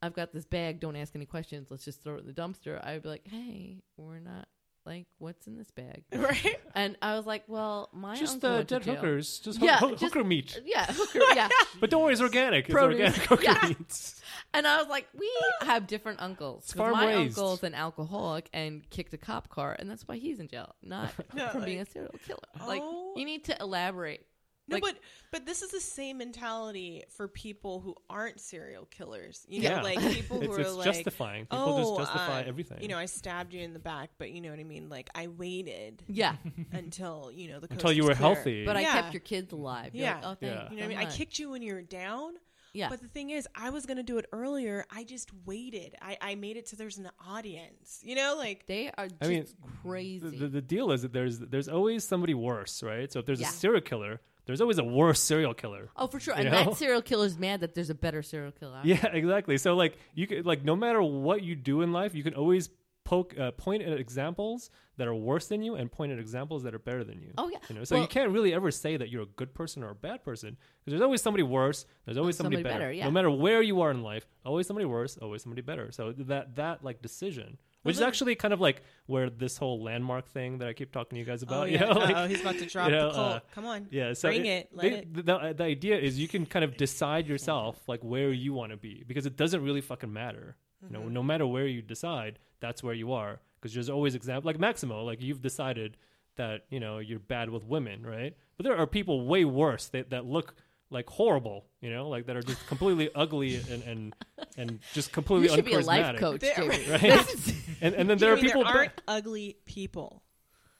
S4: I've got this bag, don't ask any questions, let's just throw it in the dumpster, I'd be like, hey, we're not like, what's in this bag?
S3: right?
S4: And I was like, well, my
S2: Just uh,
S4: uncle
S2: the
S4: went to
S2: dead
S4: jail.
S2: hookers, just, hook,
S4: Yeah,
S2: hook-
S4: just-
S2: hooker meat.
S4: Yeah, hooker, yeah.
S2: But don't worry, it's organic. It's
S4: Produce.
S2: organic hooker
S4: Yeah.
S2: meat.
S4: And I was like, we have different uncles.
S2: It's
S4: 'Cause
S2: farm
S4: my
S2: raised.
S4: uncle's an alcoholic and kicked a cop car, and that's why he's in jail, not
S3: No,
S4: from being a
S3: like-
S4: serial killer. Like,
S3: Oh.
S4: you need to elaborate.
S3: No,
S4: Like-
S3: but but this is the same mentality for people who aren't serial killers. You
S2: Yeah.
S3: know, like people who
S2: It's,
S3: are
S2: it's
S3: like,
S2: justifying. People
S3: oh,
S2: just justify
S3: uh,
S2: everything.
S3: You know, I stabbed you in the back, but you know what I mean. Like I waited
S4: Yeah,
S3: until you know the coast
S2: Mm-hmm. until you
S3: was
S2: were
S3: clear.
S2: healthy.
S4: but I
S3: Yeah.
S4: kept your kids alive. You're
S3: Yeah.
S4: like, oh, thank
S2: Yeah.
S3: You know what I
S4: so
S3: mean? I
S4: much.
S3: kicked you when you were down.
S4: Yeah.
S3: But the thing is, I was gonna do it earlier. I just waited. I, I made it so there's an audience. You know, like
S4: They are just
S2: I mean,
S4: crazy.
S2: the, the, the deal is that there's there's always somebody worse, right? So if there's
S4: Yeah.
S2: a serial killer, there's always a worse serial killer.
S4: oh, for sure.
S2: you
S4: And
S2: know?
S4: that serial killer's mad that there's a better serial killer. out
S2: Yeah, exactly. So like you could like no matter what you do in life, you can always poke uh, point at examples that are worse than you and point at examples that are better than you.
S4: Oh, yeah.
S2: You know, so you
S4: Well-
S2: can't really ever say that you're a good person or a bad person because there's always somebody worse. There's always somebody,
S4: somebody better, yeah.
S2: No matter where you are in life, always somebody worse, always somebody better. So that that like decision. Which is actually kind of like where this whole landmark thing that I keep talking to you guys about.
S3: oh
S2: you
S3: yeah,
S2: know, like-
S3: uh-oh, he's about to drop
S2: you know,
S3: the cult.
S2: uh,
S3: Come on,
S2: yeah, so
S3: bring
S2: it-
S3: it. let
S2: they-
S3: it.
S2: The, the, the idea is you can kind of decide yourself like where you want to be because it doesn't really fucking matter. You
S4: Mm-hmm.
S2: know, no matter where you decide, that's where you are because there's always example like Maximo. Like you've decided that you know you're bad with women, right? But there are people way worse that that look like horrible. You know, like that are just completely ugly and and and just
S4: You
S2: completely
S4: should be a life
S2: uncharismatic.
S4: coach,
S3: They're-
S4: David.
S2: Right? And and then there are
S3: You know what I mean?
S2: people.
S3: there
S2: that-
S3: aren't ugly people.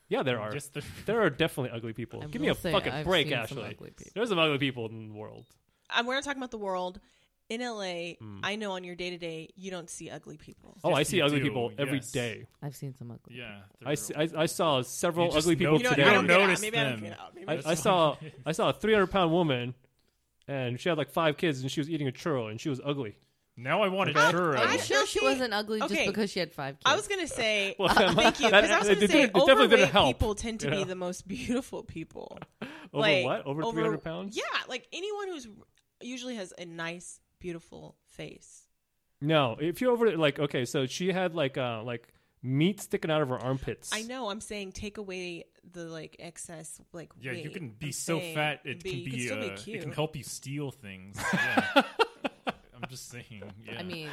S2: yeah, there are.
S1: Just the-
S2: There are definitely ugly people.
S4: I
S2: Give me
S4: will
S2: a
S4: say
S2: fucking
S4: I've
S2: break,
S4: seen some
S2: Ashley.
S4: ugly people.
S2: There's some ugly people in the world.
S3: I'm we're not talking about the world. In LA, I know on your day to day, you don't see ugly people.
S2: Oh, I
S1: Yes,
S2: see
S1: you
S2: ugly
S1: do,
S2: people every
S1: yes.
S2: day.
S4: I've seen some ugly.
S1: yeah,
S2: I, see, I, I saw several
S1: You just
S2: ugly people
S1: know-
S3: You know, what?
S2: today.
S1: I
S3: I don't get
S1: notice
S3: out. Maybe I don't
S1: them.
S3: get out. Maybe
S2: I,
S3: that's
S2: I saw I saw a 300 pound woman, and she had like five kids, and she was eating a churro, and she was ugly.
S1: now I want a
S3: Okay.
S1: churro.
S4: I'm
S3: I-
S4: sure she
S3: see-
S4: wasn't ugly just
S3: okay.
S4: because she had five kids.
S3: I was gonna say,
S2: Well,
S3: Uh, thank you, because I
S2: that-
S3: was gonna
S2: it didn't-
S3: say,
S2: it definitely didn't
S3: overweight
S2: help,
S3: people tend to
S2: you know?
S3: be the most beautiful people.
S2: Over
S3: Like,
S2: what? Over 300 pounds?
S3: Yeah, like anyone who's usually has a nice, beautiful face.
S2: No, if you're over like okay, so she had like uh like meat sticking out of her armpits.
S3: I know. I'm saying take away the like excess, like
S1: yeah, you
S3: weight.
S1: can be
S3: I'm
S1: so
S3: saying
S1: fat it
S3: you
S1: can be,
S3: still
S1: uh,
S3: cute.
S1: it can help you steal things. Yeah. I'm just saying. Yeah.
S4: I mean,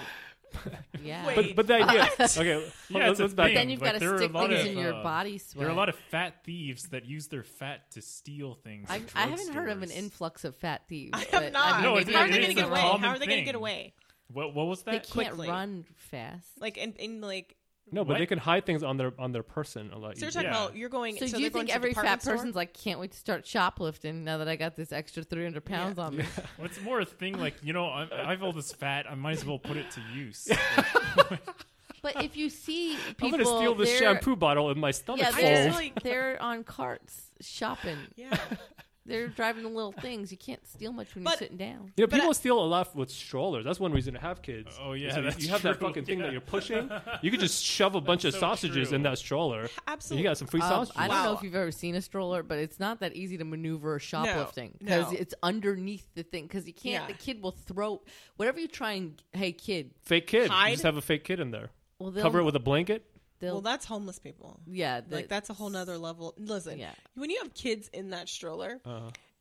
S4: yeah.
S2: But
S3: Wait.
S2: but the idea. okay,
S1: Yeah,
S2: let's,
S1: it's a
S2: let's back
S1: thing.
S2: up.
S4: then you've
S1: Like,
S4: got
S1: there are a
S4: to stick
S1: lot
S4: things
S1: of,
S4: in your
S1: uh,
S4: body sweat.
S1: there are a lot of fat thieves that use their fat to steal things.
S4: I,
S1: at
S4: I haven't heard of an
S1: drugstores.
S4: influx of fat thieves.
S3: I
S4: but,
S3: am not.
S4: mean,
S1: No,
S4: maybe
S1: it-
S3: how are
S1: it
S3: they
S1: is
S3: gonna
S1: a
S3: get away?
S1: common
S3: How are they gonna
S1: thing.
S3: get away?
S1: What, what was
S4: They
S1: that?
S4: can't
S3: quickly.
S4: run fast.
S3: Like and, and like
S2: No, but
S1: What?
S2: they can hide things on their on their person a lot.
S3: so you're
S2: easier.
S3: talking
S1: Yeah.
S3: about you're going.
S4: So,
S3: So,
S4: do you
S3: they're going
S4: think
S3: to
S4: every
S3: department
S4: fat
S3: store?
S4: person's like, can't wait to start shoplifting now that I got this extra 300 pounds on me?
S1: Well, it's more a thing like you know I'm, I have all this fat. I might as well put it to use.
S4: But if you see
S2: I'm
S4: people,
S2: gonna steal this
S4: they're-
S2: shampoo bottle in my stomach. Oh.
S4: Yeah,
S2: full.
S4: they're,
S3: full.
S4: they're on carts shopping.
S3: Yeah.
S4: They're driving the little things. You can't steal much when you're
S3: But-
S4: sitting down.
S2: You know,
S3: But
S2: people steal a lot with strollers. That's one reason to have kids.
S1: Oh, yeah,
S2: Is you-
S1: that's
S2: you have that
S1: true.
S2: fucking thing
S1: Yeah.
S2: that you're pushing. You could just shove a bunch of
S1: so
S2: sausages
S1: true.
S2: in that stroller. And
S3: Absolutely.
S2: you got some free
S4: Um,
S2: sausages.
S4: I don't know
S3: Wow.
S4: if you've ever seen a stroller, but it's not that easy to maneuver shoplifting because
S3: no.
S4: it's underneath the thing. Because you can't,
S3: Yeah.
S4: the kid will throw whatever you try and hey kid,
S2: Fake kid. You
S3: Hide?
S2: just have a fake kid in there.
S4: well they'll
S2: Cover it with a blanket.
S4: they'll
S3: Well, that's homeless people.
S4: yeah the-
S3: like that's a whole nother level. Listen,
S4: Yeah.
S3: when you have kids in that stroller,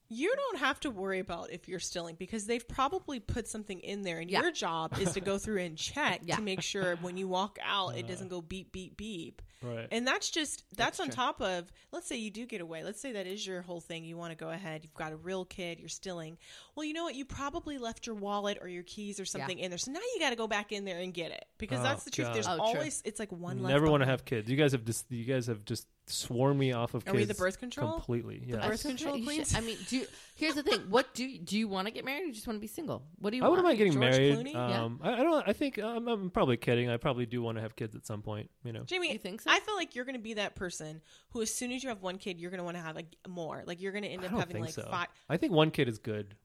S3: you don't have to worry about if you're stealing because they've probably put something in there, and
S4: Yeah.
S3: your job is to go through and check
S4: Yeah.
S3: to make sure when you walk out it doesn't go beep beep beep.
S2: Right.
S3: And that's just that's, on top of let's say you do get away. Let's say that is your whole thing. You want to go ahead. You've got a real kid. You're stealing. Well, you know what? You probably left your wallet or your keys or something in there. So now you got to go back in there and get it because
S2: Oh,
S3: that's the truth.
S2: God.
S3: There's
S4: Oh, true.
S3: always it's like one. left
S2: Never want to
S3: behind.
S2: have kids. You guys have just you guys have just sworn me off of
S3: Are
S2: kids.
S3: we the birth control?
S2: Completely. Yeah.
S3: birth-
S4: That's
S3: control
S4: okay. You should-
S3: queens?
S4: I mean, do you, here's the thing. What do you, do you want to get married? or You just want to be single? What do you
S2: I
S4: want?
S2: wouldn't mind getting
S3: George
S2: married.
S3: Clooney?
S4: Yeah.
S2: Um, I, I don't. I think I'm, I'm probably kidding. I probably do want to have kids at some point. You know.
S3: Jamie,
S4: You think so?
S3: I feel like you're going to be that person who, as soon as you have one kid, you're going to want to have like more. Like you're going to end
S2: I
S3: up
S2: don't
S3: having
S2: think
S3: like
S2: so.
S3: five.
S2: I think one kid is good.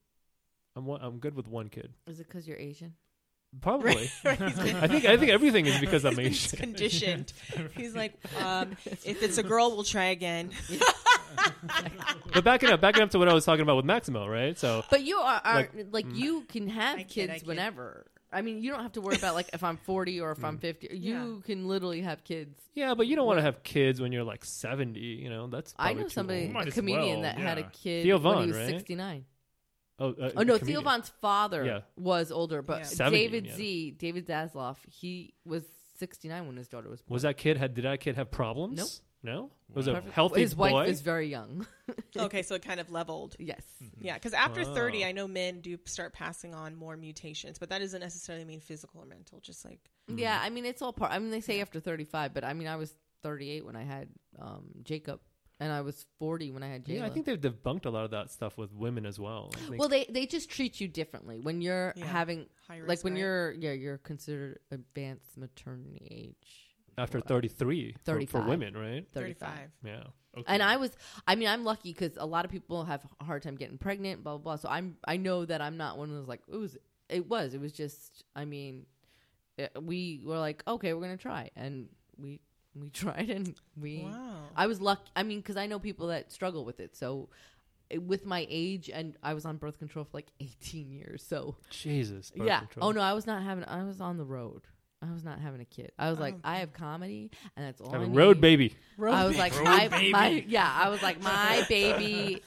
S2: I'm one, I'm good with one kid.
S4: Is it because you're Asian?
S2: Probably.
S3: Right? He's been-
S2: I think I think everything is because I'm
S3: he's
S2: Asian.
S3: conditioned. He's like, um, if it's a girl, we'll try again.
S2: But backing up, backing up to what I was talking about with Maximo, right? So mm.
S4: But you are, are like, you can have
S3: I kid,
S4: kids
S3: I kid.
S4: whenever. I mean, you don't have to worry about like if I'm 40 or if
S2: Mm.
S4: I'm 50. You can literally have kids.
S2: Yeah, but you don't want to have kids when you're like 70. You know, that's
S4: I
S2: probably
S4: know
S2: too
S4: somebody,
S2: old.
S1: Might
S4: a
S1: as well,
S4: comedian that had a
S1: yeah.
S4: kid
S2: Theo
S4: when
S2: Von,
S4: he was
S2: right?
S4: 69.
S2: Oh, uh,
S4: Oh no,
S2: the comedian.
S4: Theo Von's father
S2: Yeah.
S4: was older, but
S3: Yeah.
S2: 70,
S4: David
S2: yeah.
S4: Z, David Zasloff, he was 69 when his daughter was born.
S2: Was that kid had? Did that kid have problems?
S4: Nope.
S2: No. Was a
S1: Perfect.
S2: healthy
S4: his
S2: boy.
S4: wife is very young.
S3: okay, so it kind of leveled.
S4: yes.
S3: Yeah, because after thirty,
S2: Oh.
S3: I know men do start passing on more mutations, but that doesn't necessarily mean physical or mental. Just like
S2: Hmm.
S4: Yeah, I mean it's all part. I mean they say after 35, but I mean I was 38 when I had um, Jacob, and I was 40 when I had Jayla.
S2: yeah, I think they've debunked a lot of that stuff with women as well. I think-
S4: well, they they just treat you differently when you're
S3: Yeah.
S4: having
S3: high
S4: like
S3: risk,
S4: when
S3: right?
S4: you're yeah you're considered advanced maternity age
S2: after 33 for- for,
S4: 35.
S2: women, right?
S4: 35.
S3: thirty-five.
S2: Yeah.
S1: Okay.
S4: And I was, I mean, I'm lucky because a lot of people have a hard time getting pregnant, blah, blah, blah. So I'm, I know that I'm not one of those like, it was, it was, it was just, I mean, eh, we were like, okay, we're going to try. And we, we tried and we,
S3: Wow.
S4: I was lucky. I mean, because I know people that struggle with it. So eh, with my age and I was on birth control for like 18 years. So
S2: Jesus. birth
S4: yeah.
S2: control.
S4: Oh no, I was not having, I was on the road. I was not having a kid. I was like, I have comedy and that's all
S2: Have
S4: I
S2: a Oh, road
S4: need.
S2: baby.
S4: I was like,
S1: Road
S4: my,
S1: baby.
S4: my, yeah, I was like, my baby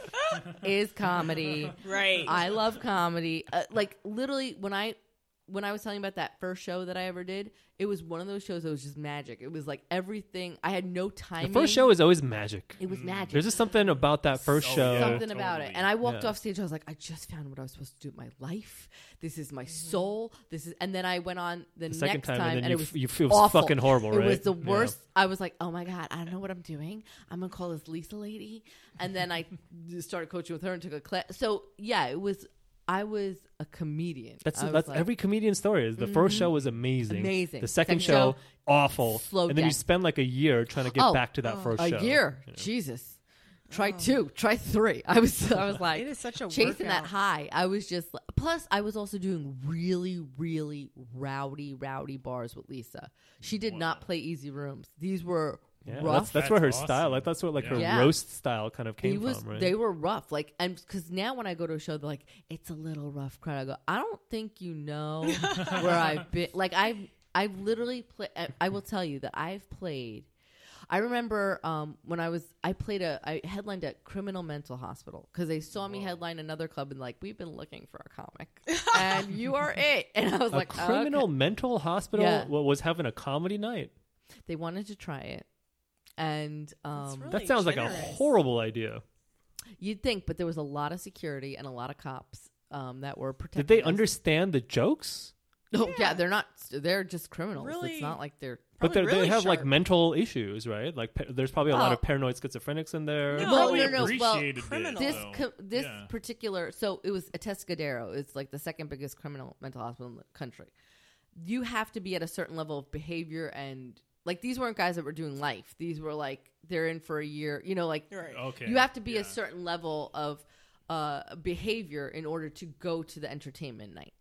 S4: is comedy.
S3: right.
S4: I love comedy. Uh, like literally, when I when I was telling you about that first show that I ever did, it was one of those shows that was just magic. It was like everything. I had no
S2: The
S4: timing.
S2: first show is always magic.
S4: it was magic.
S2: There's just something about that first
S1: So-
S2: show.
S4: Something about it,
S1: Totally.
S4: and I walked
S2: Yeah.
S4: off stage. I was like, I just found what I was supposed to do with my life. This is my
S1: Mm.
S4: soul. This is, and then I went on
S2: The
S4: the, next
S2: second time, and then
S4: and
S2: you,
S4: it was
S2: f- you feel
S4: awful.
S2: fucking horrible,
S4: It
S2: right?
S4: was the
S2: Yeah.
S4: worst. I was like, oh my God, I don't know what I'm doing. I'm going to call this Lisa lady. And then I just started coaching with her and took a class. So, yeah, it was, I was a comedian.
S2: That's
S4: I was
S2: that's
S4: like, Mm-hmm.
S2: every comedian's story. Is the first show was amazing,
S4: Amazing.
S2: The second,
S4: Second
S2: show,
S4: show,
S2: awful,
S4: slow
S2: and then you
S4: death.
S2: spend like a year trying to get
S4: Oh,
S2: back to that first
S4: a
S2: show.
S4: year. Jesus. Try two, try three. I was, I was like,
S3: Oh. It is such a
S4: chasing that
S3: workout.
S4: high. I was just, plus, I was also doing really, really rowdy, rowdy bars with Lisa. She did not play easy rooms. These were
S2: Yeah,
S4: rough.
S2: that's, that's where her
S1: That's
S2: style,
S1: awesome.
S2: like that's where like her
S4: Yeah.
S2: roast style kind of came
S4: He was,
S2: from, right?
S4: They were rough. Like, and because now when I go to a show, they're like, it's a little rough crowd. I go, I don't think you know where I've been. Like, I've, I've literally played, I will tell you that I've played. I remember um, when I was, I played a, I headlined at Criminal Mental Hospital because they saw me headline another club and like, we've been looking for a comic and you are it. And I was
S2: a
S4: like,
S2: criminal
S4: "Okay."
S2: mental hospital
S4: Yeah.
S2: wa- was having a comedy night.
S4: They wanted to try it. And um,
S3: really-
S2: That sounds like a
S3: generous.
S2: horrible idea.
S4: You'd think, but there was a lot of security and a lot of cops um, that were protecting.
S2: Did they
S4: us.
S2: understand the jokes?
S4: Oh, yeah. they're not. They're just criminals.
S3: Really?
S4: It's not like they're.
S2: But
S3: Probably
S2: they're- they
S3: really
S2: have like
S3: sharp.
S2: mental issues, right? Like pa- there's probably a lot
S4: Oh.
S2: of paranoid schizophrenics in there.
S3: No.
S4: Well,
S1: Probably
S4: no, no, well,
S1: appreciated it,
S3: criminal.
S4: This
S1: though.
S4: co- this
S1: Yeah.
S4: particular. So it was Atascadero. It's like the second biggest criminal mental hospital in the country. You have to be at a certain level of behavior and like these weren't guys that were doing life. These were like they're in for a year. You know, like
S3: Right.
S2: Oh,
S1: okay.
S4: you have to be
S1: yeah.
S4: a certain level of uh, behavior in order to go to the entertainment night.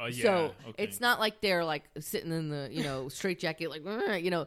S1: Oh, yeah,
S4: So
S1: okay.
S4: it's not like they're like sitting in the you know straight jacket like "Ugh," you know,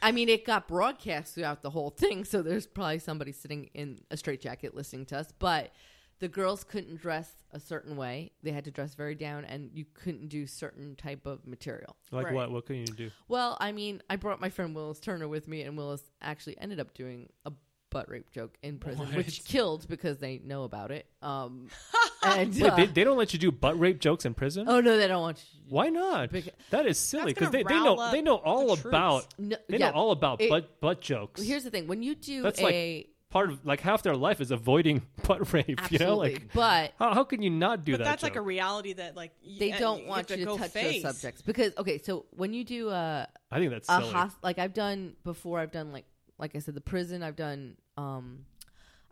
S4: I mean it got broadcast throughout the whole thing, so there's probably somebody sitting in a straight jacket listening to us. But the girls couldn't dress a certain way; they had to dress very down, and you couldn't do certain type of material.
S2: Like
S3: Right.
S2: what? What can you do?
S4: Well, I mean, I brought my friend Willis Turner with me, and Willis actually ended up doing a butt rape joke in prison, which
S1: What?
S4: killed because they know about it. Um, and
S2: Wait,
S4: uh,
S2: they, they don't let you do butt rape jokes in prison?
S4: oh no, they don't want you.
S2: Why not?
S4: Beca-
S2: that is silly
S3: That's
S2: because
S3: gonna
S2: they, they
S3: rile
S2: know
S3: up
S2: they know all
S3: the
S2: about
S4: No,
S2: they
S4: yeah.
S2: know all about
S4: It-
S2: butt butt jokes.
S4: Here's the thing: when you do
S2: That's like
S4: a
S2: Part of like half their life is avoiding butt rape. You know,
S4: absolutely,
S2: like
S4: but
S2: how, how can you not do
S3: But
S2: that?
S3: that's like
S2: joke?
S3: a reality that like y-
S4: they
S3: and
S4: don't
S3: you
S4: want
S3: have
S4: you to
S3: go
S4: touch
S3: face.
S4: those subjects because okay, so when you do a
S2: I think that's
S4: a
S2: silly.
S4: hos- like I've done before, I've done like like I said, the prison, I've done um,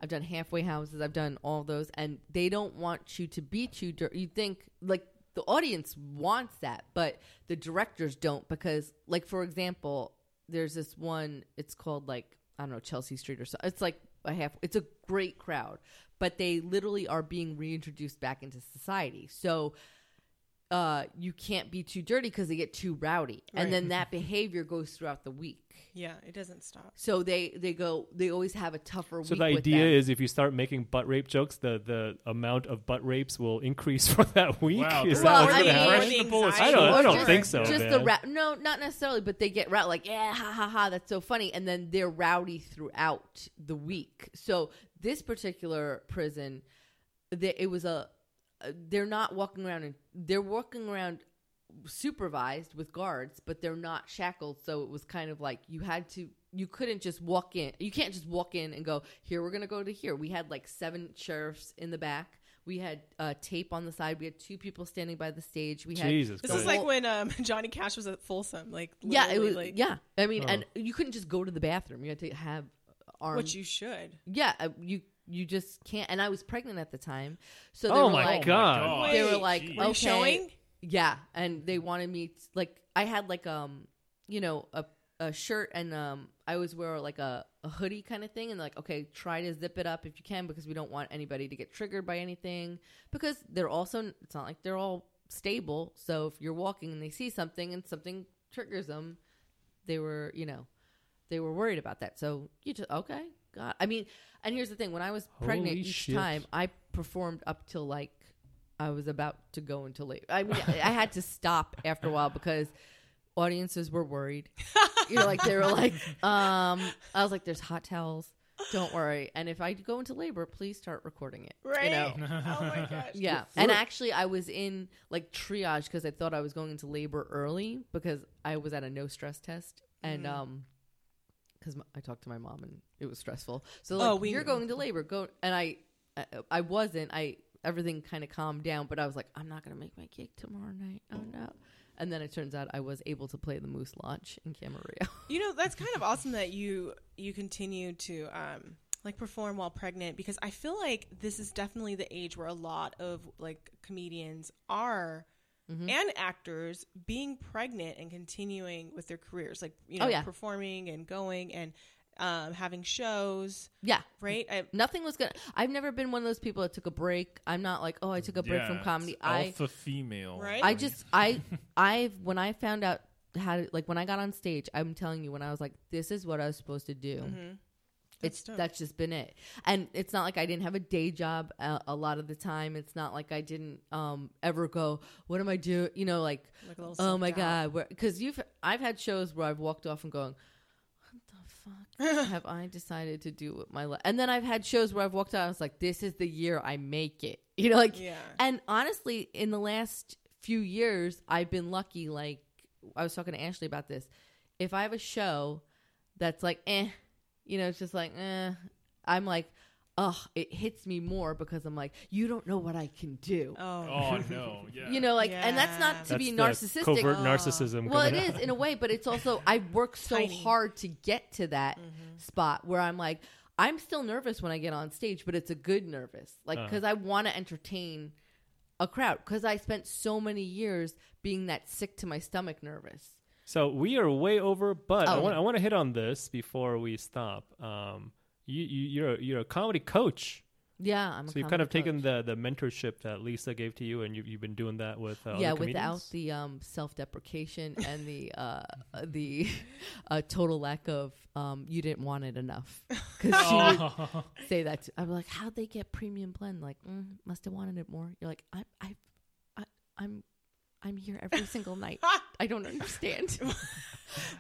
S4: I've done halfway houses, I've done all those, and they don't want you to beat you. Dur- you think like the audience wants that, but the directors don't because like for example, there's this one. It's called like I don't know Chelsea Street or so. It's like a half. It's a great crowd, but they literally are being reintroduced back into society. So uh, you can't be too dirty because they get too rowdy,
S3: Right.
S4: and then that behavior goes throughout the week.
S3: Yeah, it doesn't stop.
S4: So they they go they always have a tougher.
S2: So
S4: week
S2: the
S4: with
S2: idea
S4: them.
S2: is if you start making butt rape jokes, the, the amount of butt rapes will increase for that week.
S1: Wow,
S2: Is
S1: they're
S2: that
S4: Well,
S2: what's
S4: I
S2: going to
S4: mean-
S2: happen?
S1: Impressionable as
S2: I don't-
S1: shit.
S2: I don't
S4: just,
S2: think so,
S4: Just the
S2: man.
S4: ra- no, not necessarily, but they get rowdy. Like yeah, ha ha ha, that's so funny, and then they're rowdy throughout the week. So this particular prison, the, it was a uh, they're not walking around and they're walking around supervised with guards, but they're not shackled. So it was kind of like you had to, you couldn't just walk in. You can't just walk in and go, here, we're going to go to here. We had like seven sheriffs in the back. We had uh, tape on the side. We had two people standing by the stage. We had
S2: Jesus
S3: This
S2: Christ.
S3: is like when um, Johnny Cash was at Folsom. Like,
S4: yeah, it
S3: literally,
S4: was,
S3: like,
S4: yeah. I mean,
S2: Oh.
S4: and you couldn't just go to the bathroom. You had to have armed.
S3: which you should.
S4: yeah, uh, you you just can't. And I was pregnant at the time, so they
S2: Oh
S4: were
S2: my
S4: like,
S2: God.
S3: God.
S4: they were
S3: Wait,
S4: like, "Oh,
S1: geez.
S3: Were you
S4: okay.
S3: showing?
S4: Yeah, and they wanted me t like I had like um you know a a shirt and um I always wear like a, a hoodie kind of thing and like okay try to zip it up if you can because we don't want anybody to get triggered by anything because they're also it's not like they're all stable so if you're walking and they see something and something triggers them they were you know they were worried about that so you just okay God I mean and here's the thing when I was pregnant
S2: Holy
S4: each
S2: shit.
S4: time I performed up till like I was about to go into labor. I mean, I had to stop after a while because audiences were worried. You know, like they were like, um, I was like, "There's hot towels. Don't worry." And if I go into labor, please start recording it.
S3: Right.
S4: You know?
S3: Oh my gosh.
S4: Yeah. And actually, I was in like triage because I thought I was going into labor early because I was at a no stress test and
S3: Mm.
S4: um. Because I talked to my mom and it was stressful. So like,
S3: Oh, we
S4: you're
S3: knew.
S4: going to labor, go. And I, I, I wasn't. I everything kind of calmed down, but I was like, I'm not gonna make my gig tomorrow night. Oh no. And then it turns out I was able to play the Moose Launch in Camarillo.
S3: You know, that's kind of awesome that you you continue to um like perform while pregnant because I feel like this is definitely the age where a lot of like comedians are
S4: Mm-hmm.
S3: and actors being pregnant and continuing with their careers like you know
S4: Oh, yeah.
S3: performing and going and um, having shows
S4: yeah,
S3: right I,
S4: nothing was gonna. I've never been one of those people that took a break. I'm not like, oh, I took a break from
S1: Yeah,
S4: comedy.
S1: it's
S4: I
S1: alpha female.
S3: Right?
S4: I just I I when I found out how to, like when I got on stage, I'm telling you when I was like, this is what I was supposed to do. It's
S3: Mm-hmm. dope.
S4: that's just been it, and it's not like I didn't have a day job uh, a lot of the time. It's not like I didn't um ever go, what am I doing? You know, like,
S3: Like a little
S4: oh my
S3: self-doubt.
S4: god, because you've I've had shows where I've walked off and going. What the fuck have I decided to do with my life? And then I've had shows where I've walked out. I was like, "This is the year I make it." You know, like
S3: Yeah.
S4: and honestly, in the last few years, I've been lucky. Like I was talking to Ashley about this. If I have a show that's like, eh, you know, it's just like, eh, I'm like, oh, it hits me more because I'm like, you don't know what I can do.
S3: oh
S1: Oh no. Yeah.
S4: You know, like, and that's
S3: Yeah.
S4: not to
S2: That's
S4: be
S2: the
S4: narcissistic.
S2: Covert
S4: Uh,
S2: narcissism.
S4: well, it
S2: coming
S4: is
S2: out.
S4: in a way, but it's also I work so
S3: Tiny.
S4: hard to get to that spot where I'm like, I'm still nervous when I get on stage, but it's a good nervous, like
S2: Uh-huh.
S4: because I want to entertain a crowd because I spent so many years being that sick to my stomach nervous.
S2: So we are way over, but I
S4: Oh.
S2: want I want to hit on this before we stop. Um, you, you you're a, you're a comedy coach,
S4: Yeah, I'm. a
S2: so you've kind
S4: comedy
S2: of taken
S4: coach.
S2: the the mentorship that Lisa gave to you, and you've you've been doing that with uh,
S4: yeah
S2: other
S4: without
S2: comedians?
S4: the um, self-deprecation and the uh, the uh, total lack of um, you didn't want it enough because she would
S1: Oh.
S4: say that to, I'm like, how'd they get premium blend? Like, mm, must have wanted it more. You're like, I, I, I, I'm, I'm here every single night. I don't understand.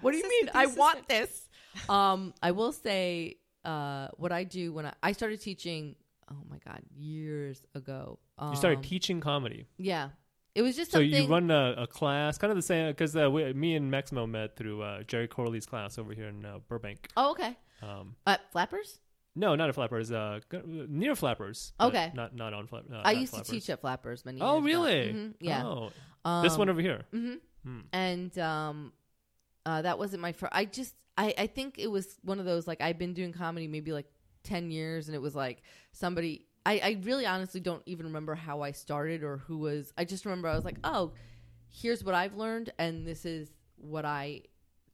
S4: what do you
S3: This is
S4: mean?
S3: the
S4: I
S3: thesis
S4: want
S3: of-
S4: this. Um, I will say, uh, what I do when I, I started teaching. Oh my god, years ago. Um,
S2: you started teaching comedy.
S4: Yeah, it was just
S2: So
S4: something.
S2: you run a, a class, kind of the same, because uh, we- me and Maximo met through uh, Jerry Corley's class over here in uh, Burbank.
S4: Oh, okay.
S2: Um,
S4: Uh, flappers.
S2: no, not at Flappers, uh, g- near Flappers. but
S4: Okay.
S2: Not Uh, not on Flappers.
S4: I used to teach at flappers many.
S2: Oh,
S4: years ago.
S2: really?
S4: Mhm, Yeah.
S2: Oh. this one
S4: Um,
S2: over here. Hmm.
S4: and um, uh, that wasn't my first. I just, I, I think it was one of those like I've been doing comedy maybe like ten years, and it was like somebody. I, I really honestly don't even remember how I started or who was. I just remember I was like, oh, here's what I've learned, and this is what I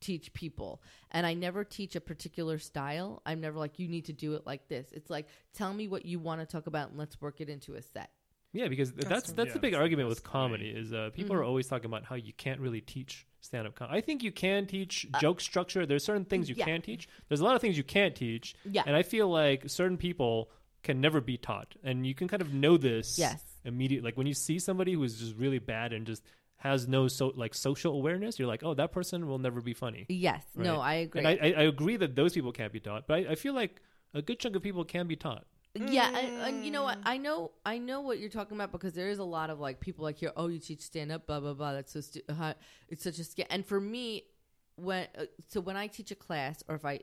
S4: teach people. And I never teach a particular style. I'm never like, you need to do it like this. It's like, tell me what you want to talk about, and let's work it into a set.
S2: Yeah, because th- that's
S3: That's
S2: that's the
S1: Yeah,
S2: big
S1: that's-
S2: argument
S1: that's
S2: with
S1: the
S2: comedy is uh, people
S4: Mm-hmm.
S2: are always talking about how you can't really teach stand up comedy. I think you can teach joke structure. There's certain things you
S4: Uh, yeah.
S2: can teach. There's a lot of things you can't teach.
S4: Yeah.
S2: And I feel like certain people can never be taught. And you can kind of know this
S4: Yes.
S2: immediately. Like when you see somebody who's just really bad and just has no so like social awareness, you're like, Oh, that person will never be funny.
S4: Yes. No,
S2: Right.
S4: I agree.
S2: And I, I, I agree that those people can't be taught, but I, I feel like a good chunk of people can be taught.
S4: Yeah, I, and you know
S2: Mm.
S4: what? I know, I know what you're talking about because there is a lot of like people like here. Oh, you teach stand up, blah blah blah. That's so stu- uh, it's such a scam. And for me, when uh, so when I teach a class or if I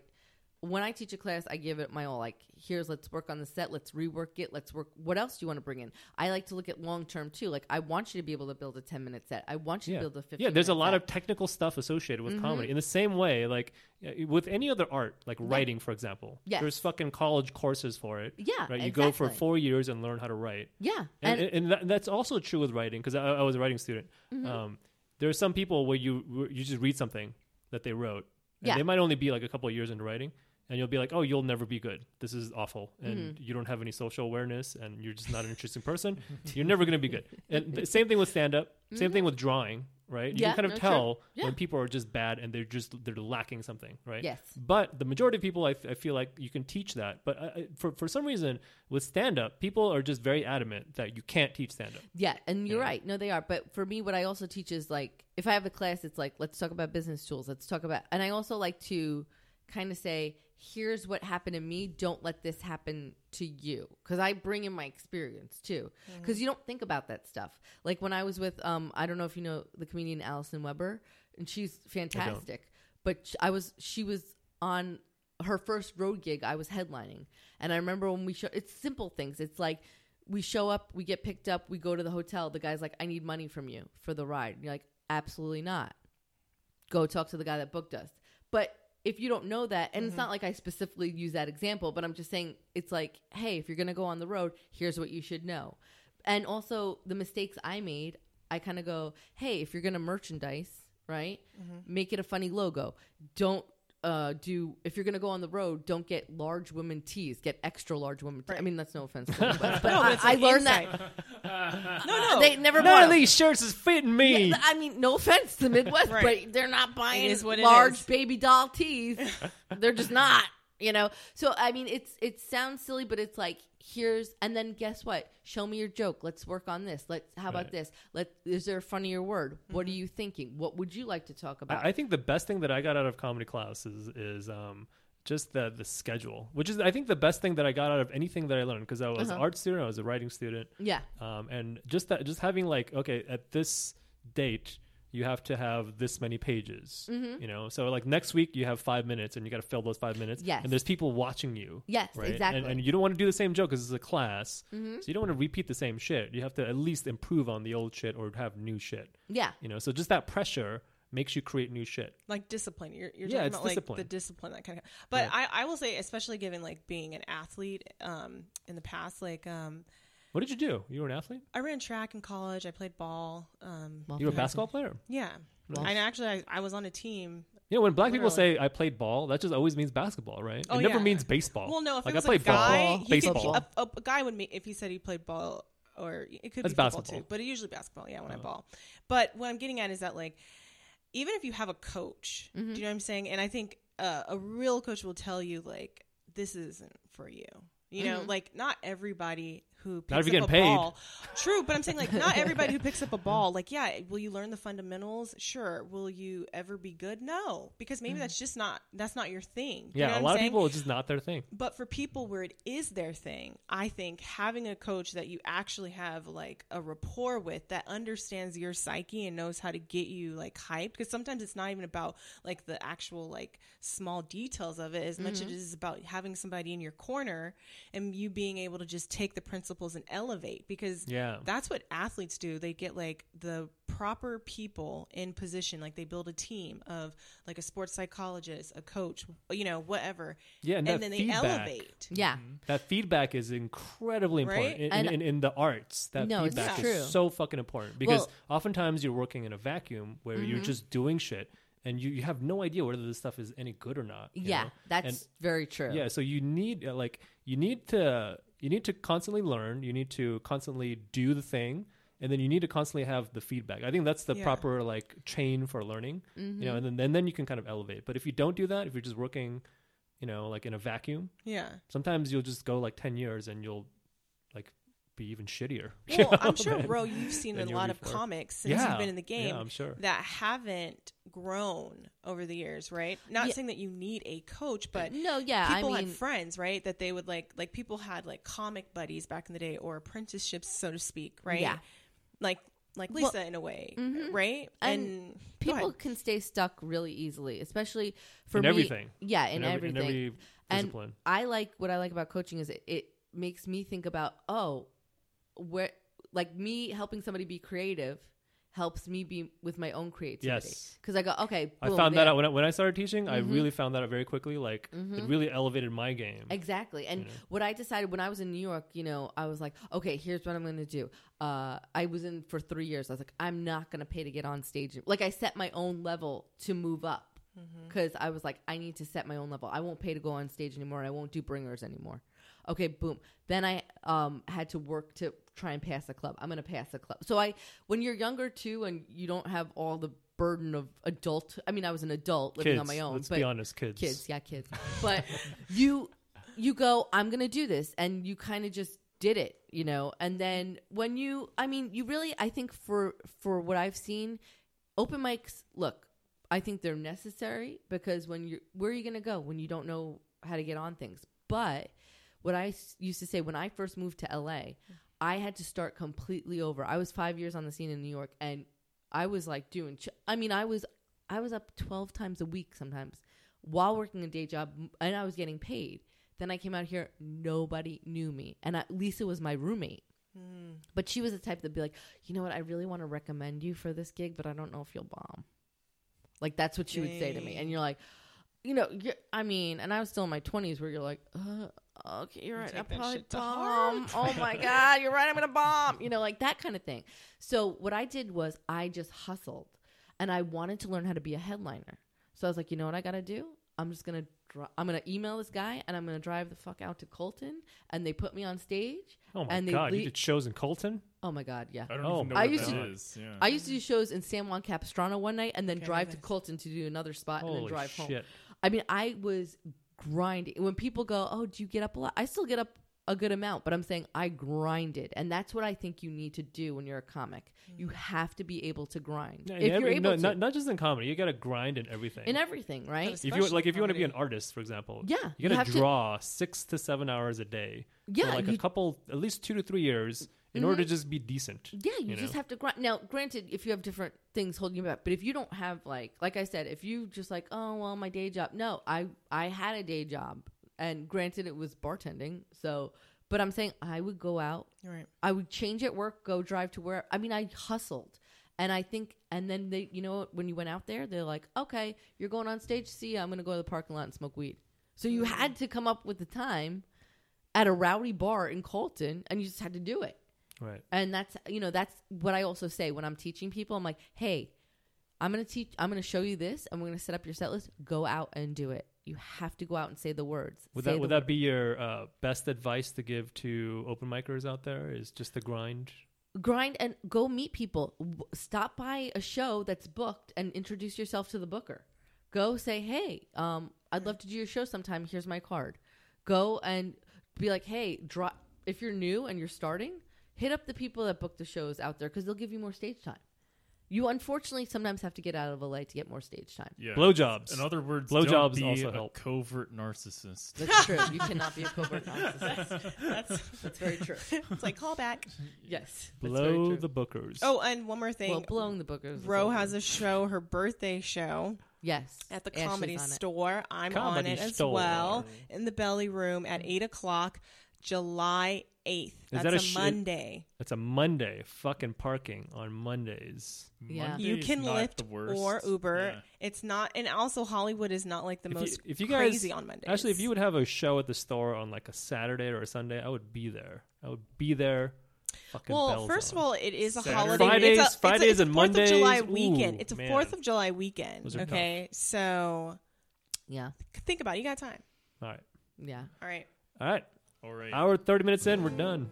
S4: when I teach a class, I give it my all. Like, here's let's work on the set, let's rework it, let's work. What else do you want to bring in? I like to look at long term too. Like, I want you to be able to build a 10 minute set. I want you
S2: yeah.
S4: to build a 15.
S2: yeah there's a
S4: minute
S2: lot
S4: set. Mm-hmm.
S2: of technical stuff associated with comedy in the same way like uh, with any other art like writing for example
S4: Yes.
S2: there's fucking college courses for it
S4: Yeah,
S2: right you go for
S4: exactly.
S2: four years and learn how to write
S4: yeah,
S2: and, and, that, that's also true with writing because I, I was a writing student
S4: Mm-hmm.
S2: um, there are some people where you where you just read something that they wrote and
S4: Yeah.
S2: they might only be like a couple of years into writing and you'll be like oh you'll never be good this is awful and
S4: Mm-hmm.
S2: you don't have any social awareness and you're just not an interesting person you're never going to be good and the same thing with stand up same thing with drawing right you
S4: Mm-hmm. Yeah,
S2: can kind of
S4: no, true.
S2: tell
S4: Yeah.
S2: when people are just bad and they're just they're lacking something right
S4: Yes.
S2: but the majority of people I, f- I feel like you can teach that but I, I, for, for some reason with stand up people are just very adamant that you can't teach stand up
S4: Yeah, and you're
S2: Yeah.
S4: right. No, they are. But for me, what I also teach is like, if I have a class, it's like, let's talk about business tools. Let's talk about, and I also like to kind of say, here's what happened to me. Don't let this happen to you. Cause I bring in my experience too. Cause you don't think about that stuff. Like when I was with, um, I don't know if you know the comedian Allison Weber, and she's fantastic. But sh- I was, she was on her first road gig I was headlining. And I remember when we show it's simple things. It's like we show up, we get picked up, we go to the hotel. The guy's like, "I need money from you for the ride." And you're like, "Absolutely not." Go talk to the guy that booked us. But if you don't know that,
S3: Mm-hmm.
S4: and it's not like I specifically use that example, but I'm just saying it's like, "Hey, if you're going to go on the road, here's what you should know." And also the mistakes I made, I kind of go, "Hey, if you're going to merchandise, right?
S3: Mm-hmm.
S4: Make it a funny logo. Don't uh, do if you're gonna go on the road, don't get large women tees. Get extra large women. Tees. I
S3: Right.
S4: mean, that's no offense, to them, but, but
S3: No,
S4: I,
S3: it's
S4: I
S3: an
S4: learned that
S3: insight. No, Oh. no.
S4: they never
S2: none
S4: bought
S2: of
S4: them.
S2: these shirts is fitting me
S4: Yeah, I mean, no offense to Midwest,
S3: Right.
S4: but they're not buying
S3: is what it
S4: large
S3: is.
S4: baby doll tees. they're just not, you know. So I mean, it's it sounds silly, but it's like here's and then guess what? Show me your joke. Let's work on this. Let's how about
S2: Right.
S4: this? Let is there a funnier word? What
S3: Mm-hmm.
S4: are you thinking? What would you like to talk about?
S2: I, I think the best thing that I got out of comedy class is is um just the the schedule, which is I think the best thing that I got out of anything that I learned because I was an
S4: Uh-huh.
S2: art student, I was a writing student,
S4: yeah,
S2: um, and just that just having like okay at this date you have to have this many pages,
S3: Mm-hmm.
S2: you know. So like next week you have five minutes and you got to fill those five minutes.
S4: Yes.
S2: and there's people watching you.
S4: Yes,
S2: right? And-
S4: exactly.
S2: And, you don't want to do the same joke because it's a class,
S3: Mm-hmm.
S2: so you don't want to repeat the same shit. You have to at least improve on the old shit or have new shit.
S4: yeah.
S2: You know, so just that pressure makes you create new shit.
S3: like discipline. You're, you're
S2: Yeah,
S3: talking
S2: it's
S3: about
S2: discipline.
S3: like the discipline that kind of. But I, I will say, especially given like being an athlete, um, in the past, like um,
S2: What did you do? You were an athlete?
S3: I ran track in college. I played ball. Um,
S2: You were a basketball player?
S3: yeah, and actually, I, I was on a team.
S2: You know, when black people say I played ball, that just always means basketball, right?
S3: Oh,
S2: it never
S3: yeah.
S2: means baseball.
S3: Well, no, if
S2: like
S3: it was
S2: I played
S3: a guy,
S2: ball,
S3: he
S2: baseball.
S3: Could, a, a guy would make if he said he played ball, or it could
S2: That's
S3: be football
S2: basketball. Oh.
S3: too. But usually basketball. Yeah, when I ball. But what I'm getting at is that like, even if you have a coach, do you know what I'm saying? And I think uh, a real coach will tell you like, this isn't for you. You know, like not everybody who picks
S2: Not if you're
S3: up
S2: getting
S3: a
S2: paid.
S3: ball. True, but I'm saying like not everybody who picks up a ball. Like, yeah, will you learn the fundamentals? Sure. Will you ever be good? No, because maybe that's just not that's not your thing. You
S2: Mm-hmm. yeah,
S3: know what
S2: a
S3: I'm
S2: lot of
S3: saying?
S2: people it's just not their thing.
S3: but for people where it is their thing i think having a coach that you actually have like a rapport with that understands your psyche and knows how to get you like hyped because sometimes it's not even about like the actual like small details of it as much as it is about having somebody in your corner and you being able to just take the principles and elevate because
S2: Yeah.
S3: that's what athletes do. They get like the proper people in position. Like they build a team of like a sports psychologist, a coach, you know, whatever.
S2: Yeah, and that
S3: then
S2: feedback.
S3: they elevate.
S4: Yeah.
S2: That feedback is incredibly important
S3: Right?
S2: in,
S4: And-
S2: in, in, the arts. That
S4: No, it's
S2: feedback
S4: true.
S2: is so fucking important because
S4: Well- Mm-hmm.
S2: oftentimes you're working in a vacuum where you're just doing shit and you, you have no idea whether this stuff is any good or not. you
S4: Yeah,
S2: know?
S4: that's
S2: And-
S4: very true.
S2: Yeah, so you need uh, like you need to you need to constantly learn. You need to constantly do the thing, and then you need to constantly have the feedback. I think that's the
S3: Yeah. Mm-hmm.
S2: proper like chain for learning. You know, and then, then then you can kind of elevate. But if you don't do that, if you're just working, you know, like in a vacuum,
S3: Yeah.
S2: sometimes you'll just go like ten years and you'll like be even shittier. you
S3: Well,
S2: know,
S3: I'm sure,
S2: than-
S3: Ro, you've seen a
S2: than you were
S3: lot of
S2: before.
S3: comics since
S2: Yeah.
S3: you've been in the game
S2: Yeah, I'm sure.
S3: that haven't grown over the years, right? Not
S4: Yeah.
S3: saying that you need a coach, but
S4: no, yeah, I
S3: people
S4: mean,
S3: had friends, right? That they would like, like people had like comic buddies back in the day, or apprenticeships, so to speak, right?
S4: Yeah.
S3: Like, like
S4: Well- Mm-hmm.
S3: Lisa in a way, right?
S4: And
S3: go
S4: people
S3: ahead.
S4: can stay stuck really easily, especially for
S2: In
S4: me-
S2: everything.
S4: Yeah, in,
S2: every-
S4: everything.
S2: every
S4: And
S2: discipline.
S4: I like what I like about coaching is it, it makes me think about oh, where like me helping somebody be creative helps me be with my own creativity.
S2: Yes.
S4: because I go okay.
S2: I
S4: boom,
S2: found that
S4: there.
S2: out when I, when I started teaching. I
S3: Mm-hmm.
S2: really found that out very quickly. Like it really elevated my game.
S4: Exactly. And what I decided when I was in New York, you know, I was like, okay, here's what I'm going to do. Uh, I was in for three years. I was like, I'm not going to pay to get on stage. Like, I set my own level to move up because I was like, I need to set my own level. I won't pay to go on stage anymore. I won't do bringers anymore. Okay, boom. Then I um, had to work to try and pass a club. I'm going to pass a club. So I, when you're younger too, and you don't have all the burden of adult. I mean, I was an adult living
S2: kids,
S4: on my own.
S2: Let's
S4: but
S2: be honest, kids.
S4: kids yeah kids but you you go i'm gonna do this and you kind of just did it you know and then when you i mean you really i think for for what i've seen open mics look i think they're necessary because when you're where are you gonna go when you don't know how to get on things but what i s- used to say when i first moved to la i had to start completely over i was five years on the scene in new york and i was like doing ch- i mean i was i was up 12 times a week sometimes while working a day job m- and I was getting paid. Then I came out here, nobody knew me. And I, Lisa was my roommate. But she was the type that'd be like, you know what, I really want to recommend you for this gig, but I don't know if you'll bomb. Like, that's what she would say to me. And you're like, you know, you're, I mean, and I was still in my 20s where you're like, uh, okay, you're right.
S3: take
S4: I'll
S3: that
S4: probably
S3: shit to
S4: bomb. Oh my God, you're right. I'm going to bomb. You know, like that kind of thing. So what I did was I just hustled and I wanted to learn how to be a headliner. So I was like, you know what I got to do? I'm just going to dri I'm going to email this guy and I'm going to drive the fuck out to Colton and they put me on stage.
S2: Oh my
S4: and they
S2: god,
S4: lea-
S2: you did shows in Colton.
S4: Oh my god, yeah.
S1: I don't
S2: Oh,
S1: even know
S2: I
S1: what
S4: used
S1: that
S4: to-
S1: is. Yeah.
S4: I used to do shows in San Juan Capistrano one night and then
S3: Okay, I know
S4: drive to
S3: this.
S4: Colton to do another spot and
S2: Holy
S4: then drive
S2: shit!
S4: home. I mean, I was grinding. When people go, "Oh, do you get up a lot?" I still get up a good amount, but I'm saying I grinded, and that's what I think you need to do when you're a comic. You have to be able to grind
S2: Yeah, in
S4: if
S2: every-
S4: you're able
S2: no,
S4: to
S2: not, not just in comedy, you got to grind in everything.
S4: in everything, right?
S3: That
S2: if you like, if you want to be
S3: Especially
S2: an artist, for example,
S4: Yeah, you
S2: you got
S4: have
S2: to
S4: to-
S2: draw six to seven hours a day.
S4: Yeah,
S2: for like a
S4: you- Mm-hmm.
S2: couple, at least two to three years, in order to just be decent.
S4: Yeah, you, just
S2: know?
S4: have to grind. Now, granted, if you have different things holding you back, but if you don't have like, like I said, if you just like, oh well, my day job. No, I I had a day job, and granted, it was bartending. So, but I'm saying I would go out
S3: Right.
S4: I would change at work, go drive to where. I mean, I hustled, and I think, and then they, you know, what, when you went out there, they're like, okay, you're going on stage. See, ya. I'm going to go to the parking lot and smoke weed. So you had to come up with the time at a rowdy bar in Colton, and you just had to do it.
S2: Right.
S4: And that's you know that's what I also say when I'm teaching people. I'm like, hey, I'm gonna teach. I'm gonna show you this, and we're gonna set up your set list. Go out and do it. You have to go out and say the words.
S2: Would
S4: Say
S2: that
S4: the
S2: would that be your uh, best advice to give to open micers out there? Is just the grind.
S4: grind and go meet people W- stop by a show that's booked and introduce yourself to the booker go say hey um i'd love to do your show sometime here's my card go and be like hey drop if you're new and you're starting hit up the people that book the shows out there because they'll give you more stage time you unfortunately sometimes have to get out of la to get more stage time
S1: Yeah.
S2: Blowjobs.
S1: In other words,
S2: Blowjobs
S1: don't be
S2: also
S1: a
S2: help.
S1: covert narcissist.
S4: that's true you cannot be a covert narcissist
S3: That's
S4: that's very true
S3: it's like callback.
S4: yes that's very
S2: Blow
S4: true.
S2: the bookers.
S3: Oh, and one more
S4: well
S3: thing.
S4: blowing the bookers is
S3: Ro
S4: over.
S3: has a show, her birthday show.
S4: yes
S3: at the
S4: Ashley's
S3: comedy
S4: on it.
S3: store. I'm
S2: Comedy
S3: on it as
S2: store.
S3: well in the belly room at eight o'clock, July eighth. That's
S2: that a
S3: a,
S2: sh-
S3: Monday.
S2: It's a Monday. Fucking parking on Mondays.
S4: Yeah.
S1: Monday
S3: You
S1: is
S3: can
S1: not
S3: Lyft
S1: the worst.
S3: or Uber.
S1: Yeah.
S3: It's not, and also Hollywood is not like the most
S2: if you, if you guys,
S3: crazy on Mondays.
S2: Actually, if you would have a show at the store on like a Saturday or a Sunday, I would be there. I would be there. Fucking
S3: well,
S2: bells
S3: first
S2: on.
S3: of all, it is a
S1: Saturday.
S3: holiday.
S2: Fridays-
S3: it's a,
S2: Fridays
S3: it's a, it's a
S2: and
S3: Fourth of July
S2: Mondays. Ooh,
S3: weekend. it's a
S2: man.
S3: Fourth of July
S2: Those
S3: weekend.
S2: are tough.
S3: Okay, so
S4: yeah
S3: think about it. You got time.
S2: all right,
S4: yeah
S3: All right.
S2: all right.
S1: All right.
S2: Hour 30 minutes in, we're done.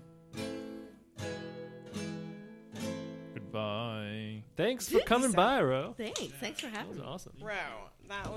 S1: Goodbye.
S2: Thanks for coming by, Ro.
S4: Thanks. Thanks for
S2: That
S4: having
S2: was
S4: me.
S2: awesome.
S3: Bro, that was.